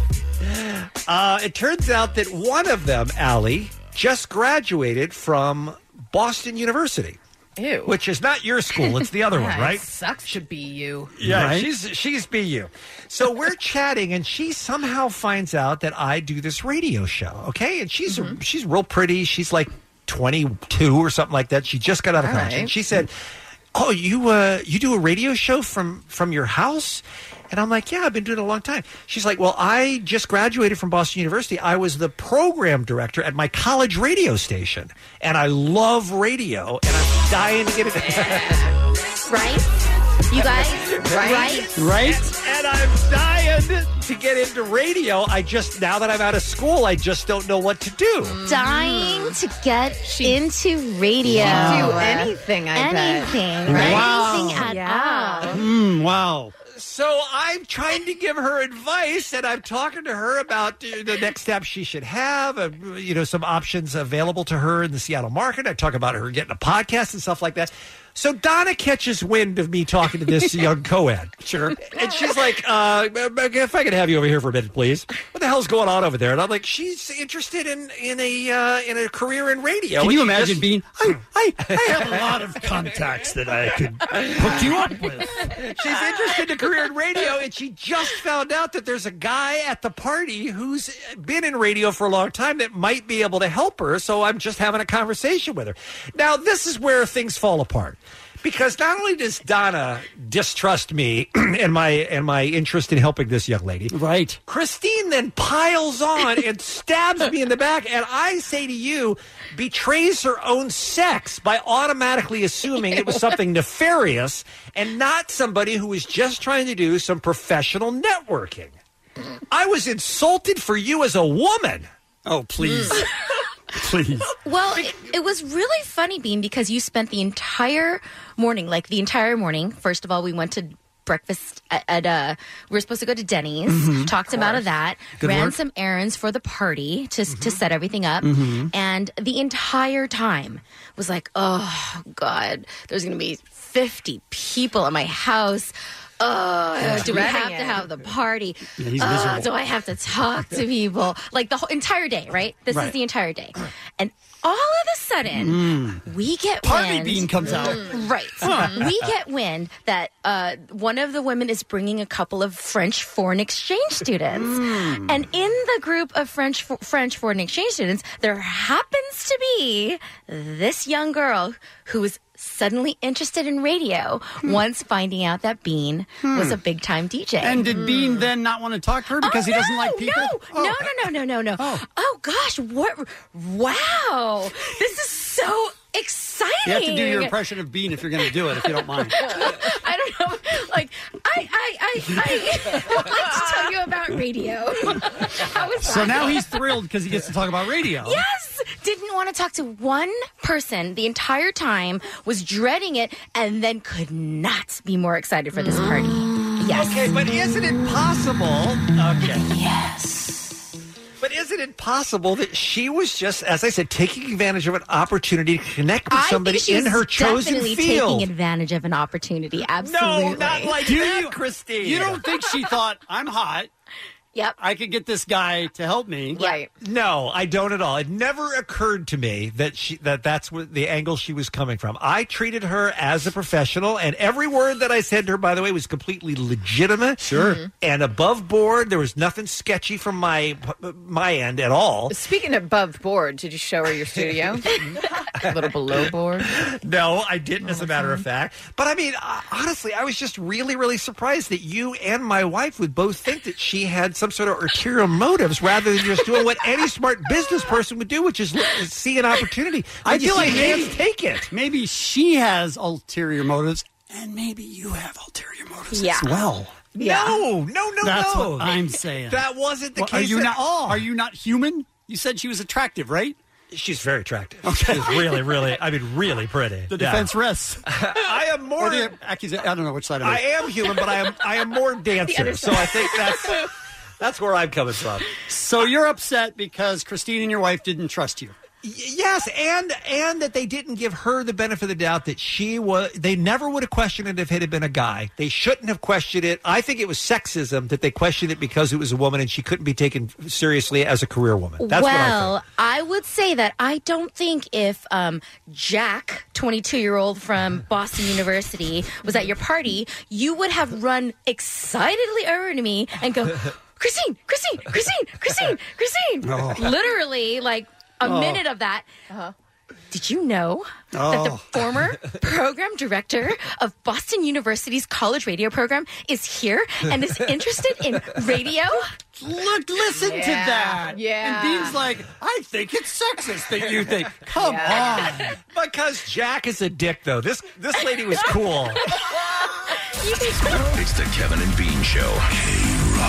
[SPEAKER 8] uh, it turns out that one of them, Allie, just graduated from Boston University,
[SPEAKER 9] Ew.
[SPEAKER 8] which is not your school; it's the other
[SPEAKER 9] Yeah,
[SPEAKER 8] one,
[SPEAKER 9] it
[SPEAKER 8] right?
[SPEAKER 9] sucks to be you.
[SPEAKER 8] Yeah, she's she's BU. So we're chatting, and she somehow finds out that I do this radio show. Okay, and she's
[SPEAKER 10] Mm-hmm.
[SPEAKER 8] she's real pretty. She's like twenty two or something like that. She just got out of
[SPEAKER 10] All
[SPEAKER 8] college,
[SPEAKER 10] right.
[SPEAKER 8] and she said, "Oh, you uh, you do a radio show from from your house." And I'm like, yeah, I've been doing it a long time. She's like, well, I just graduated from Boston University. I was the program director at my college radio station, and I love radio, and I'm dying to get it.
[SPEAKER 26] right? You guys,
[SPEAKER 8] Right?
[SPEAKER 26] right?
[SPEAKER 8] And, and I'm dying to get into radio. I just, now that I'm out of school, I just don't know what to do.
[SPEAKER 26] Dying to get into radio.
[SPEAKER 8] Wow.
[SPEAKER 9] Do anything, I bet.
[SPEAKER 26] Anything,
[SPEAKER 8] Right?
[SPEAKER 26] right?
[SPEAKER 8] Wow.
[SPEAKER 26] Anything at all.
[SPEAKER 8] Hmm, wow. So I'm trying to give her advice, and I'm talking to her about uh, the next step she should have. Uh, you know, some options available to her in the Seattle market. I talk about her getting a podcast and stuff like that. So Donna catches wind of me talking to this young co-ed. Sure. And she's like, uh, if I could have you over here for a minute, please. What the hell's going on over there? And I'm like, she's interested in in a uh, in a career in radio.
[SPEAKER 7] Can
[SPEAKER 8] And
[SPEAKER 7] you
[SPEAKER 8] she
[SPEAKER 7] imagine
[SPEAKER 8] just-
[SPEAKER 7] Bean? I, I, I have a
[SPEAKER 8] lot of contacts that I could
[SPEAKER 7] hook you up with.
[SPEAKER 8] She's interested in a career in radio, and she just found out that there's a guy at the party who's been in radio for a long time that might be able to help her. So I'm just having a conversation with her. Now, this is where things fall apart. Because not only does Donna distrust me and my and my interest in helping this young lady, right? Christine then piles on and stabs me in the back, and I say to you, betrays her own sex by automatically assuming it was something nefarious and not somebody who was just trying to do some professional networking. I was insulted for you as a woman.
[SPEAKER 7] Oh please,
[SPEAKER 26] Mm.
[SPEAKER 7] please.
[SPEAKER 26] Well, it, it was really funny, Bean, because you spent the entire morning, like the entire morning. First of all, we went to breakfast at, at uh we were supposed to go to denny's
[SPEAKER 15] Mhm.
[SPEAKER 26] talked him out of that
[SPEAKER 15] Good
[SPEAKER 26] ran
[SPEAKER 15] work. Mm-hmm.
[SPEAKER 26] some errands for the party to, to set everything up
[SPEAKER 15] Mhm.
[SPEAKER 26] and the entire time was like oh god there's gonna be 50 people at my house Oh,
[SPEAKER 15] Yeah.
[SPEAKER 26] do we
[SPEAKER 15] Dreading
[SPEAKER 26] have
[SPEAKER 15] it.
[SPEAKER 26] to have the party?
[SPEAKER 15] Yeah, he's
[SPEAKER 26] Oh,
[SPEAKER 15] miserable.
[SPEAKER 26] do I have to talk to people? Like the whole entire day, right? This
[SPEAKER 15] Right.
[SPEAKER 26] is the entire day. And all of a sudden, we get
[SPEAKER 15] Mm. Party
[SPEAKER 26] wind.
[SPEAKER 15] bean comes out.
[SPEAKER 26] Mm, right.
[SPEAKER 15] Huh.
[SPEAKER 26] we get wind that uh, one of the women is bringing a couple of French foreign exchange students,
[SPEAKER 15] Mm.
[SPEAKER 26] and in the group of French fo- French foreign exchange students, there happens to be this young girl who is suddenly interested in radio
[SPEAKER 15] Hmm.
[SPEAKER 26] once finding out that Bean
[SPEAKER 7] Hmm.
[SPEAKER 26] was a big time DJ.
[SPEAKER 7] And did Bean then not want to talk to her because
[SPEAKER 26] Mm. Oh,
[SPEAKER 7] he doesn't
[SPEAKER 26] no,
[SPEAKER 7] like people? Oh,
[SPEAKER 26] No, no, no, no, no, no, no. Oh. gosh, what? Wow, this is so exciting.
[SPEAKER 7] You have to do your impression of Bean if you're going to do it, if you don't mind.
[SPEAKER 26] I don't know. Like, I, I, I, I would like to tell you about radio. I was
[SPEAKER 7] So now
[SPEAKER 26] laughing.
[SPEAKER 7] he's thrilled because he gets to talk about radio.
[SPEAKER 26] Yes! Didn't want to talk to one person the entire time, was dreading it, and then could not be more excited for this party. Yes.
[SPEAKER 8] Okay, but isn't it possible? Okay.
[SPEAKER 26] Yes.
[SPEAKER 8] But isn't it possible that she was just, as I said, taking advantage of an opportunity to connect with
[SPEAKER 26] I
[SPEAKER 8] somebody
[SPEAKER 26] think she's
[SPEAKER 8] in her chosen
[SPEAKER 26] definitely
[SPEAKER 8] field?
[SPEAKER 26] taking advantage of an opportunity. Absolutely.
[SPEAKER 7] Do you, Christine. You don't think she thought I'm hot?
[SPEAKER 26] Yep.
[SPEAKER 7] I could get this guy to help me.
[SPEAKER 26] Right.
[SPEAKER 8] No, I don't at all. It never occurred to me that she that that's what the angle she was coming from. I treated her as a professional, and every word that I said to her, by the way, was completely legitimate,
[SPEAKER 27] Sure. Mhm.
[SPEAKER 8] and above board. There was nothing sketchy from my my end at all.
[SPEAKER 9] Speaking above board, did you show her your studio?
[SPEAKER 8] a little below board. No, I didn't, as a matter of fact. But I mean, uh, honestly, I was just really, really surprised that you and my wife would both think that she had some sort of ulterior motives rather than just doing what any smart business person would do, which is look- is see an opportunity. I feel like maybe take it.
[SPEAKER 7] Maybe she has ulterior motives and maybe you have ulterior motives
[SPEAKER 8] Yeah.
[SPEAKER 7] as well.
[SPEAKER 8] No, no, no,
[SPEAKER 7] That's
[SPEAKER 8] no.
[SPEAKER 7] what I'm saying.
[SPEAKER 8] That wasn't the
[SPEAKER 7] Well,
[SPEAKER 8] case
[SPEAKER 7] are you
[SPEAKER 8] at
[SPEAKER 7] not,
[SPEAKER 8] all.
[SPEAKER 7] Are you not human? You said she was attractive, right?
[SPEAKER 8] She's very attractive. Okay. She's really, really, I mean, really pretty.
[SPEAKER 7] The
[SPEAKER 8] Yeah.
[SPEAKER 7] defense rests.
[SPEAKER 8] I am more.
[SPEAKER 7] the accusa- I don't know which side of it.
[SPEAKER 8] I am human, but I am I am more dancer. So I think that's that's where I'm coming from.
[SPEAKER 7] So you're upset because Christine and your wife didn't trust you.
[SPEAKER 8] Yes, and and that they didn't give her the benefit of the doubt that she was. They never would have questioned it if it had been a guy. They shouldn't have questioned it. I think it was sexism that they questioned it because it was a woman and she couldn't be taken seriously as a career woman. That's what I think.
[SPEAKER 26] well, I, would say that I don't think if um, Jack, 22 year old from Boston University, was at your party, you would have run excitedly over to me and go, Christine, Christine, Christine, Christine, Christine.
[SPEAKER 14] Oh.
[SPEAKER 26] Literally, like a
[SPEAKER 14] Oh.
[SPEAKER 26] minute of that.
[SPEAKER 8] Uh-huh.
[SPEAKER 26] Did you know that
[SPEAKER 14] Oh.
[SPEAKER 26] the former program director of Boston University's college radio program is here and is interested in radio?
[SPEAKER 7] Look, listen to
[SPEAKER 26] Yeah,
[SPEAKER 7] that.
[SPEAKER 26] yeah.
[SPEAKER 7] And Dean's like, I think it's sexist that you think. Come
[SPEAKER 8] on. Because Jack is a dick, though. This this lady was cool.
[SPEAKER 10] It's the Kevin and Bean Show.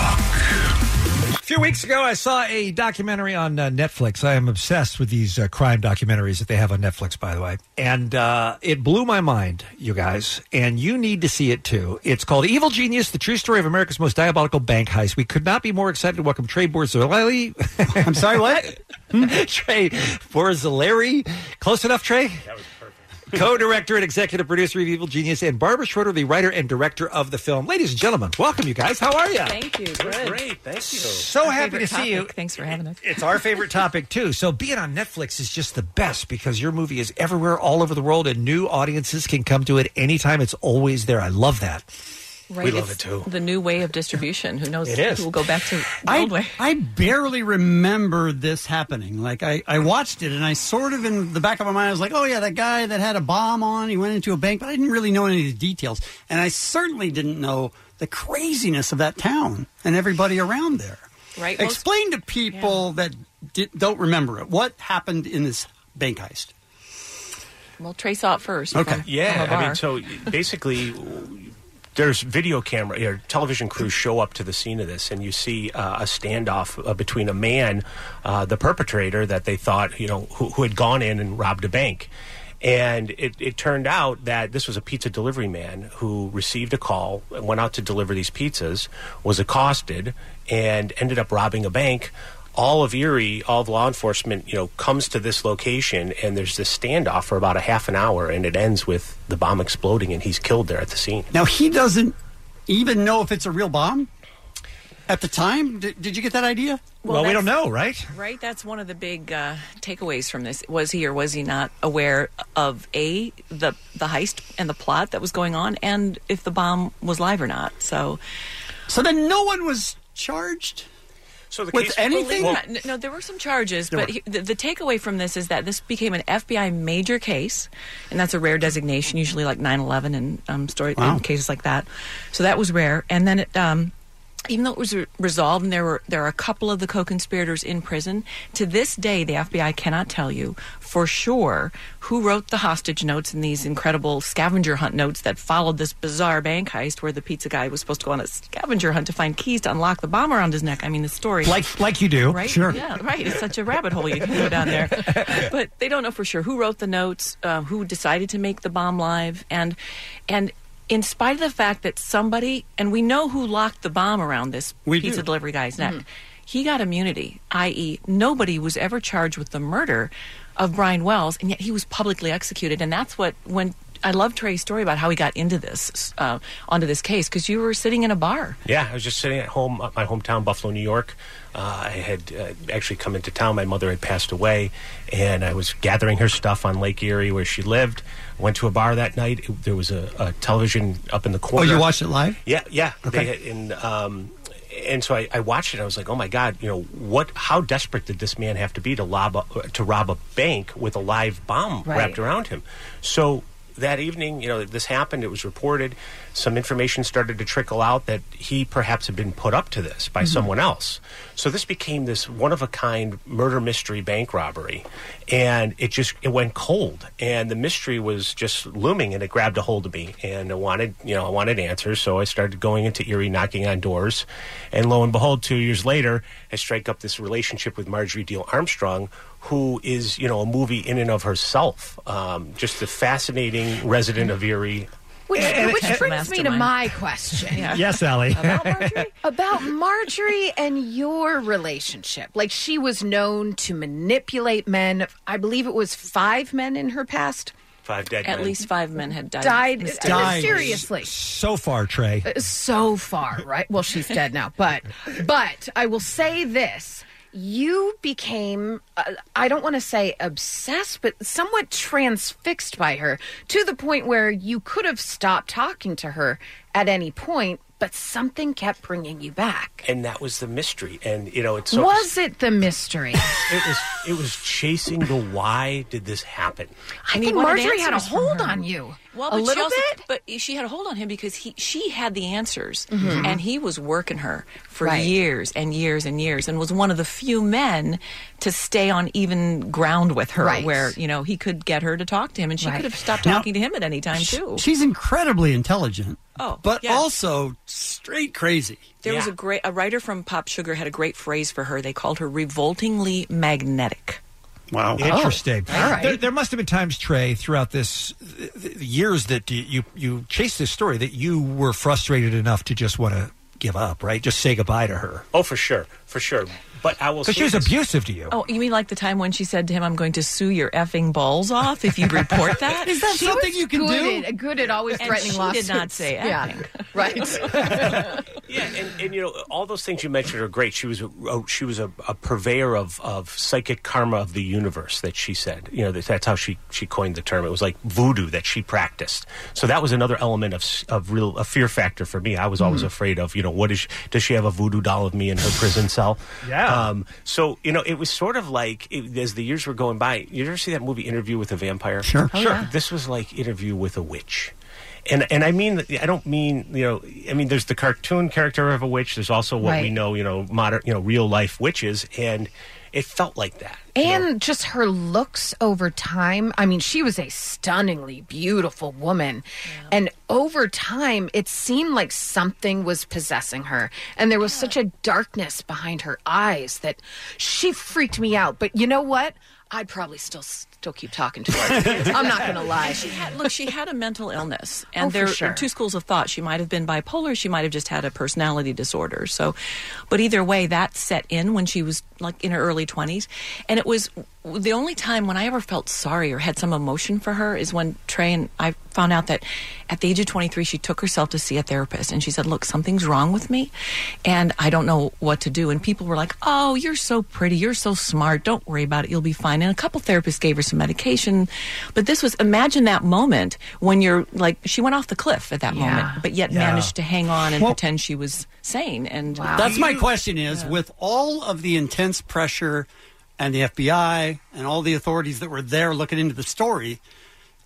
[SPEAKER 8] A few weeks ago, I saw a documentary on uh, Netflix. I am obsessed with these uh, crime documentaries that they have on Netflix, by the way. And uh, it blew my mind, you guys. And you need to see it too. It's called Evil Genius The True Story of America's Most Diabolical Bank Heist. We could not be more excited to welcome Trey Borzilleri. I'm
[SPEAKER 7] sorry, what?
[SPEAKER 8] Trey Borzilleri. Close enough, Trey? Co-director and executive producer of Evil Genius, and Barbara Schroeder, the writer and director of the film. Ladies and gentlemen, welcome, you guys. How are you?
[SPEAKER 25] Thank you. Good.
[SPEAKER 8] great. Thank you. So happy to see you.
[SPEAKER 25] Thanks for having us.
[SPEAKER 8] It's our favorite topic too. So being on Netflix is just the best because your movie is everywhere, all over the world, and new audiences can come to it anytime. It's always there. I love that.
[SPEAKER 25] Right,
[SPEAKER 8] we love
[SPEAKER 25] it's
[SPEAKER 8] it too.
[SPEAKER 25] The new way of distribution. Who knows?
[SPEAKER 8] It is.
[SPEAKER 25] Who will go back to the old
[SPEAKER 7] I,
[SPEAKER 25] way?
[SPEAKER 7] I barely remember this happening. Like, I, I watched it and I sort of, in the back of my mind, I was like, oh, yeah, that guy that had a bomb on, he went into a bank, but I didn't really know any of the details. And I certainly didn't know the craziness of that town and everybody around there.
[SPEAKER 25] Right. Well,
[SPEAKER 7] Explain to people that di- don't remember it what happened in this bank heist.
[SPEAKER 25] well, Trey saw it first. from-
[SPEAKER 12] Yeah,
[SPEAKER 25] from
[SPEAKER 12] I
[SPEAKER 25] a
[SPEAKER 12] mean,
[SPEAKER 25] bar.
[SPEAKER 12] so basically, there's video camera or television crews show up to the scene of this, and you see uh, a standoff uh, between a man, uh, the perpetrator that they thought you know who, who had gone in and robbed a bank. And it, it turned out that this was a pizza delivery man who received a call and went out to deliver these pizzas, was accosted, and ended up robbing a bank all of Erie, all of law enforcement, you know, comes to this location, and there's this standoff for about a half an hour, and it ends with the bomb exploding, and he's killed there at the scene.
[SPEAKER 7] Now, he doesn't even know if it's a real bomb at the time. Did, did you get that idea?
[SPEAKER 25] that's- Right. That's one of the big uh, takeaways from this. Was he or was he not aware of a the the heist and the plot that was going on, and if the bomb was live or not? So,
[SPEAKER 7] so then no one was charged.
[SPEAKER 12] So the
[SPEAKER 7] With
[SPEAKER 12] case-
[SPEAKER 7] anything?
[SPEAKER 25] Believe it or not, no, there were some charges,
[SPEAKER 7] There
[SPEAKER 25] but
[SPEAKER 7] were.
[SPEAKER 25] he, the, the takeaway from this is that this became an FBI major case, and that's a rare designation, usually like 9/11 and um, story
[SPEAKER 13] Wow.
[SPEAKER 25] and cases like that. So that was rare, and then it. Um, even though it was re- resolved and there were there are a couple of the co-conspirators in prison to this day the FBI cannot tell you for sure who wrote the hostage notes and these incredible scavenger hunt notes that followed this bizarre bank heist where the pizza guy was supposed to go on a scavenger hunt to find keys to unlock the bomb around his neck I mean the story
[SPEAKER 2] Like- like you do.
[SPEAKER 25] right
[SPEAKER 2] Sure.
[SPEAKER 25] yeah right it's such a rabbit hole you can go down there but they don't know for sure who wrote the notes, uh, who decided to make the bomb live, and and in spite of the fact that somebody and we know who locked the bomb around this
[SPEAKER 14] We
[SPEAKER 25] pizza
[SPEAKER 14] do.
[SPEAKER 25] delivery guy's neck,
[SPEAKER 14] Mhm.
[SPEAKER 25] he got immunity, i.e., nobody was ever charged with the murder of Brian Wells, and yet he was publicly executed, and that's what when. I love Trey's story about how he got into this, uh, onto this case, because you were sitting in a bar.
[SPEAKER 12] Yeah, I was just sitting at home, uh, my hometown, Buffalo, New York. Uh, I had uh, actually come into town. My mother had passed away, and I was gathering her stuff on Lake Erie, where she lived. Went to a bar that night. It- there was a, a television up in the
[SPEAKER 7] Oh,
[SPEAKER 12] corner.
[SPEAKER 7] you watched it live?
[SPEAKER 12] Yeah, yeah.
[SPEAKER 7] Okay.
[SPEAKER 12] They, and um, and so I, I watched it. I was like, oh my god, you know what? How desperate did this man have to be to rob a, to rob a bank with a live bomb
[SPEAKER 16] Right.
[SPEAKER 12] wrapped around him? So that evening, you know, this happened. It was reported. Some information started to trickle out that he perhaps had been put up to this by
[SPEAKER 16] Mhm.
[SPEAKER 12] someone else. So this became this one of a kind murder mystery bank robbery, and it just it went cold, and the mystery was just looming, and it grabbed a hold of me, and I wanted you know I wanted answers, so I started going into Erie, knocking on doors, and lo and behold, two years later, I strike up this relationship with Marjorie Deal Armstrong. Who is you know a movie in and of herself? Um, just a fascinating resident of Erie.
[SPEAKER 9] Which,
[SPEAKER 12] And-
[SPEAKER 9] which
[SPEAKER 12] and-
[SPEAKER 9] brings me to my question.
[SPEAKER 12] Yes, Allie. About
[SPEAKER 9] Marjorie? About Marjorie and your relationship. Like, she was known to manipulate men. I believe it was five men in her past.
[SPEAKER 12] Five dead
[SPEAKER 25] At
[SPEAKER 12] men.
[SPEAKER 25] least five men had died.
[SPEAKER 9] Died uh,
[SPEAKER 25] mysteriously.
[SPEAKER 9] mysteriously.
[SPEAKER 2] So far, Trey.
[SPEAKER 9] Uh, so far, right? Well, she's dead now, but but I will say this: you became uh, I don't want to say obsessed, but somewhat transfixed by her to the point where you could have stopped talking to her at any point, but something kept bringing you back.
[SPEAKER 12] and that was the mystery. And you know, it's so
[SPEAKER 9] was it the mystery?
[SPEAKER 12] it was it was chasing the why did this happen?
[SPEAKER 9] I
[SPEAKER 25] mean,
[SPEAKER 9] think
[SPEAKER 25] wanted
[SPEAKER 9] Marjorie had a
[SPEAKER 25] answers from
[SPEAKER 9] hold
[SPEAKER 25] her.
[SPEAKER 9] on you.
[SPEAKER 25] Well,
[SPEAKER 9] a
[SPEAKER 25] but she
[SPEAKER 9] little
[SPEAKER 25] also,
[SPEAKER 9] bit.
[SPEAKER 25] But she had a hold on him because he she had the answers,
[SPEAKER 9] Mhm.
[SPEAKER 25] and he was working her for
[SPEAKER 9] Right.
[SPEAKER 25] years and years and years, and was one of the few men to stay on even ground with her,
[SPEAKER 7] Right.
[SPEAKER 25] where you know he could get her to talk to him, and she
[SPEAKER 7] Right.
[SPEAKER 25] could have stopped
[SPEAKER 7] Now,
[SPEAKER 25] talking to him at any time too.
[SPEAKER 7] She's incredibly intelligent.
[SPEAKER 25] Oh,
[SPEAKER 7] but
[SPEAKER 25] yeah.
[SPEAKER 7] also straight crazy.
[SPEAKER 25] There was a great a writer from Pop Sugar had a great phrase for her. They called her revoltingly magnetic.
[SPEAKER 7] Wow.
[SPEAKER 2] Interesting.
[SPEAKER 25] Oh, all right.
[SPEAKER 2] There, there must have been times, Trey, throughout this th- th- years that you, you you chased this story that you were frustrated enough to just want to give up, right? Just say goodbye to her
[SPEAKER 12] Oh, for sure, for sure. But I will.
[SPEAKER 2] because
[SPEAKER 12] say
[SPEAKER 2] she was
[SPEAKER 12] this.
[SPEAKER 2] abusive to you.
[SPEAKER 25] Oh, you mean like the time when she said to him, "I'm going to sue your effing balls off if you report that."
[SPEAKER 9] Is that She something was you can good do? at- good at always
[SPEAKER 25] And
[SPEAKER 9] threatening
[SPEAKER 25] she
[SPEAKER 9] lawsuits.
[SPEAKER 25] Did not say
[SPEAKER 9] Yeah.
[SPEAKER 25] effing.
[SPEAKER 12] yeah, and, and you know all those things you mentioned are great. She was a, a- she was a, a purveyor of, of psychic karma of the universe that she said. You know that, that's how she, she coined the term. It was like voodoo that she practiced. So that was another element of s- of real a fear factor for me. I was always
[SPEAKER 16] Mhm.
[SPEAKER 12] afraid of you know what is she, does she have a voodoo doll of me in her prison cell?
[SPEAKER 16] Yeah.
[SPEAKER 12] Um, so you know it was sort of like it, as the years were going by. You ever see that movie Interview with a Vampire?
[SPEAKER 16] Sure. Oh,
[SPEAKER 12] sure.
[SPEAKER 16] yeah.
[SPEAKER 12] This was like Interview with a Witch and and I mean I don't mean you know I mean there's the cartoon character of a witch. There's also what we
[SPEAKER 9] Right.
[SPEAKER 12] know you know modern you know real life witches, and it felt like that.
[SPEAKER 9] And just her looks over time. I mean, she was a stunningly beautiful woman. And over time, it seemed like something was possessing her. And there was such a darkness behind her eyes that she freaked me out. But you know what? I'd probably still still keep talking to her. I'm not going to lie.
[SPEAKER 25] And she had, look, she had a mental illness,
[SPEAKER 9] Oh,
[SPEAKER 25] and
[SPEAKER 9] for
[SPEAKER 25] there
[SPEAKER 9] sure.
[SPEAKER 25] are two schools of thought. She might have been bipolar. She might have just had a personality disorder. So, but either way, that set in when she was like in her early twenties, and it It was the only time when I ever felt sorry or had some emotion for her is when Trey and I found out that at the age of 23, she took herself to see a therapist and she said, Look, something's wrong with me and I don't know what to do. And people were like, Oh, you're so pretty. You're so smart. Don't worry about it. You'll be fine. And a couple therapists gave her some medication. But this was imagine that moment when you're like, she went off the cliff at that
[SPEAKER 7] Yeah.
[SPEAKER 25] moment, but yet
[SPEAKER 7] Yeah.
[SPEAKER 25] managed to hang on and
[SPEAKER 7] Well-
[SPEAKER 25] pretend she was sane. And
[SPEAKER 7] That's my question is with all of the intense pressure and the FBI and all the authorities that were there looking into the story,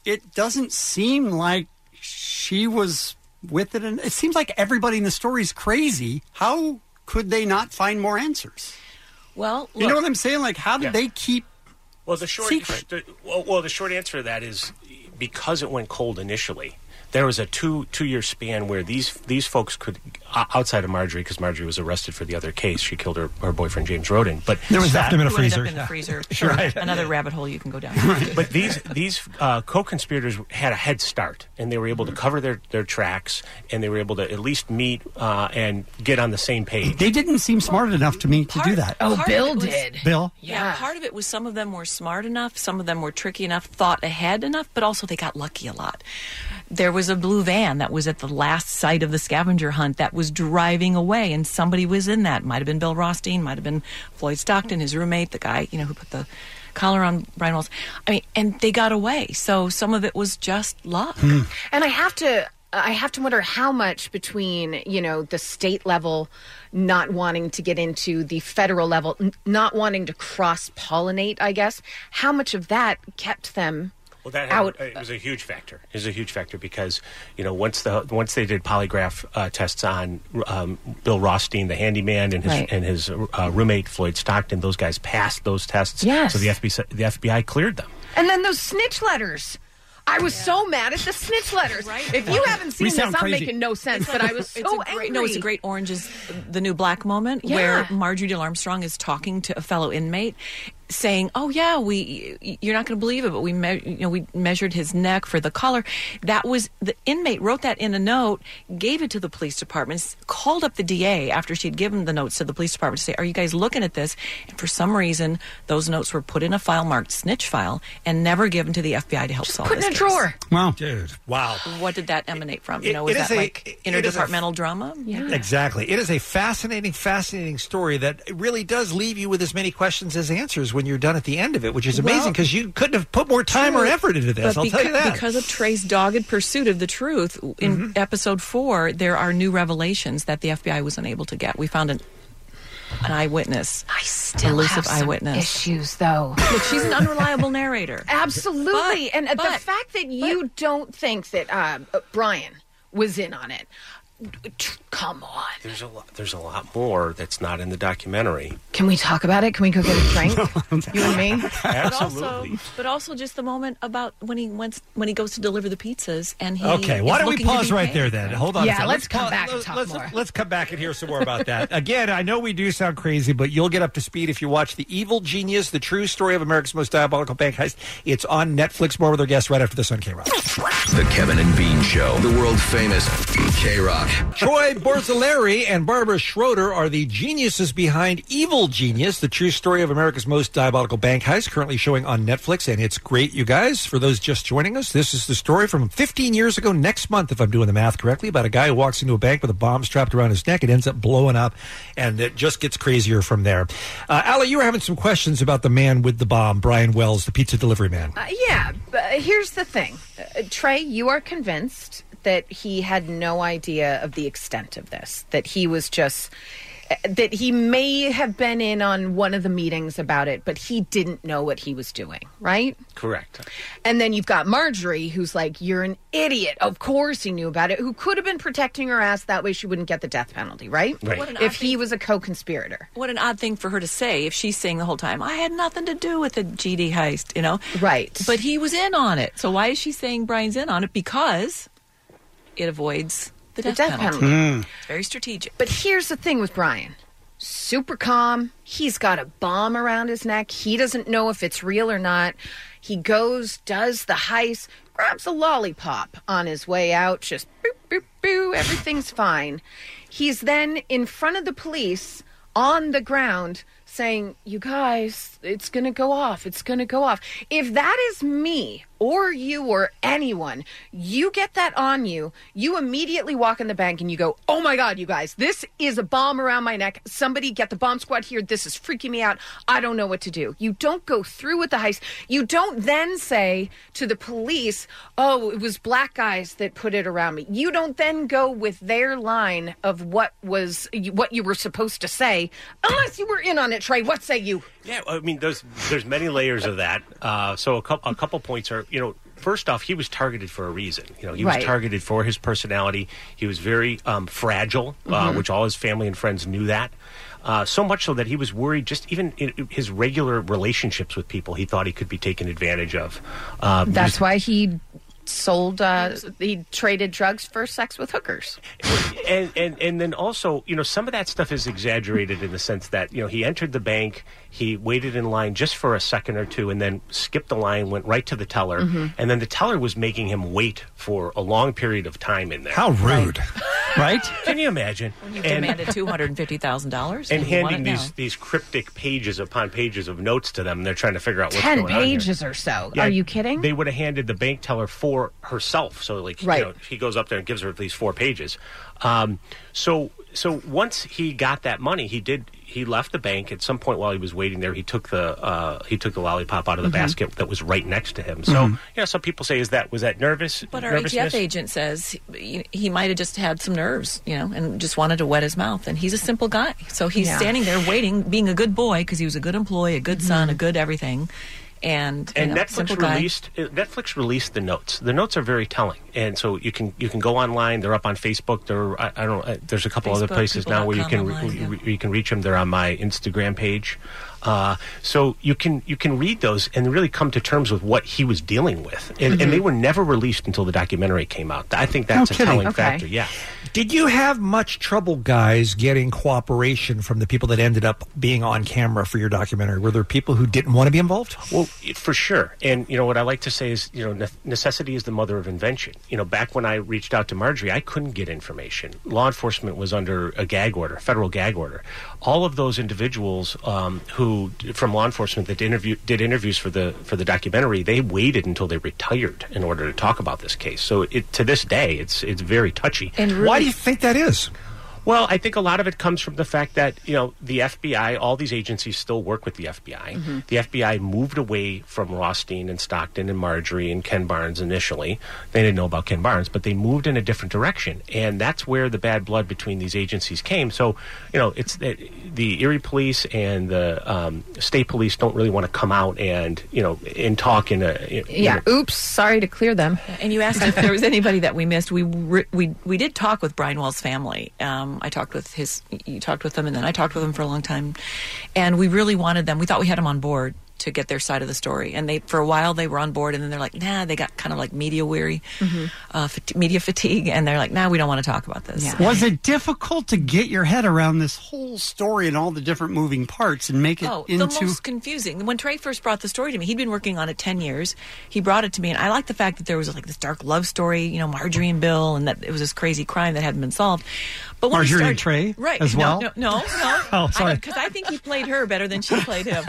[SPEAKER 7] it doesn't seem like she was with it and it seems like everybody in the story is crazy. How could they not find more answers?
[SPEAKER 25] Well,
[SPEAKER 7] you know
[SPEAKER 12] look-
[SPEAKER 7] what I'm saying? Like how did
[SPEAKER 12] Yeah.
[SPEAKER 7] they keep
[SPEAKER 12] Well, the short
[SPEAKER 7] Secret.
[SPEAKER 12] The, well, well, the short answer to that is because it went cold initially. There was a two two year span where these these folks could o- outside of Marjorie because Marjorie was arrested for the other case. She killed her, her boyfriend James Roden, but
[SPEAKER 2] There was Stuffed him in a
[SPEAKER 25] You ended
[SPEAKER 12] freezer.
[SPEAKER 25] up in the freezer.
[SPEAKER 12] Sure. Right.
[SPEAKER 25] Another rabbit hole you can go down.
[SPEAKER 12] but these these uh, co-conspirators had a head start, and they were
[SPEAKER 9] Mm-hmm.
[SPEAKER 12] able to cover their, their tracks, and they were able to at least meet uh, and get on the same page.
[SPEAKER 7] They didn't seem smart enough to me to do that.
[SPEAKER 25] Part of it was-
[SPEAKER 7] Bill.
[SPEAKER 25] Yeah. Part of it was some of them were smart enough, some of them were tricky enough, thought ahead enough, but also they got lucky a lot. There was a blue van that was at the last site of the scavenger hunt that was driving away, and somebody was in that. Might have been Bill Rothstein, might have been Floyd Stockton, his roommate, the guy you know who put the collar on Brian Walls. I mean, and they got away. So some of it was just luck.
[SPEAKER 9] And I have to I have to wonder how much between, you know, the state level not wanting to get into the federal level, n- not wanting to cross pollinate, I guess, how much of that kept them
[SPEAKER 12] Well, that had,
[SPEAKER 9] out.
[SPEAKER 12] it was a huge factor. It was a huge factor because you know once the once they did polygraph uh, tests on um, Bill Rothstein, the handyman, and his
[SPEAKER 9] Right.
[SPEAKER 12] and his uh, roommate Floyd Stockton, those guys passed those tests.
[SPEAKER 9] Yes.
[SPEAKER 12] So the FBI the FBI cleared them.
[SPEAKER 9] And then those snitch letters. I was so mad at the snitch letters. If you haven't seen
[SPEAKER 25] We
[SPEAKER 9] this,
[SPEAKER 25] sound
[SPEAKER 9] I'm
[SPEAKER 25] crazy.
[SPEAKER 9] making no sense,
[SPEAKER 25] It's
[SPEAKER 9] but
[SPEAKER 25] like-
[SPEAKER 9] I was so
[SPEAKER 25] it's a
[SPEAKER 9] angry.
[SPEAKER 25] great, No, it's a great Orange is the New Black moment
[SPEAKER 9] Yeah.
[SPEAKER 25] where Marjorie Dale Armstrong is talking to a fellow inmate saying, "Oh yeah, we y- you're not going to believe it, but we me- you know we measured his neck for the collar." That was the inmate wrote that in a note, gave it to the police department, s- called up the DA after she'd given the notes to the police department to say, "Are you guys looking at this?" And for some reason, those notes were put in a file marked snitch file and never given to the FBI to help solve
[SPEAKER 9] put
[SPEAKER 25] this
[SPEAKER 9] in a
[SPEAKER 25] case.
[SPEAKER 9] drawer.
[SPEAKER 7] Wow,
[SPEAKER 2] dude, wow.
[SPEAKER 25] What did that emanate from? You
[SPEAKER 2] It-
[SPEAKER 25] know,
[SPEAKER 2] it
[SPEAKER 25] was
[SPEAKER 2] is
[SPEAKER 25] that
[SPEAKER 2] a-
[SPEAKER 25] like
[SPEAKER 2] it is a-
[SPEAKER 25] interdepartmental drama? Yeah.
[SPEAKER 2] Exactly. It is a fascinating, fascinating story that really does leave you with as many questions as answers when you're done at the end of it, which is amazing
[SPEAKER 25] Well,
[SPEAKER 2] because you couldn't have put more time or
[SPEAKER 25] True.
[SPEAKER 2] effort into this.
[SPEAKER 25] But
[SPEAKER 2] I'll tell
[SPEAKER 25] beca-
[SPEAKER 2] you that. Mm-hmm.
[SPEAKER 25] Because of Trey's dogged pursuit of the truth, in episode four, there are new revelations that the FBI was unable to get. We found an, an eyewitness, I
[SPEAKER 9] still
[SPEAKER 25] elusive
[SPEAKER 9] have some
[SPEAKER 25] eyewitness.
[SPEAKER 9] Issues though.
[SPEAKER 25] Look, she's an unreliable narrator.
[SPEAKER 9] Absolutely.
[SPEAKER 25] But-
[SPEAKER 9] and uh, the
[SPEAKER 25] but-
[SPEAKER 9] fact that you don't think that uh, uh, Brian was in on it, tr- come on.
[SPEAKER 12] There's a lot, there's a lot more that's not in the documentary.
[SPEAKER 9] Can we talk about it? Can we go get a drink? you and me?
[SPEAKER 12] Absolutely.
[SPEAKER 25] Also, but also just the moment about when he went when he goes to deliver the pizzas and he
[SPEAKER 2] okay, why
[SPEAKER 25] is
[SPEAKER 2] don't we
[SPEAKER 25] looking to
[SPEAKER 2] pause
[SPEAKER 25] be
[SPEAKER 2] right
[SPEAKER 25] paid.
[SPEAKER 2] there then? Hold on. a
[SPEAKER 25] Yeah,
[SPEAKER 2] second.
[SPEAKER 25] let's come
[SPEAKER 2] pause-
[SPEAKER 25] back and talk
[SPEAKER 2] let's,
[SPEAKER 25] more.
[SPEAKER 2] Let's come back and hear some more about that. Again, I know we do sound crazy, but you'll get up to speed if you watch The Evil Genius, the true story of America's most diabolical bank heist. It's on Netflix. More with our guests right after this on K Rock.
[SPEAKER 11] The Kevin and Bean Show, the world famous K Rock.
[SPEAKER 2] Troy Borzilleri and Barbara Schroeder are the geniuses behind Evil Genius, the true story of America's most diabolical bank heist, currently showing on Netflix. And it's great, you guys. For those just joining us, this is the story from 15 years ago next month, if I'm doing the math correctly, about a guy who walks into a bank with a bomb strapped around his neck. It ends up blowing up, and it just gets crazier from there. Uh, Allie, you were having some questions about the man with the bomb, Brian Wells, the pizza delivery man.
[SPEAKER 9] Uh, yeah, but here's the thing. Uh, Trey, you are convinced that he had no idea of the extent of this, that he was just. uh, That he may have been in on one of the meetings about it, but he didn't know what he was doing, right?
[SPEAKER 12] Correct.
[SPEAKER 9] And then you've got Marjorie, who's like, You're an idiot. Of course he knew about it, who could have been protecting her ass. That way she wouldn't get the death penalty, right?
[SPEAKER 25] Right. What an
[SPEAKER 9] If he was a co conspirator.
[SPEAKER 25] What an odd thing for her to say if she's saying the whole time, I had nothing to do with the GD heist, you know?
[SPEAKER 9] Right.
[SPEAKER 25] But he was in on it. So why is she saying Brian's in on it? Because it avoids the
[SPEAKER 9] The
[SPEAKER 25] death,
[SPEAKER 9] death penalty. Mm.
[SPEAKER 25] It's very
[SPEAKER 12] Hmm.
[SPEAKER 25] strategic.
[SPEAKER 9] But here's the thing with Brian super calm. He's got a bomb around his neck. He doesn't know if it's real or not. He goes, does the heist, grabs a lollipop on his way out, just boop, boop, boo. Everything's fine. He's then in front of the police on the ground saying, "You guys, it's going to go off. It's going to go off." If that is me or you or anyone, you get that on you, you immediately walk in the bank and you go, "Oh my god, you guys, this is a bomb around my neck. Somebody get the bomb squad here. This is freaking me out. I don't know what to do." You don't go through with the heist. You don't then say to the police, "Oh, it was black guys that put it around me." You don't then go with their line of what was what you were supposed to say, unless you were in on it. Trey, what say you?
[SPEAKER 12] Yeah, I mean, there's there's many layers of that. Uh, so a couple a couple points are, you know, first off, he was targeted for a reason. You know, he
[SPEAKER 6] Right.
[SPEAKER 12] was targeted for his personality. He was very um, fragile, uh,
[SPEAKER 9] Mm-hmm.
[SPEAKER 6] Mhm.
[SPEAKER 12] which all his family and friends knew that. Uh, so much so that he was worried, just even in his regular relationships with people, he thought he could be taken advantage of. Uh,
[SPEAKER 9] That's why he sold. Uh, he traded drugs for sex with hookers.
[SPEAKER 12] and, and and then also, you know, some of that stuff is exaggerated in the sense that you know he entered the bank, he waited in line just for a second or two, and then skipped the line, went right to the teller,
[SPEAKER 2] Mhm.
[SPEAKER 12] and then the teller was making him wait for a long period of time in there.
[SPEAKER 2] How rude, right?
[SPEAKER 12] Can you imagine?
[SPEAKER 25] You
[SPEAKER 12] And-
[SPEAKER 25] demanded two hundred and fifty thousand dollars,
[SPEAKER 12] and
[SPEAKER 25] you want
[SPEAKER 12] handing
[SPEAKER 25] it now.
[SPEAKER 12] these these cryptic pages upon pages of notes to them, and they're trying to figure out what's
[SPEAKER 9] Ten
[SPEAKER 12] going on here.
[SPEAKER 9] pages or so.
[SPEAKER 12] Yeah,
[SPEAKER 9] Are you kidding?
[SPEAKER 12] They would have handed the bank teller four herself. So like,
[SPEAKER 9] Right.
[SPEAKER 12] you know, he goes up there and gives her at least four pages. Um, so so once he got that money, he did. He left the bank at some point while he was waiting there. He took the uh, he took the lollipop out of the
[SPEAKER 25] Mhm.
[SPEAKER 9] Mm-hmm.
[SPEAKER 12] basket that was right next to him. So
[SPEAKER 25] Mhm.
[SPEAKER 12] yeah, some people say is that was that nervous?
[SPEAKER 25] But our
[SPEAKER 12] nervousness?
[SPEAKER 25] ATF agent says he, he might have just had some nerves, you know, and just wanted to wet his mouth. And he's a simple guy, so he's
[SPEAKER 9] Yeah.
[SPEAKER 25] standing there waiting, being a good boy because he was a good employee, a good
[SPEAKER 9] Mm-hmm.
[SPEAKER 25] son, a good everything. And you
[SPEAKER 12] and
[SPEAKER 25] know, simple
[SPEAKER 12] Netflix
[SPEAKER 25] guy.
[SPEAKER 12] released uh, Netflix released the notes. The notes are very telling, and so you can you can go online. They're up on Facebook. They're I, I don't. Uh, there's a couple other
[SPEAKER 2] Facebook,
[SPEAKER 12] places now where you
[SPEAKER 2] people.com
[SPEAKER 12] can re-
[SPEAKER 2] online,
[SPEAKER 12] re- re- you can reach them. They're on my Instagram page, uh, so you can you can read those and really come to terms with what he was dealing with. And,
[SPEAKER 2] Mhm.
[SPEAKER 25] Mm-hmm.
[SPEAKER 12] and they were never released until the documentary came out. I think that's a
[SPEAKER 2] kidding.
[SPEAKER 12] telling
[SPEAKER 2] Okay.
[SPEAKER 12] factor. Yeah.
[SPEAKER 2] Did you have much trouble, guys, getting cooperation from the people that ended up being on camera for your documentary? Were there people who didn't want to be involved?
[SPEAKER 12] Well, it- for sure. And you know what I like to say is, you know, ne- necessity is the mother of invention. You know, back when I reached out to Marjorie, I couldn't get information. Law enforcement was under a gag order, federal gag order. All of those individuals um, who from law enforcement that interview did interviews for the for the documentary, they waited until they retired in order to talk about this case. So it, to this day, it's it's very touchy.
[SPEAKER 2] And really- Why do you think that is?
[SPEAKER 12] Well, I think a lot of it comes from the fact that, you know, the FBI, all these agencies still work with the FBI.
[SPEAKER 25] Mm-hmm.
[SPEAKER 2] Mhm.
[SPEAKER 12] The FBI moved away from Rothstein and Stockton and Marjorie and Ken Barnes initially. They didn't know about Ken Barnes, but they moved in a different direction. And that's where the bad blood between these agencies came. So, you know, it's the, the Erie police and the um, state police don't really want to come out and, you know, and talk in a. in a-
[SPEAKER 25] Yeah.
[SPEAKER 9] Oops, sorry to clear them.
[SPEAKER 25] And you asked if there was anybody that we missed. We re- we we did talk with Brian Wall's family. Um, I talked with his, you talked with them, and then I talked with them for a long time. And we really wanted them. We thought we had them on board to get their side of the story. And they for a while they were on board, and then they're like, nah, they got kind of like media weary, uh, fat- media fatigue, and they're like, nah, we don't want to talk about this.
[SPEAKER 7] Was it difficult to get your head around this whole story and all the different moving parts and make it
[SPEAKER 25] Oh,
[SPEAKER 7] into?
[SPEAKER 25] the most confusing. When Trey first brought the story to me, he'd been working on it ten years. He brought it to me, and I liked the fact that there was like this dark love story, you know, Marjorie and Bill, and that it was this crazy crime that hadn't been solved. But when we
[SPEAKER 7] Marjorie and Trey
[SPEAKER 25] started- right?
[SPEAKER 7] as
[SPEAKER 25] no,
[SPEAKER 7] well?
[SPEAKER 25] No, no, no.
[SPEAKER 7] Oh, sorry.
[SPEAKER 25] Because I, think he played her better than she played him.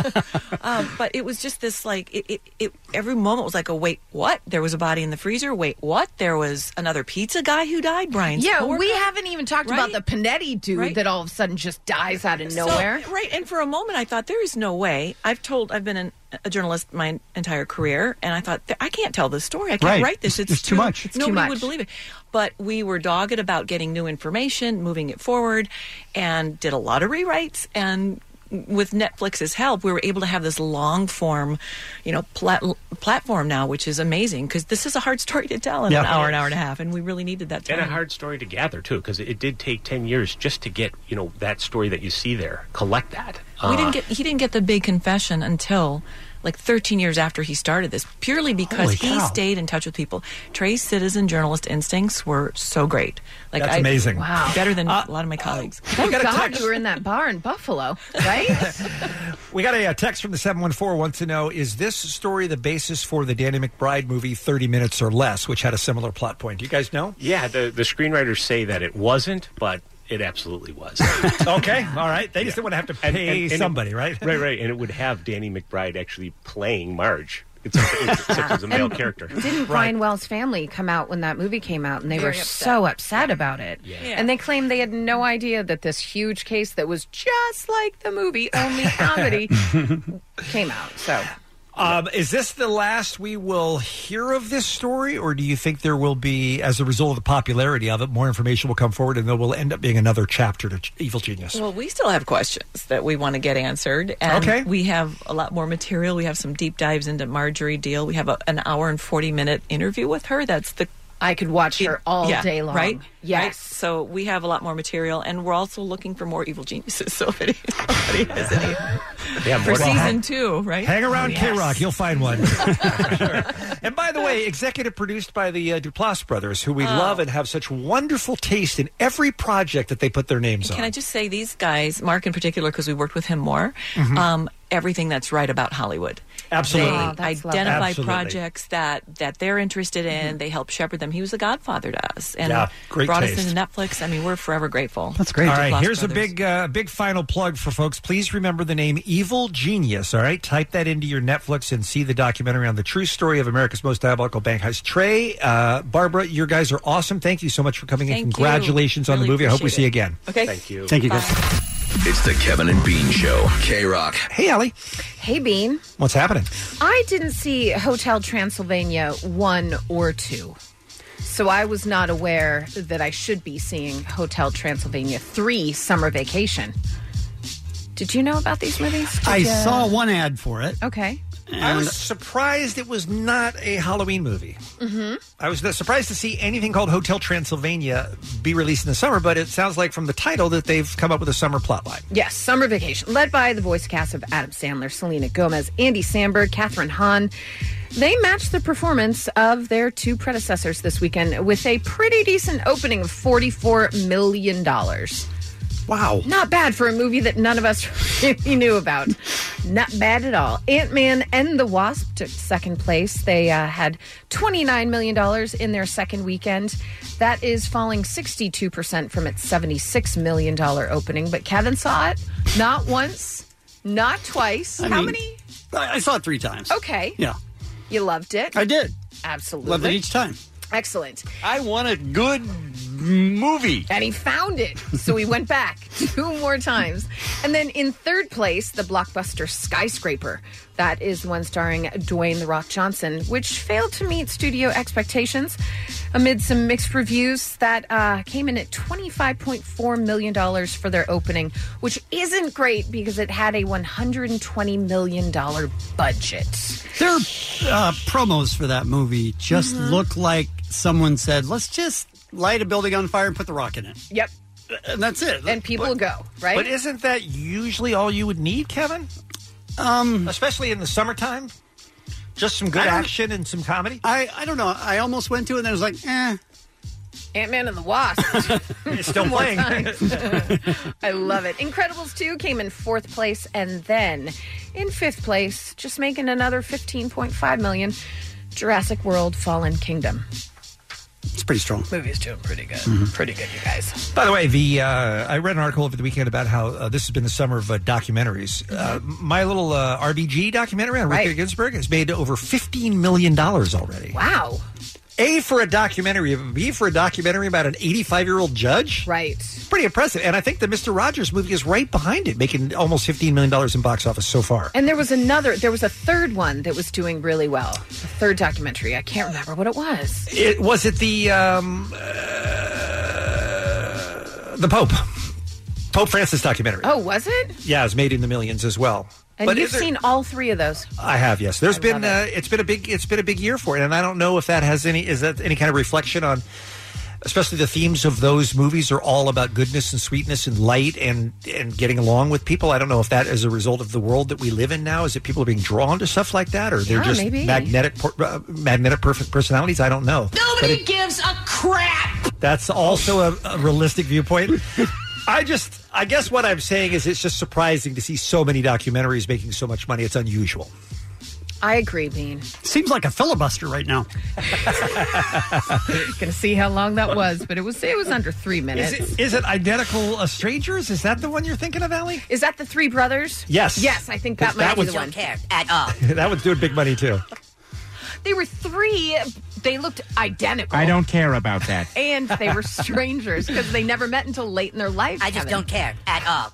[SPEAKER 25] um, but it was just this like it, it, it. Every moment was like a wait, what? There was a body in the freezer. Wait, what? There was another pizza guy who died. Brian's
[SPEAKER 9] yeah,
[SPEAKER 25] coworker.
[SPEAKER 9] we haven't even talked
[SPEAKER 25] Right?
[SPEAKER 9] about the Panetti dude
[SPEAKER 25] Right.
[SPEAKER 9] that all of a sudden just dies out of nowhere.
[SPEAKER 25] So, right, and for a moment I thought there is no way. I've told I've been an, a journalist my entire career, and I thought I can't tell this story. I can't
[SPEAKER 2] Right.
[SPEAKER 25] write this. It's,
[SPEAKER 2] It's too much. It's too
[SPEAKER 25] nobody
[SPEAKER 2] much.
[SPEAKER 25] would believe it. But we were dogged about getting new information, moving it forward, and did a lot of rewrites and. With Netflix's help, we were able to have this long form, you know, plat- platform now, which is amazing because this is a hard story to tell in
[SPEAKER 12] Yeah.
[SPEAKER 25] an hour, an hour and a half, and we really needed that time.
[SPEAKER 12] And a hard story to gather too, because it did take ten years just to get you know that story that you see there. Collect that.
[SPEAKER 25] we
[SPEAKER 12] Uh,
[SPEAKER 2] Ah.
[SPEAKER 25] didn't get he didn't get the big confession until like 13 years after he started this purely because
[SPEAKER 2] Holy
[SPEAKER 25] he
[SPEAKER 2] cow.
[SPEAKER 25] stayed in touch with people trey's citizen journalist instincts were so great like
[SPEAKER 2] That's
[SPEAKER 25] I-
[SPEAKER 2] amazing. Uh,
[SPEAKER 9] Wow.
[SPEAKER 25] better than a lot of my colleagues
[SPEAKER 9] Thank God you were in that bar in Buffalo, right?
[SPEAKER 2] We got a, uh text from the 714 wants to know Is this story the basis for the Danny McBride movie 30 Minutes or Less, which had a similar plot point? Do you guys know?
[SPEAKER 12] Yeah, the the screenwriters say that it wasn't, but It absolutely was.
[SPEAKER 8] okay, all right. They just didn't want to have to pay
[SPEAKER 12] And- and- and it-
[SPEAKER 8] somebody, right?
[SPEAKER 12] Right, right. And it would have Danny McBride actually playing Marge, except, except as a male
[SPEAKER 9] And
[SPEAKER 12] character.
[SPEAKER 9] Didn't Brian Wells' family come out when that movie came out, and they were
[SPEAKER 12] Very upset.
[SPEAKER 9] so upset about it.
[SPEAKER 12] Yeah.
[SPEAKER 9] And they claimed they had no idea that this huge case that was just like the movie, only comedy, came out. So
[SPEAKER 8] Um, is this the last we will hear of this story, or do you think there will be, as a result of the popularity of it, more information will come forward and there will end up being another chapter to Ch- Evil Genius?
[SPEAKER 25] Well, we still have questions that we want to get answered. And
[SPEAKER 8] Okay.
[SPEAKER 25] We have a lot more material. We have some deep dives into Marjorie Deal. We have a, an hour and 40 minute interview with her. That's the.
[SPEAKER 9] I could watch her all day long.
[SPEAKER 25] Right?
[SPEAKER 9] Yes.
[SPEAKER 25] Right? So we have a lot more material, and we're also looking for more Evil Geniuses. So if any- anybody has any.
[SPEAKER 8] Yeah,
[SPEAKER 25] for
[SPEAKER 8] more- Well,
[SPEAKER 25] season
[SPEAKER 8] hang-
[SPEAKER 25] two, right?
[SPEAKER 8] Hang around
[SPEAKER 25] Oh,
[SPEAKER 8] K
[SPEAKER 25] yes.
[SPEAKER 8] Rock, you'll find one. Sure. And by the way, executive produced by the uh, Duplass brothers,
[SPEAKER 11] Oh.
[SPEAKER 8] who we love and have such wonderful taste in every project that they put their names
[SPEAKER 25] Can
[SPEAKER 8] on.
[SPEAKER 25] I just say these guys, Mark in particular, because we worked with him more,
[SPEAKER 8] Mhm.
[SPEAKER 25] um, everything that's right about Hollywood.
[SPEAKER 8] Absolutely.
[SPEAKER 25] They
[SPEAKER 8] Oh, that's lovely.
[SPEAKER 25] identify
[SPEAKER 8] Absolutely. Mm-hmm.
[SPEAKER 25] projects that, that they're interested in. They help shepherd them. He was a godfather to us and
[SPEAKER 8] Yeah, great
[SPEAKER 25] brought us
[SPEAKER 8] taste.
[SPEAKER 25] into Netflix. I mean, we're forever grateful.
[SPEAKER 8] All right, here's a big, uh, big final plug for folks. Please remember the name Evil Genius. All right, type that into your Netflix and see the documentary on the true story of America's most diabolical bank heist. Trey, uh, Barbara, your guys are awesome. Thank you so much for coming
[SPEAKER 11] Thank
[SPEAKER 8] in.
[SPEAKER 11] you.
[SPEAKER 8] Congratulations on the
[SPEAKER 11] Really
[SPEAKER 8] movie. I hope we
[SPEAKER 11] appreciate
[SPEAKER 8] see you
[SPEAKER 11] it.
[SPEAKER 8] again.
[SPEAKER 11] Okay. Thank you.
[SPEAKER 8] Thank you, guys.
[SPEAKER 11] It's the Kevin and Bean Show. K Rock.
[SPEAKER 8] Hey, Allie.
[SPEAKER 9] Hey, Bean.
[SPEAKER 8] What's happening?
[SPEAKER 9] I didn't see Hotel Transylvania 1 or 2. So I was not aware that I should be seeing Hotel Transylvania 3 Summer Vacation. Did you know about these movies? Did
[SPEAKER 7] I
[SPEAKER 9] ya-
[SPEAKER 7] saw one ad for it.
[SPEAKER 9] Okay.
[SPEAKER 8] I was surprised it was not a Halloween movie.
[SPEAKER 9] Mm-hmm.
[SPEAKER 8] I was surprised to see anything called Hotel Transylvania be released in the summer, but it sounds like from the title that they've come up with a summer plotline.
[SPEAKER 9] Yes, Summer Vacation, led by the voice cast of Adam Sandler, Selena Gomez, Andy Samberg, Catherine Hahn. They matched the performance of their two predecessors this weekend with a pretty decent opening of $44 million.
[SPEAKER 8] Wow.
[SPEAKER 9] Not bad for a movie that none of us really knew about. Not bad at all. Ant Man and the Wasp took second place. They uh, had $29 million in their second weekend. That is falling 62% from its $76 million opening. But Kevin saw it not once, not twice.
[SPEAKER 7] I
[SPEAKER 9] How
[SPEAKER 7] mean,
[SPEAKER 9] many?
[SPEAKER 7] I, I saw it three times.
[SPEAKER 9] Okay.
[SPEAKER 7] Yeah.
[SPEAKER 9] You loved it?
[SPEAKER 7] I did.
[SPEAKER 9] Absolutely.
[SPEAKER 7] Loved it each time.
[SPEAKER 9] Excellent.
[SPEAKER 7] I want a good movie.
[SPEAKER 9] And he found it. So he went back two more times. And then in third place, the blockbuster Skyscraper. That is the one starring Dwayne The Rock Johnson, which failed to meet studio expectations amid some mixed reviews that uh, came in at $25.4 million for their opening, which isn't great because it had a $120 million budget.
[SPEAKER 7] Their uh, promos for that movie just
[SPEAKER 9] Mhm.
[SPEAKER 7] look like someone said, let's just light a building on fire and put the rock in it.
[SPEAKER 9] Yep.
[SPEAKER 7] And that's it.
[SPEAKER 9] And people
[SPEAKER 7] But-
[SPEAKER 9] go, right?
[SPEAKER 7] but
[SPEAKER 8] isn't that usually all you would need, Kevin?
[SPEAKER 7] Um,
[SPEAKER 8] Especially in the summertime? Just some good
[SPEAKER 7] I don't-
[SPEAKER 8] action and some comedy?
[SPEAKER 7] I, I don't know. I almost went to it and I was like, eh.
[SPEAKER 9] Ant Man and the Wasp.
[SPEAKER 8] It's still
[SPEAKER 9] More
[SPEAKER 8] playing.
[SPEAKER 9] times. I love it. Incredibles 2 came in fourth place and then in fifth place, just making another 15.5 million. Jurassic World Fallen Kingdom.
[SPEAKER 7] It's pretty strong. Mm-hmm.
[SPEAKER 9] Movie's doing pretty good. Pretty good, you guys.
[SPEAKER 8] By the way, the uh, I read an article over the weekend about how uh, this has been the summer of uh, documentaries. Uh,
[SPEAKER 9] Mm-hmm.
[SPEAKER 8] my little uh, RBG documentary on Rudyard Ginsburg has made over fifteen million dollars already.
[SPEAKER 9] Wow.
[SPEAKER 8] A for a documentary, B for a documentary about an eighty-five-year-old judge.
[SPEAKER 9] Right.
[SPEAKER 8] Pretty impressive, and I think the Mister Rogers movie is right behind it, making almost fifteen million dollars in box office so far.
[SPEAKER 9] And there was another, there was a third one that was doing really well. The third documentary. I can't remember what it was.
[SPEAKER 8] It was it the um, uh, the Pope, Pope Francis documentary.
[SPEAKER 9] Oh, was it?
[SPEAKER 8] Yeah, it's made in the millions as well.
[SPEAKER 9] And
[SPEAKER 8] But
[SPEAKER 9] you've
[SPEAKER 8] is there-
[SPEAKER 9] seen all three of those.
[SPEAKER 8] I have, yes. There's been uh, it's been a big it's been a big year for it, and I don't know if that has any is that any kind of reflection on, especially the themes of those movies are all about goodness and sweetness and light and and getting along with people. I don't know if that is a result of the world that we live in now. Is that people are being drawn to stuff like that, or they're
[SPEAKER 6] Yeah,
[SPEAKER 8] just
[SPEAKER 6] maybe.
[SPEAKER 8] magnetic por- uh, magnetic perfect personalities? I don't know. But
[SPEAKER 6] Nobody
[SPEAKER 8] it-
[SPEAKER 6] gives a crap.
[SPEAKER 8] that's also a, a realistic viewpoint. I just I guess what I'm saying is it's just surprising to see so many documentaries making so much money. It's unusual.
[SPEAKER 9] I agree, Bean.
[SPEAKER 7] Seems like a filibuster right now.
[SPEAKER 9] Gonna see how long that was, but it was it was under three minutes.
[SPEAKER 2] Is it, is it identical uh, strangers? Is that the one you're thinking of, Allie?
[SPEAKER 9] Is that the three brothers?
[SPEAKER 2] Yes.
[SPEAKER 9] Yes, I think
[SPEAKER 2] 'Cause
[SPEAKER 9] that might
[SPEAKER 2] that
[SPEAKER 9] be
[SPEAKER 2] was-
[SPEAKER 9] the one.
[SPEAKER 2] Don't care
[SPEAKER 9] at all.
[SPEAKER 2] that one's doing big money too.
[SPEAKER 9] They were three. They looked identical.
[SPEAKER 2] care about that.
[SPEAKER 9] And they were strangers because they never met until late in their life. I just don't care at all.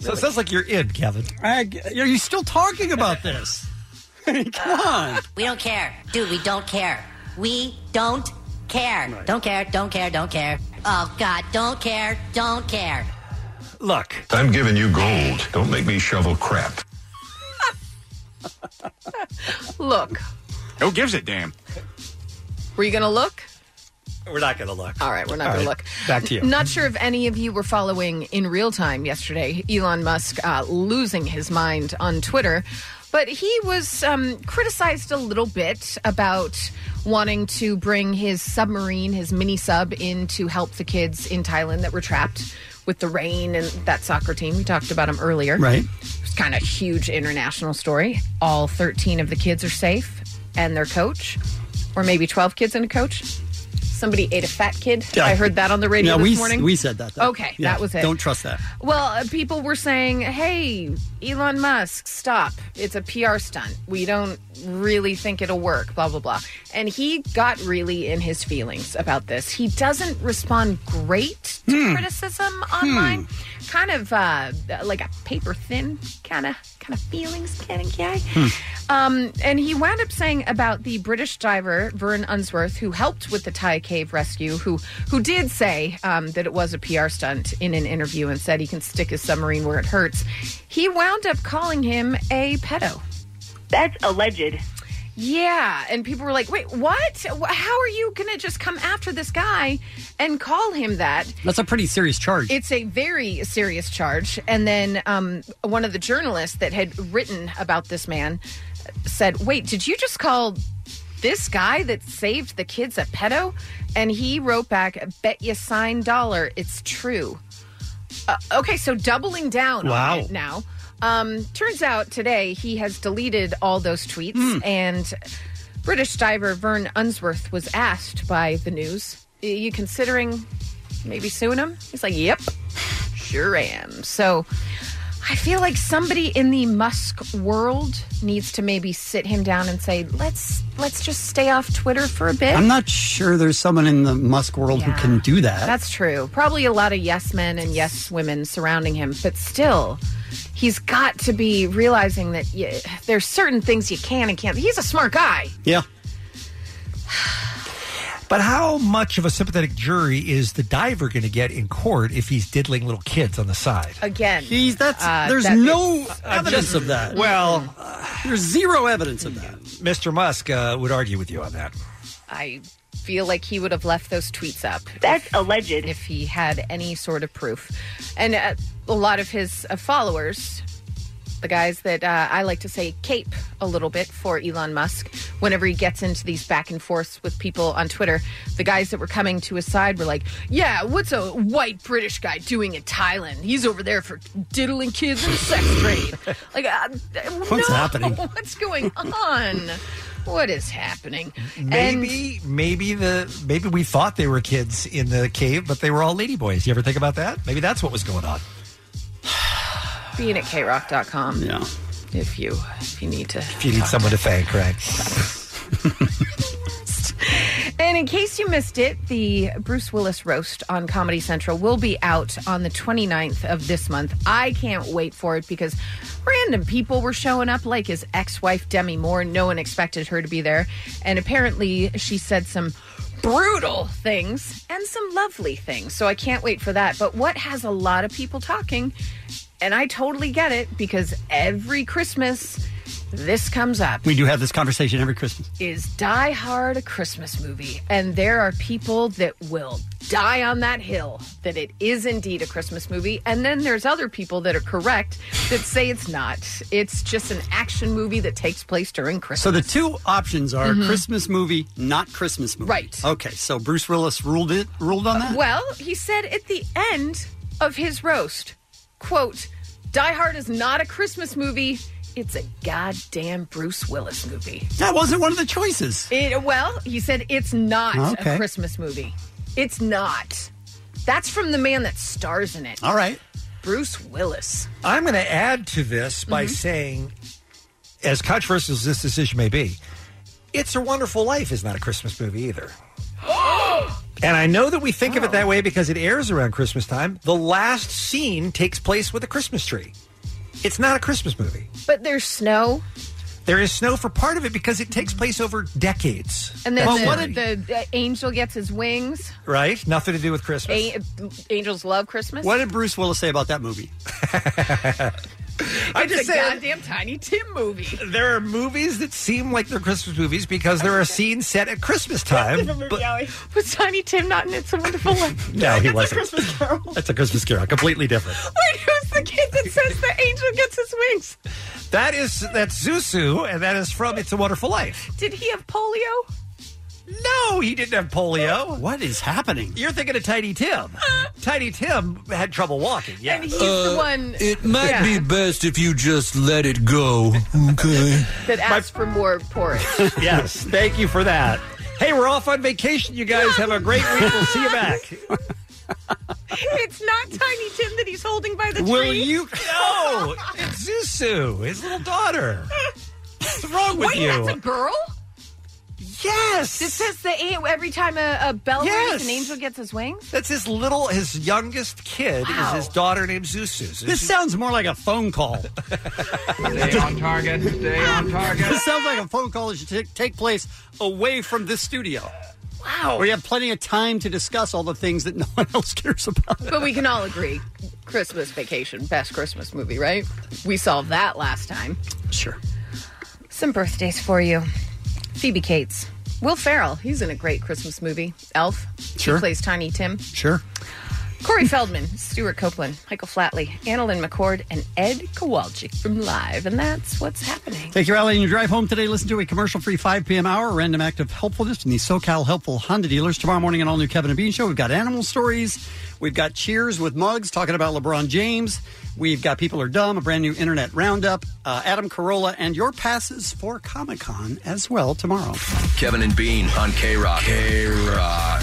[SPEAKER 2] So it sounds like you're in, Kevin.
[SPEAKER 7] Are you still talking about this? Come on.
[SPEAKER 10] We don't care. Dude, we don't care. We don't care. Don't care, don't care, don't care. Oh, God, don't care, don't care.
[SPEAKER 2] Look.
[SPEAKER 11] I'm giving you gold. Don't make me shovel crap.
[SPEAKER 9] Look,
[SPEAKER 14] Who gives a damn?
[SPEAKER 9] were you gonna look?
[SPEAKER 2] We're not going to look.
[SPEAKER 9] All right, we're not
[SPEAKER 2] All
[SPEAKER 9] going
[SPEAKER 2] right,
[SPEAKER 9] to look.
[SPEAKER 2] back to you.
[SPEAKER 9] Not sure if any of you were following in real time yesterday Elon Musk uh, losing his mind on Twitter, but he was um, criticized a little bit about wanting to bring his submarine, his mini sub, in to help the kids in Thailand that were trapped with the rain and that soccer team. We talked about him earlier.
[SPEAKER 7] Right.
[SPEAKER 9] It's kind of a huge international story. All 13 of the kids are safe and their coach, or maybe 12 kids and a coach. Somebody ate a fat kid.
[SPEAKER 7] Yeah.
[SPEAKER 9] I heard that on the radio
[SPEAKER 7] No,
[SPEAKER 9] this
[SPEAKER 7] we,
[SPEAKER 9] morning.
[SPEAKER 7] we said that. though.
[SPEAKER 9] Okay, that was it.
[SPEAKER 7] Don't trust that.
[SPEAKER 9] Well, uh, people were saying, hey, Elon Musk, stop. It's a PR stunt. We don't really think it'll work, blah, blah, blah. And he got really in his feelings about this. He doesn't respond great to
[SPEAKER 14] Hmm.
[SPEAKER 7] Hmm.
[SPEAKER 9] criticism online.
[SPEAKER 10] Hmm.
[SPEAKER 9] Kind of uh, like a paper thin kind of kind of feelings kind of guy.
[SPEAKER 10] Hmm.
[SPEAKER 9] Um, and he wound up saying about the British diver Vern Unsworth, who helped with the Thai cave rescue, who who did say um, that it was a PR stunt in an interview and said he can stick his submarine where it hurts. He wound up calling him a pedo.
[SPEAKER 10] That's alleged.
[SPEAKER 9] Yeah, and people were like, "Wait, what? Wh- How are you going to just come after this guy and call him that?"
[SPEAKER 7] That's a pretty serious charge.
[SPEAKER 9] It's a very serious charge. And then um, one of the journalists that had written about this man said, Wait, did you just call this guy that saved the kids a pedo? And he wrote back, Bet you sign dollar, it's true. Uh, okay, so doubling down
[SPEAKER 6] Wow.
[SPEAKER 9] on it now. Um, turns out today he has deleted all those tweets
[SPEAKER 7] Hmm.
[SPEAKER 9] and British diver Vern Unsworth was asked by the news, "Are you considering maybe suing him?" He's like, "Yep, sure am." So I feel like somebody in the Musk world needs to maybe sit him down and say, "Let's let's just stay off Twitter for a bit."
[SPEAKER 7] I'm not sure there's someone in the Musk world
[SPEAKER 9] Yeah.
[SPEAKER 7] who can do that.
[SPEAKER 9] That's true. Probably a lot of yes men and yes women surrounding him, but still, he's got to be realizing that y there's certain things you can and can't. He's a smart guy.
[SPEAKER 7] yeah.
[SPEAKER 2] But how much of a sympathetic jury is the diver going to get in court if he's diddling little kids on the side?
[SPEAKER 9] Again, Uh,
[SPEAKER 7] he's that's there's no evidence of Uh, that.
[SPEAKER 2] Well,
[SPEAKER 7] there's zero evidence of that.
[SPEAKER 2] Mr. Musk uh, would argue with you on that.
[SPEAKER 9] I feel like he would have left those tweets up. That's alleged. If he had any sort of proof. And uh, a lot of his uh, followers, the guys that uh, I like to say cape a little bit for Elon Musk, whenever he gets into these back and forths with people on Twitter, the guys that were coming to his side were like, Yeah, what's a white British guy doing in Thailand? He's over there for diddling kids in a sex trade. Like, uh,
[SPEAKER 2] What's
[SPEAKER 9] no,
[SPEAKER 2] happening?
[SPEAKER 9] What's going on? What is happening? And-
[SPEAKER 2] Maybe, maybe the maybe we thought they were kids in the cave, but they were all ladyboys. You ever think about that? Maybe that's what was going on.
[SPEAKER 9] being at krock.com.
[SPEAKER 7] Yeah.
[SPEAKER 9] If you if you need to
[SPEAKER 2] If you need someone to thank, right?
[SPEAKER 9] And in case you missed it, the Bruce Willis roast on Comedy Central will be out on the 29th of this month. I can't wait for it because random people were showing up, like his ex wife, Demi Moore. No one expected her to be there. And apparently, she said some brutal things and some lovely things. So I can't wait for that. But what has a lot of people talking, and I totally get it because every Christmas, this comes up
[SPEAKER 7] We do have this conversation every Christmas.
[SPEAKER 9] is Die Hard a Christmas movie? And there are people that will die on that hill that it is indeed a Christmas movie. And then there's other people that are correct that say it's not. It's just an action movie that takes place during Christmas.
[SPEAKER 7] So the two options are
[SPEAKER 8] Mm-hmm.
[SPEAKER 9] Mhm.
[SPEAKER 7] Christmas movie, not Christmas movie.
[SPEAKER 9] Right.
[SPEAKER 7] Okay. So Bruce Willis ruled it ruled on that.
[SPEAKER 9] Well, he said at the end of his roast, quote, Die Hard is not a Christmas movie. It's a goddamn Bruce Willis movie.
[SPEAKER 7] That wasn't one of the choices.
[SPEAKER 9] It, well, you said it's not
[SPEAKER 7] Okay.
[SPEAKER 9] a Christmas movie. It's not. That's from the man that stars in
[SPEAKER 8] Uh.
[SPEAKER 9] it.
[SPEAKER 7] All right.
[SPEAKER 9] Bruce Willis.
[SPEAKER 8] I'm going to add to this by
[SPEAKER 9] Mhm.
[SPEAKER 8] saying, as controversial as this decision may be, It's a Wonderful Life is not a Christmas movie either. And I know that we think of it
[SPEAKER 9] Oh.
[SPEAKER 8] that way because it airs around Christmas time. The last scene takes place with a Christmas tree. It's not a Christmas movie.
[SPEAKER 9] But there's snow.
[SPEAKER 8] There is snow for part of it because it takes place over decades.
[SPEAKER 9] And then
[SPEAKER 8] That's
[SPEAKER 9] the,
[SPEAKER 8] what it-
[SPEAKER 9] the, the angel gets his wings.
[SPEAKER 8] right? Nothing to do with Christmas.
[SPEAKER 9] A- angels love Christmas.
[SPEAKER 7] What did Bruce Willis say about that movie?
[SPEAKER 9] It's a goddamn Tiny Tim movie.
[SPEAKER 8] There are movies that seem like they're Christmas movies because there are scenes set at Christmas time. But
[SPEAKER 9] was Tiny Tim not in It's a Wonderful Life?
[SPEAKER 8] no, he
[SPEAKER 9] That's a
[SPEAKER 8] wasn't.
[SPEAKER 9] Christmas Carol.
[SPEAKER 8] That's a Christmas Carol, completely different.
[SPEAKER 9] Wait, who's the kid that says the angel gets his wings?
[SPEAKER 8] That is that's Zuzu, and that is from It's a Wonderful Life.
[SPEAKER 9] Did he have polio?
[SPEAKER 8] No, he didn't have polio.
[SPEAKER 7] What is happening?
[SPEAKER 8] You're thinking of Tiny Tim. Tiny Tim had trouble walking. Yeah,
[SPEAKER 9] And he's
[SPEAKER 8] Uh,
[SPEAKER 9] the one.
[SPEAKER 6] It might
[SPEAKER 9] Yeah.
[SPEAKER 6] be best if you just let it go. Okay.
[SPEAKER 9] that asks for more porridge.
[SPEAKER 8] yes, thank you for that. Hey, we're off on vacation. You guys have a great week. We'll see you back.
[SPEAKER 9] it's not Tiny Tim that he's holding by the
[SPEAKER 8] Will
[SPEAKER 9] tree.
[SPEAKER 8] you? No, it's Zuzu, his little daughter. What's wrong with
[SPEAKER 9] Wait,
[SPEAKER 8] you?
[SPEAKER 9] that's a girl.
[SPEAKER 8] Yes.
[SPEAKER 9] This says the an- every time a, a bell
[SPEAKER 8] Yes.
[SPEAKER 9] rings, an angel gets his wings.
[SPEAKER 8] That's his little, his youngest kid
[SPEAKER 9] Wow.
[SPEAKER 8] is his daughter named Zuzu.
[SPEAKER 7] This sounds more like a phone call.
[SPEAKER 8] Stay on target. Stay on target.
[SPEAKER 7] This sounds like a phone call that should t- take place away from this studio.
[SPEAKER 9] Wow.
[SPEAKER 7] We have plenty of time to discuss all the things that no one else cares about.
[SPEAKER 9] But we can all agree, Christmas Vacation, best Christmas movie, right? We solved that last time.
[SPEAKER 7] Sure.
[SPEAKER 9] Some birthdays for you. Phoebe Cates. Will Farrell, he's in a great Christmas movie. Elf.
[SPEAKER 7] Sure.
[SPEAKER 9] He plays Tiny Tim.
[SPEAKER 7] Sure.
[SPEAKER 9] Corey Feldman, Stuart Copeland, Michael Flatley, Annalyn McCord, and Ed Kowalczyk from Live. And that's what's happening.
[SPEAKER 7] Take your alley and your drive home today. Listen to a commercial free 5 p.m. hour, random act of helpfulness from the SoCal Helpful Honda dealers. Tomorrow morning, an all new Kevin and Bean show. We've got animal stories. We've got cheers with mugs talking about LeBron James. We've got People Are Dumb, a brand new internet roundup, uh, Adam Carolla, and your passes for Comic Con as well tomorrow.
[SPEAKER 11] Kevin and Bean on K Rock. K Rock.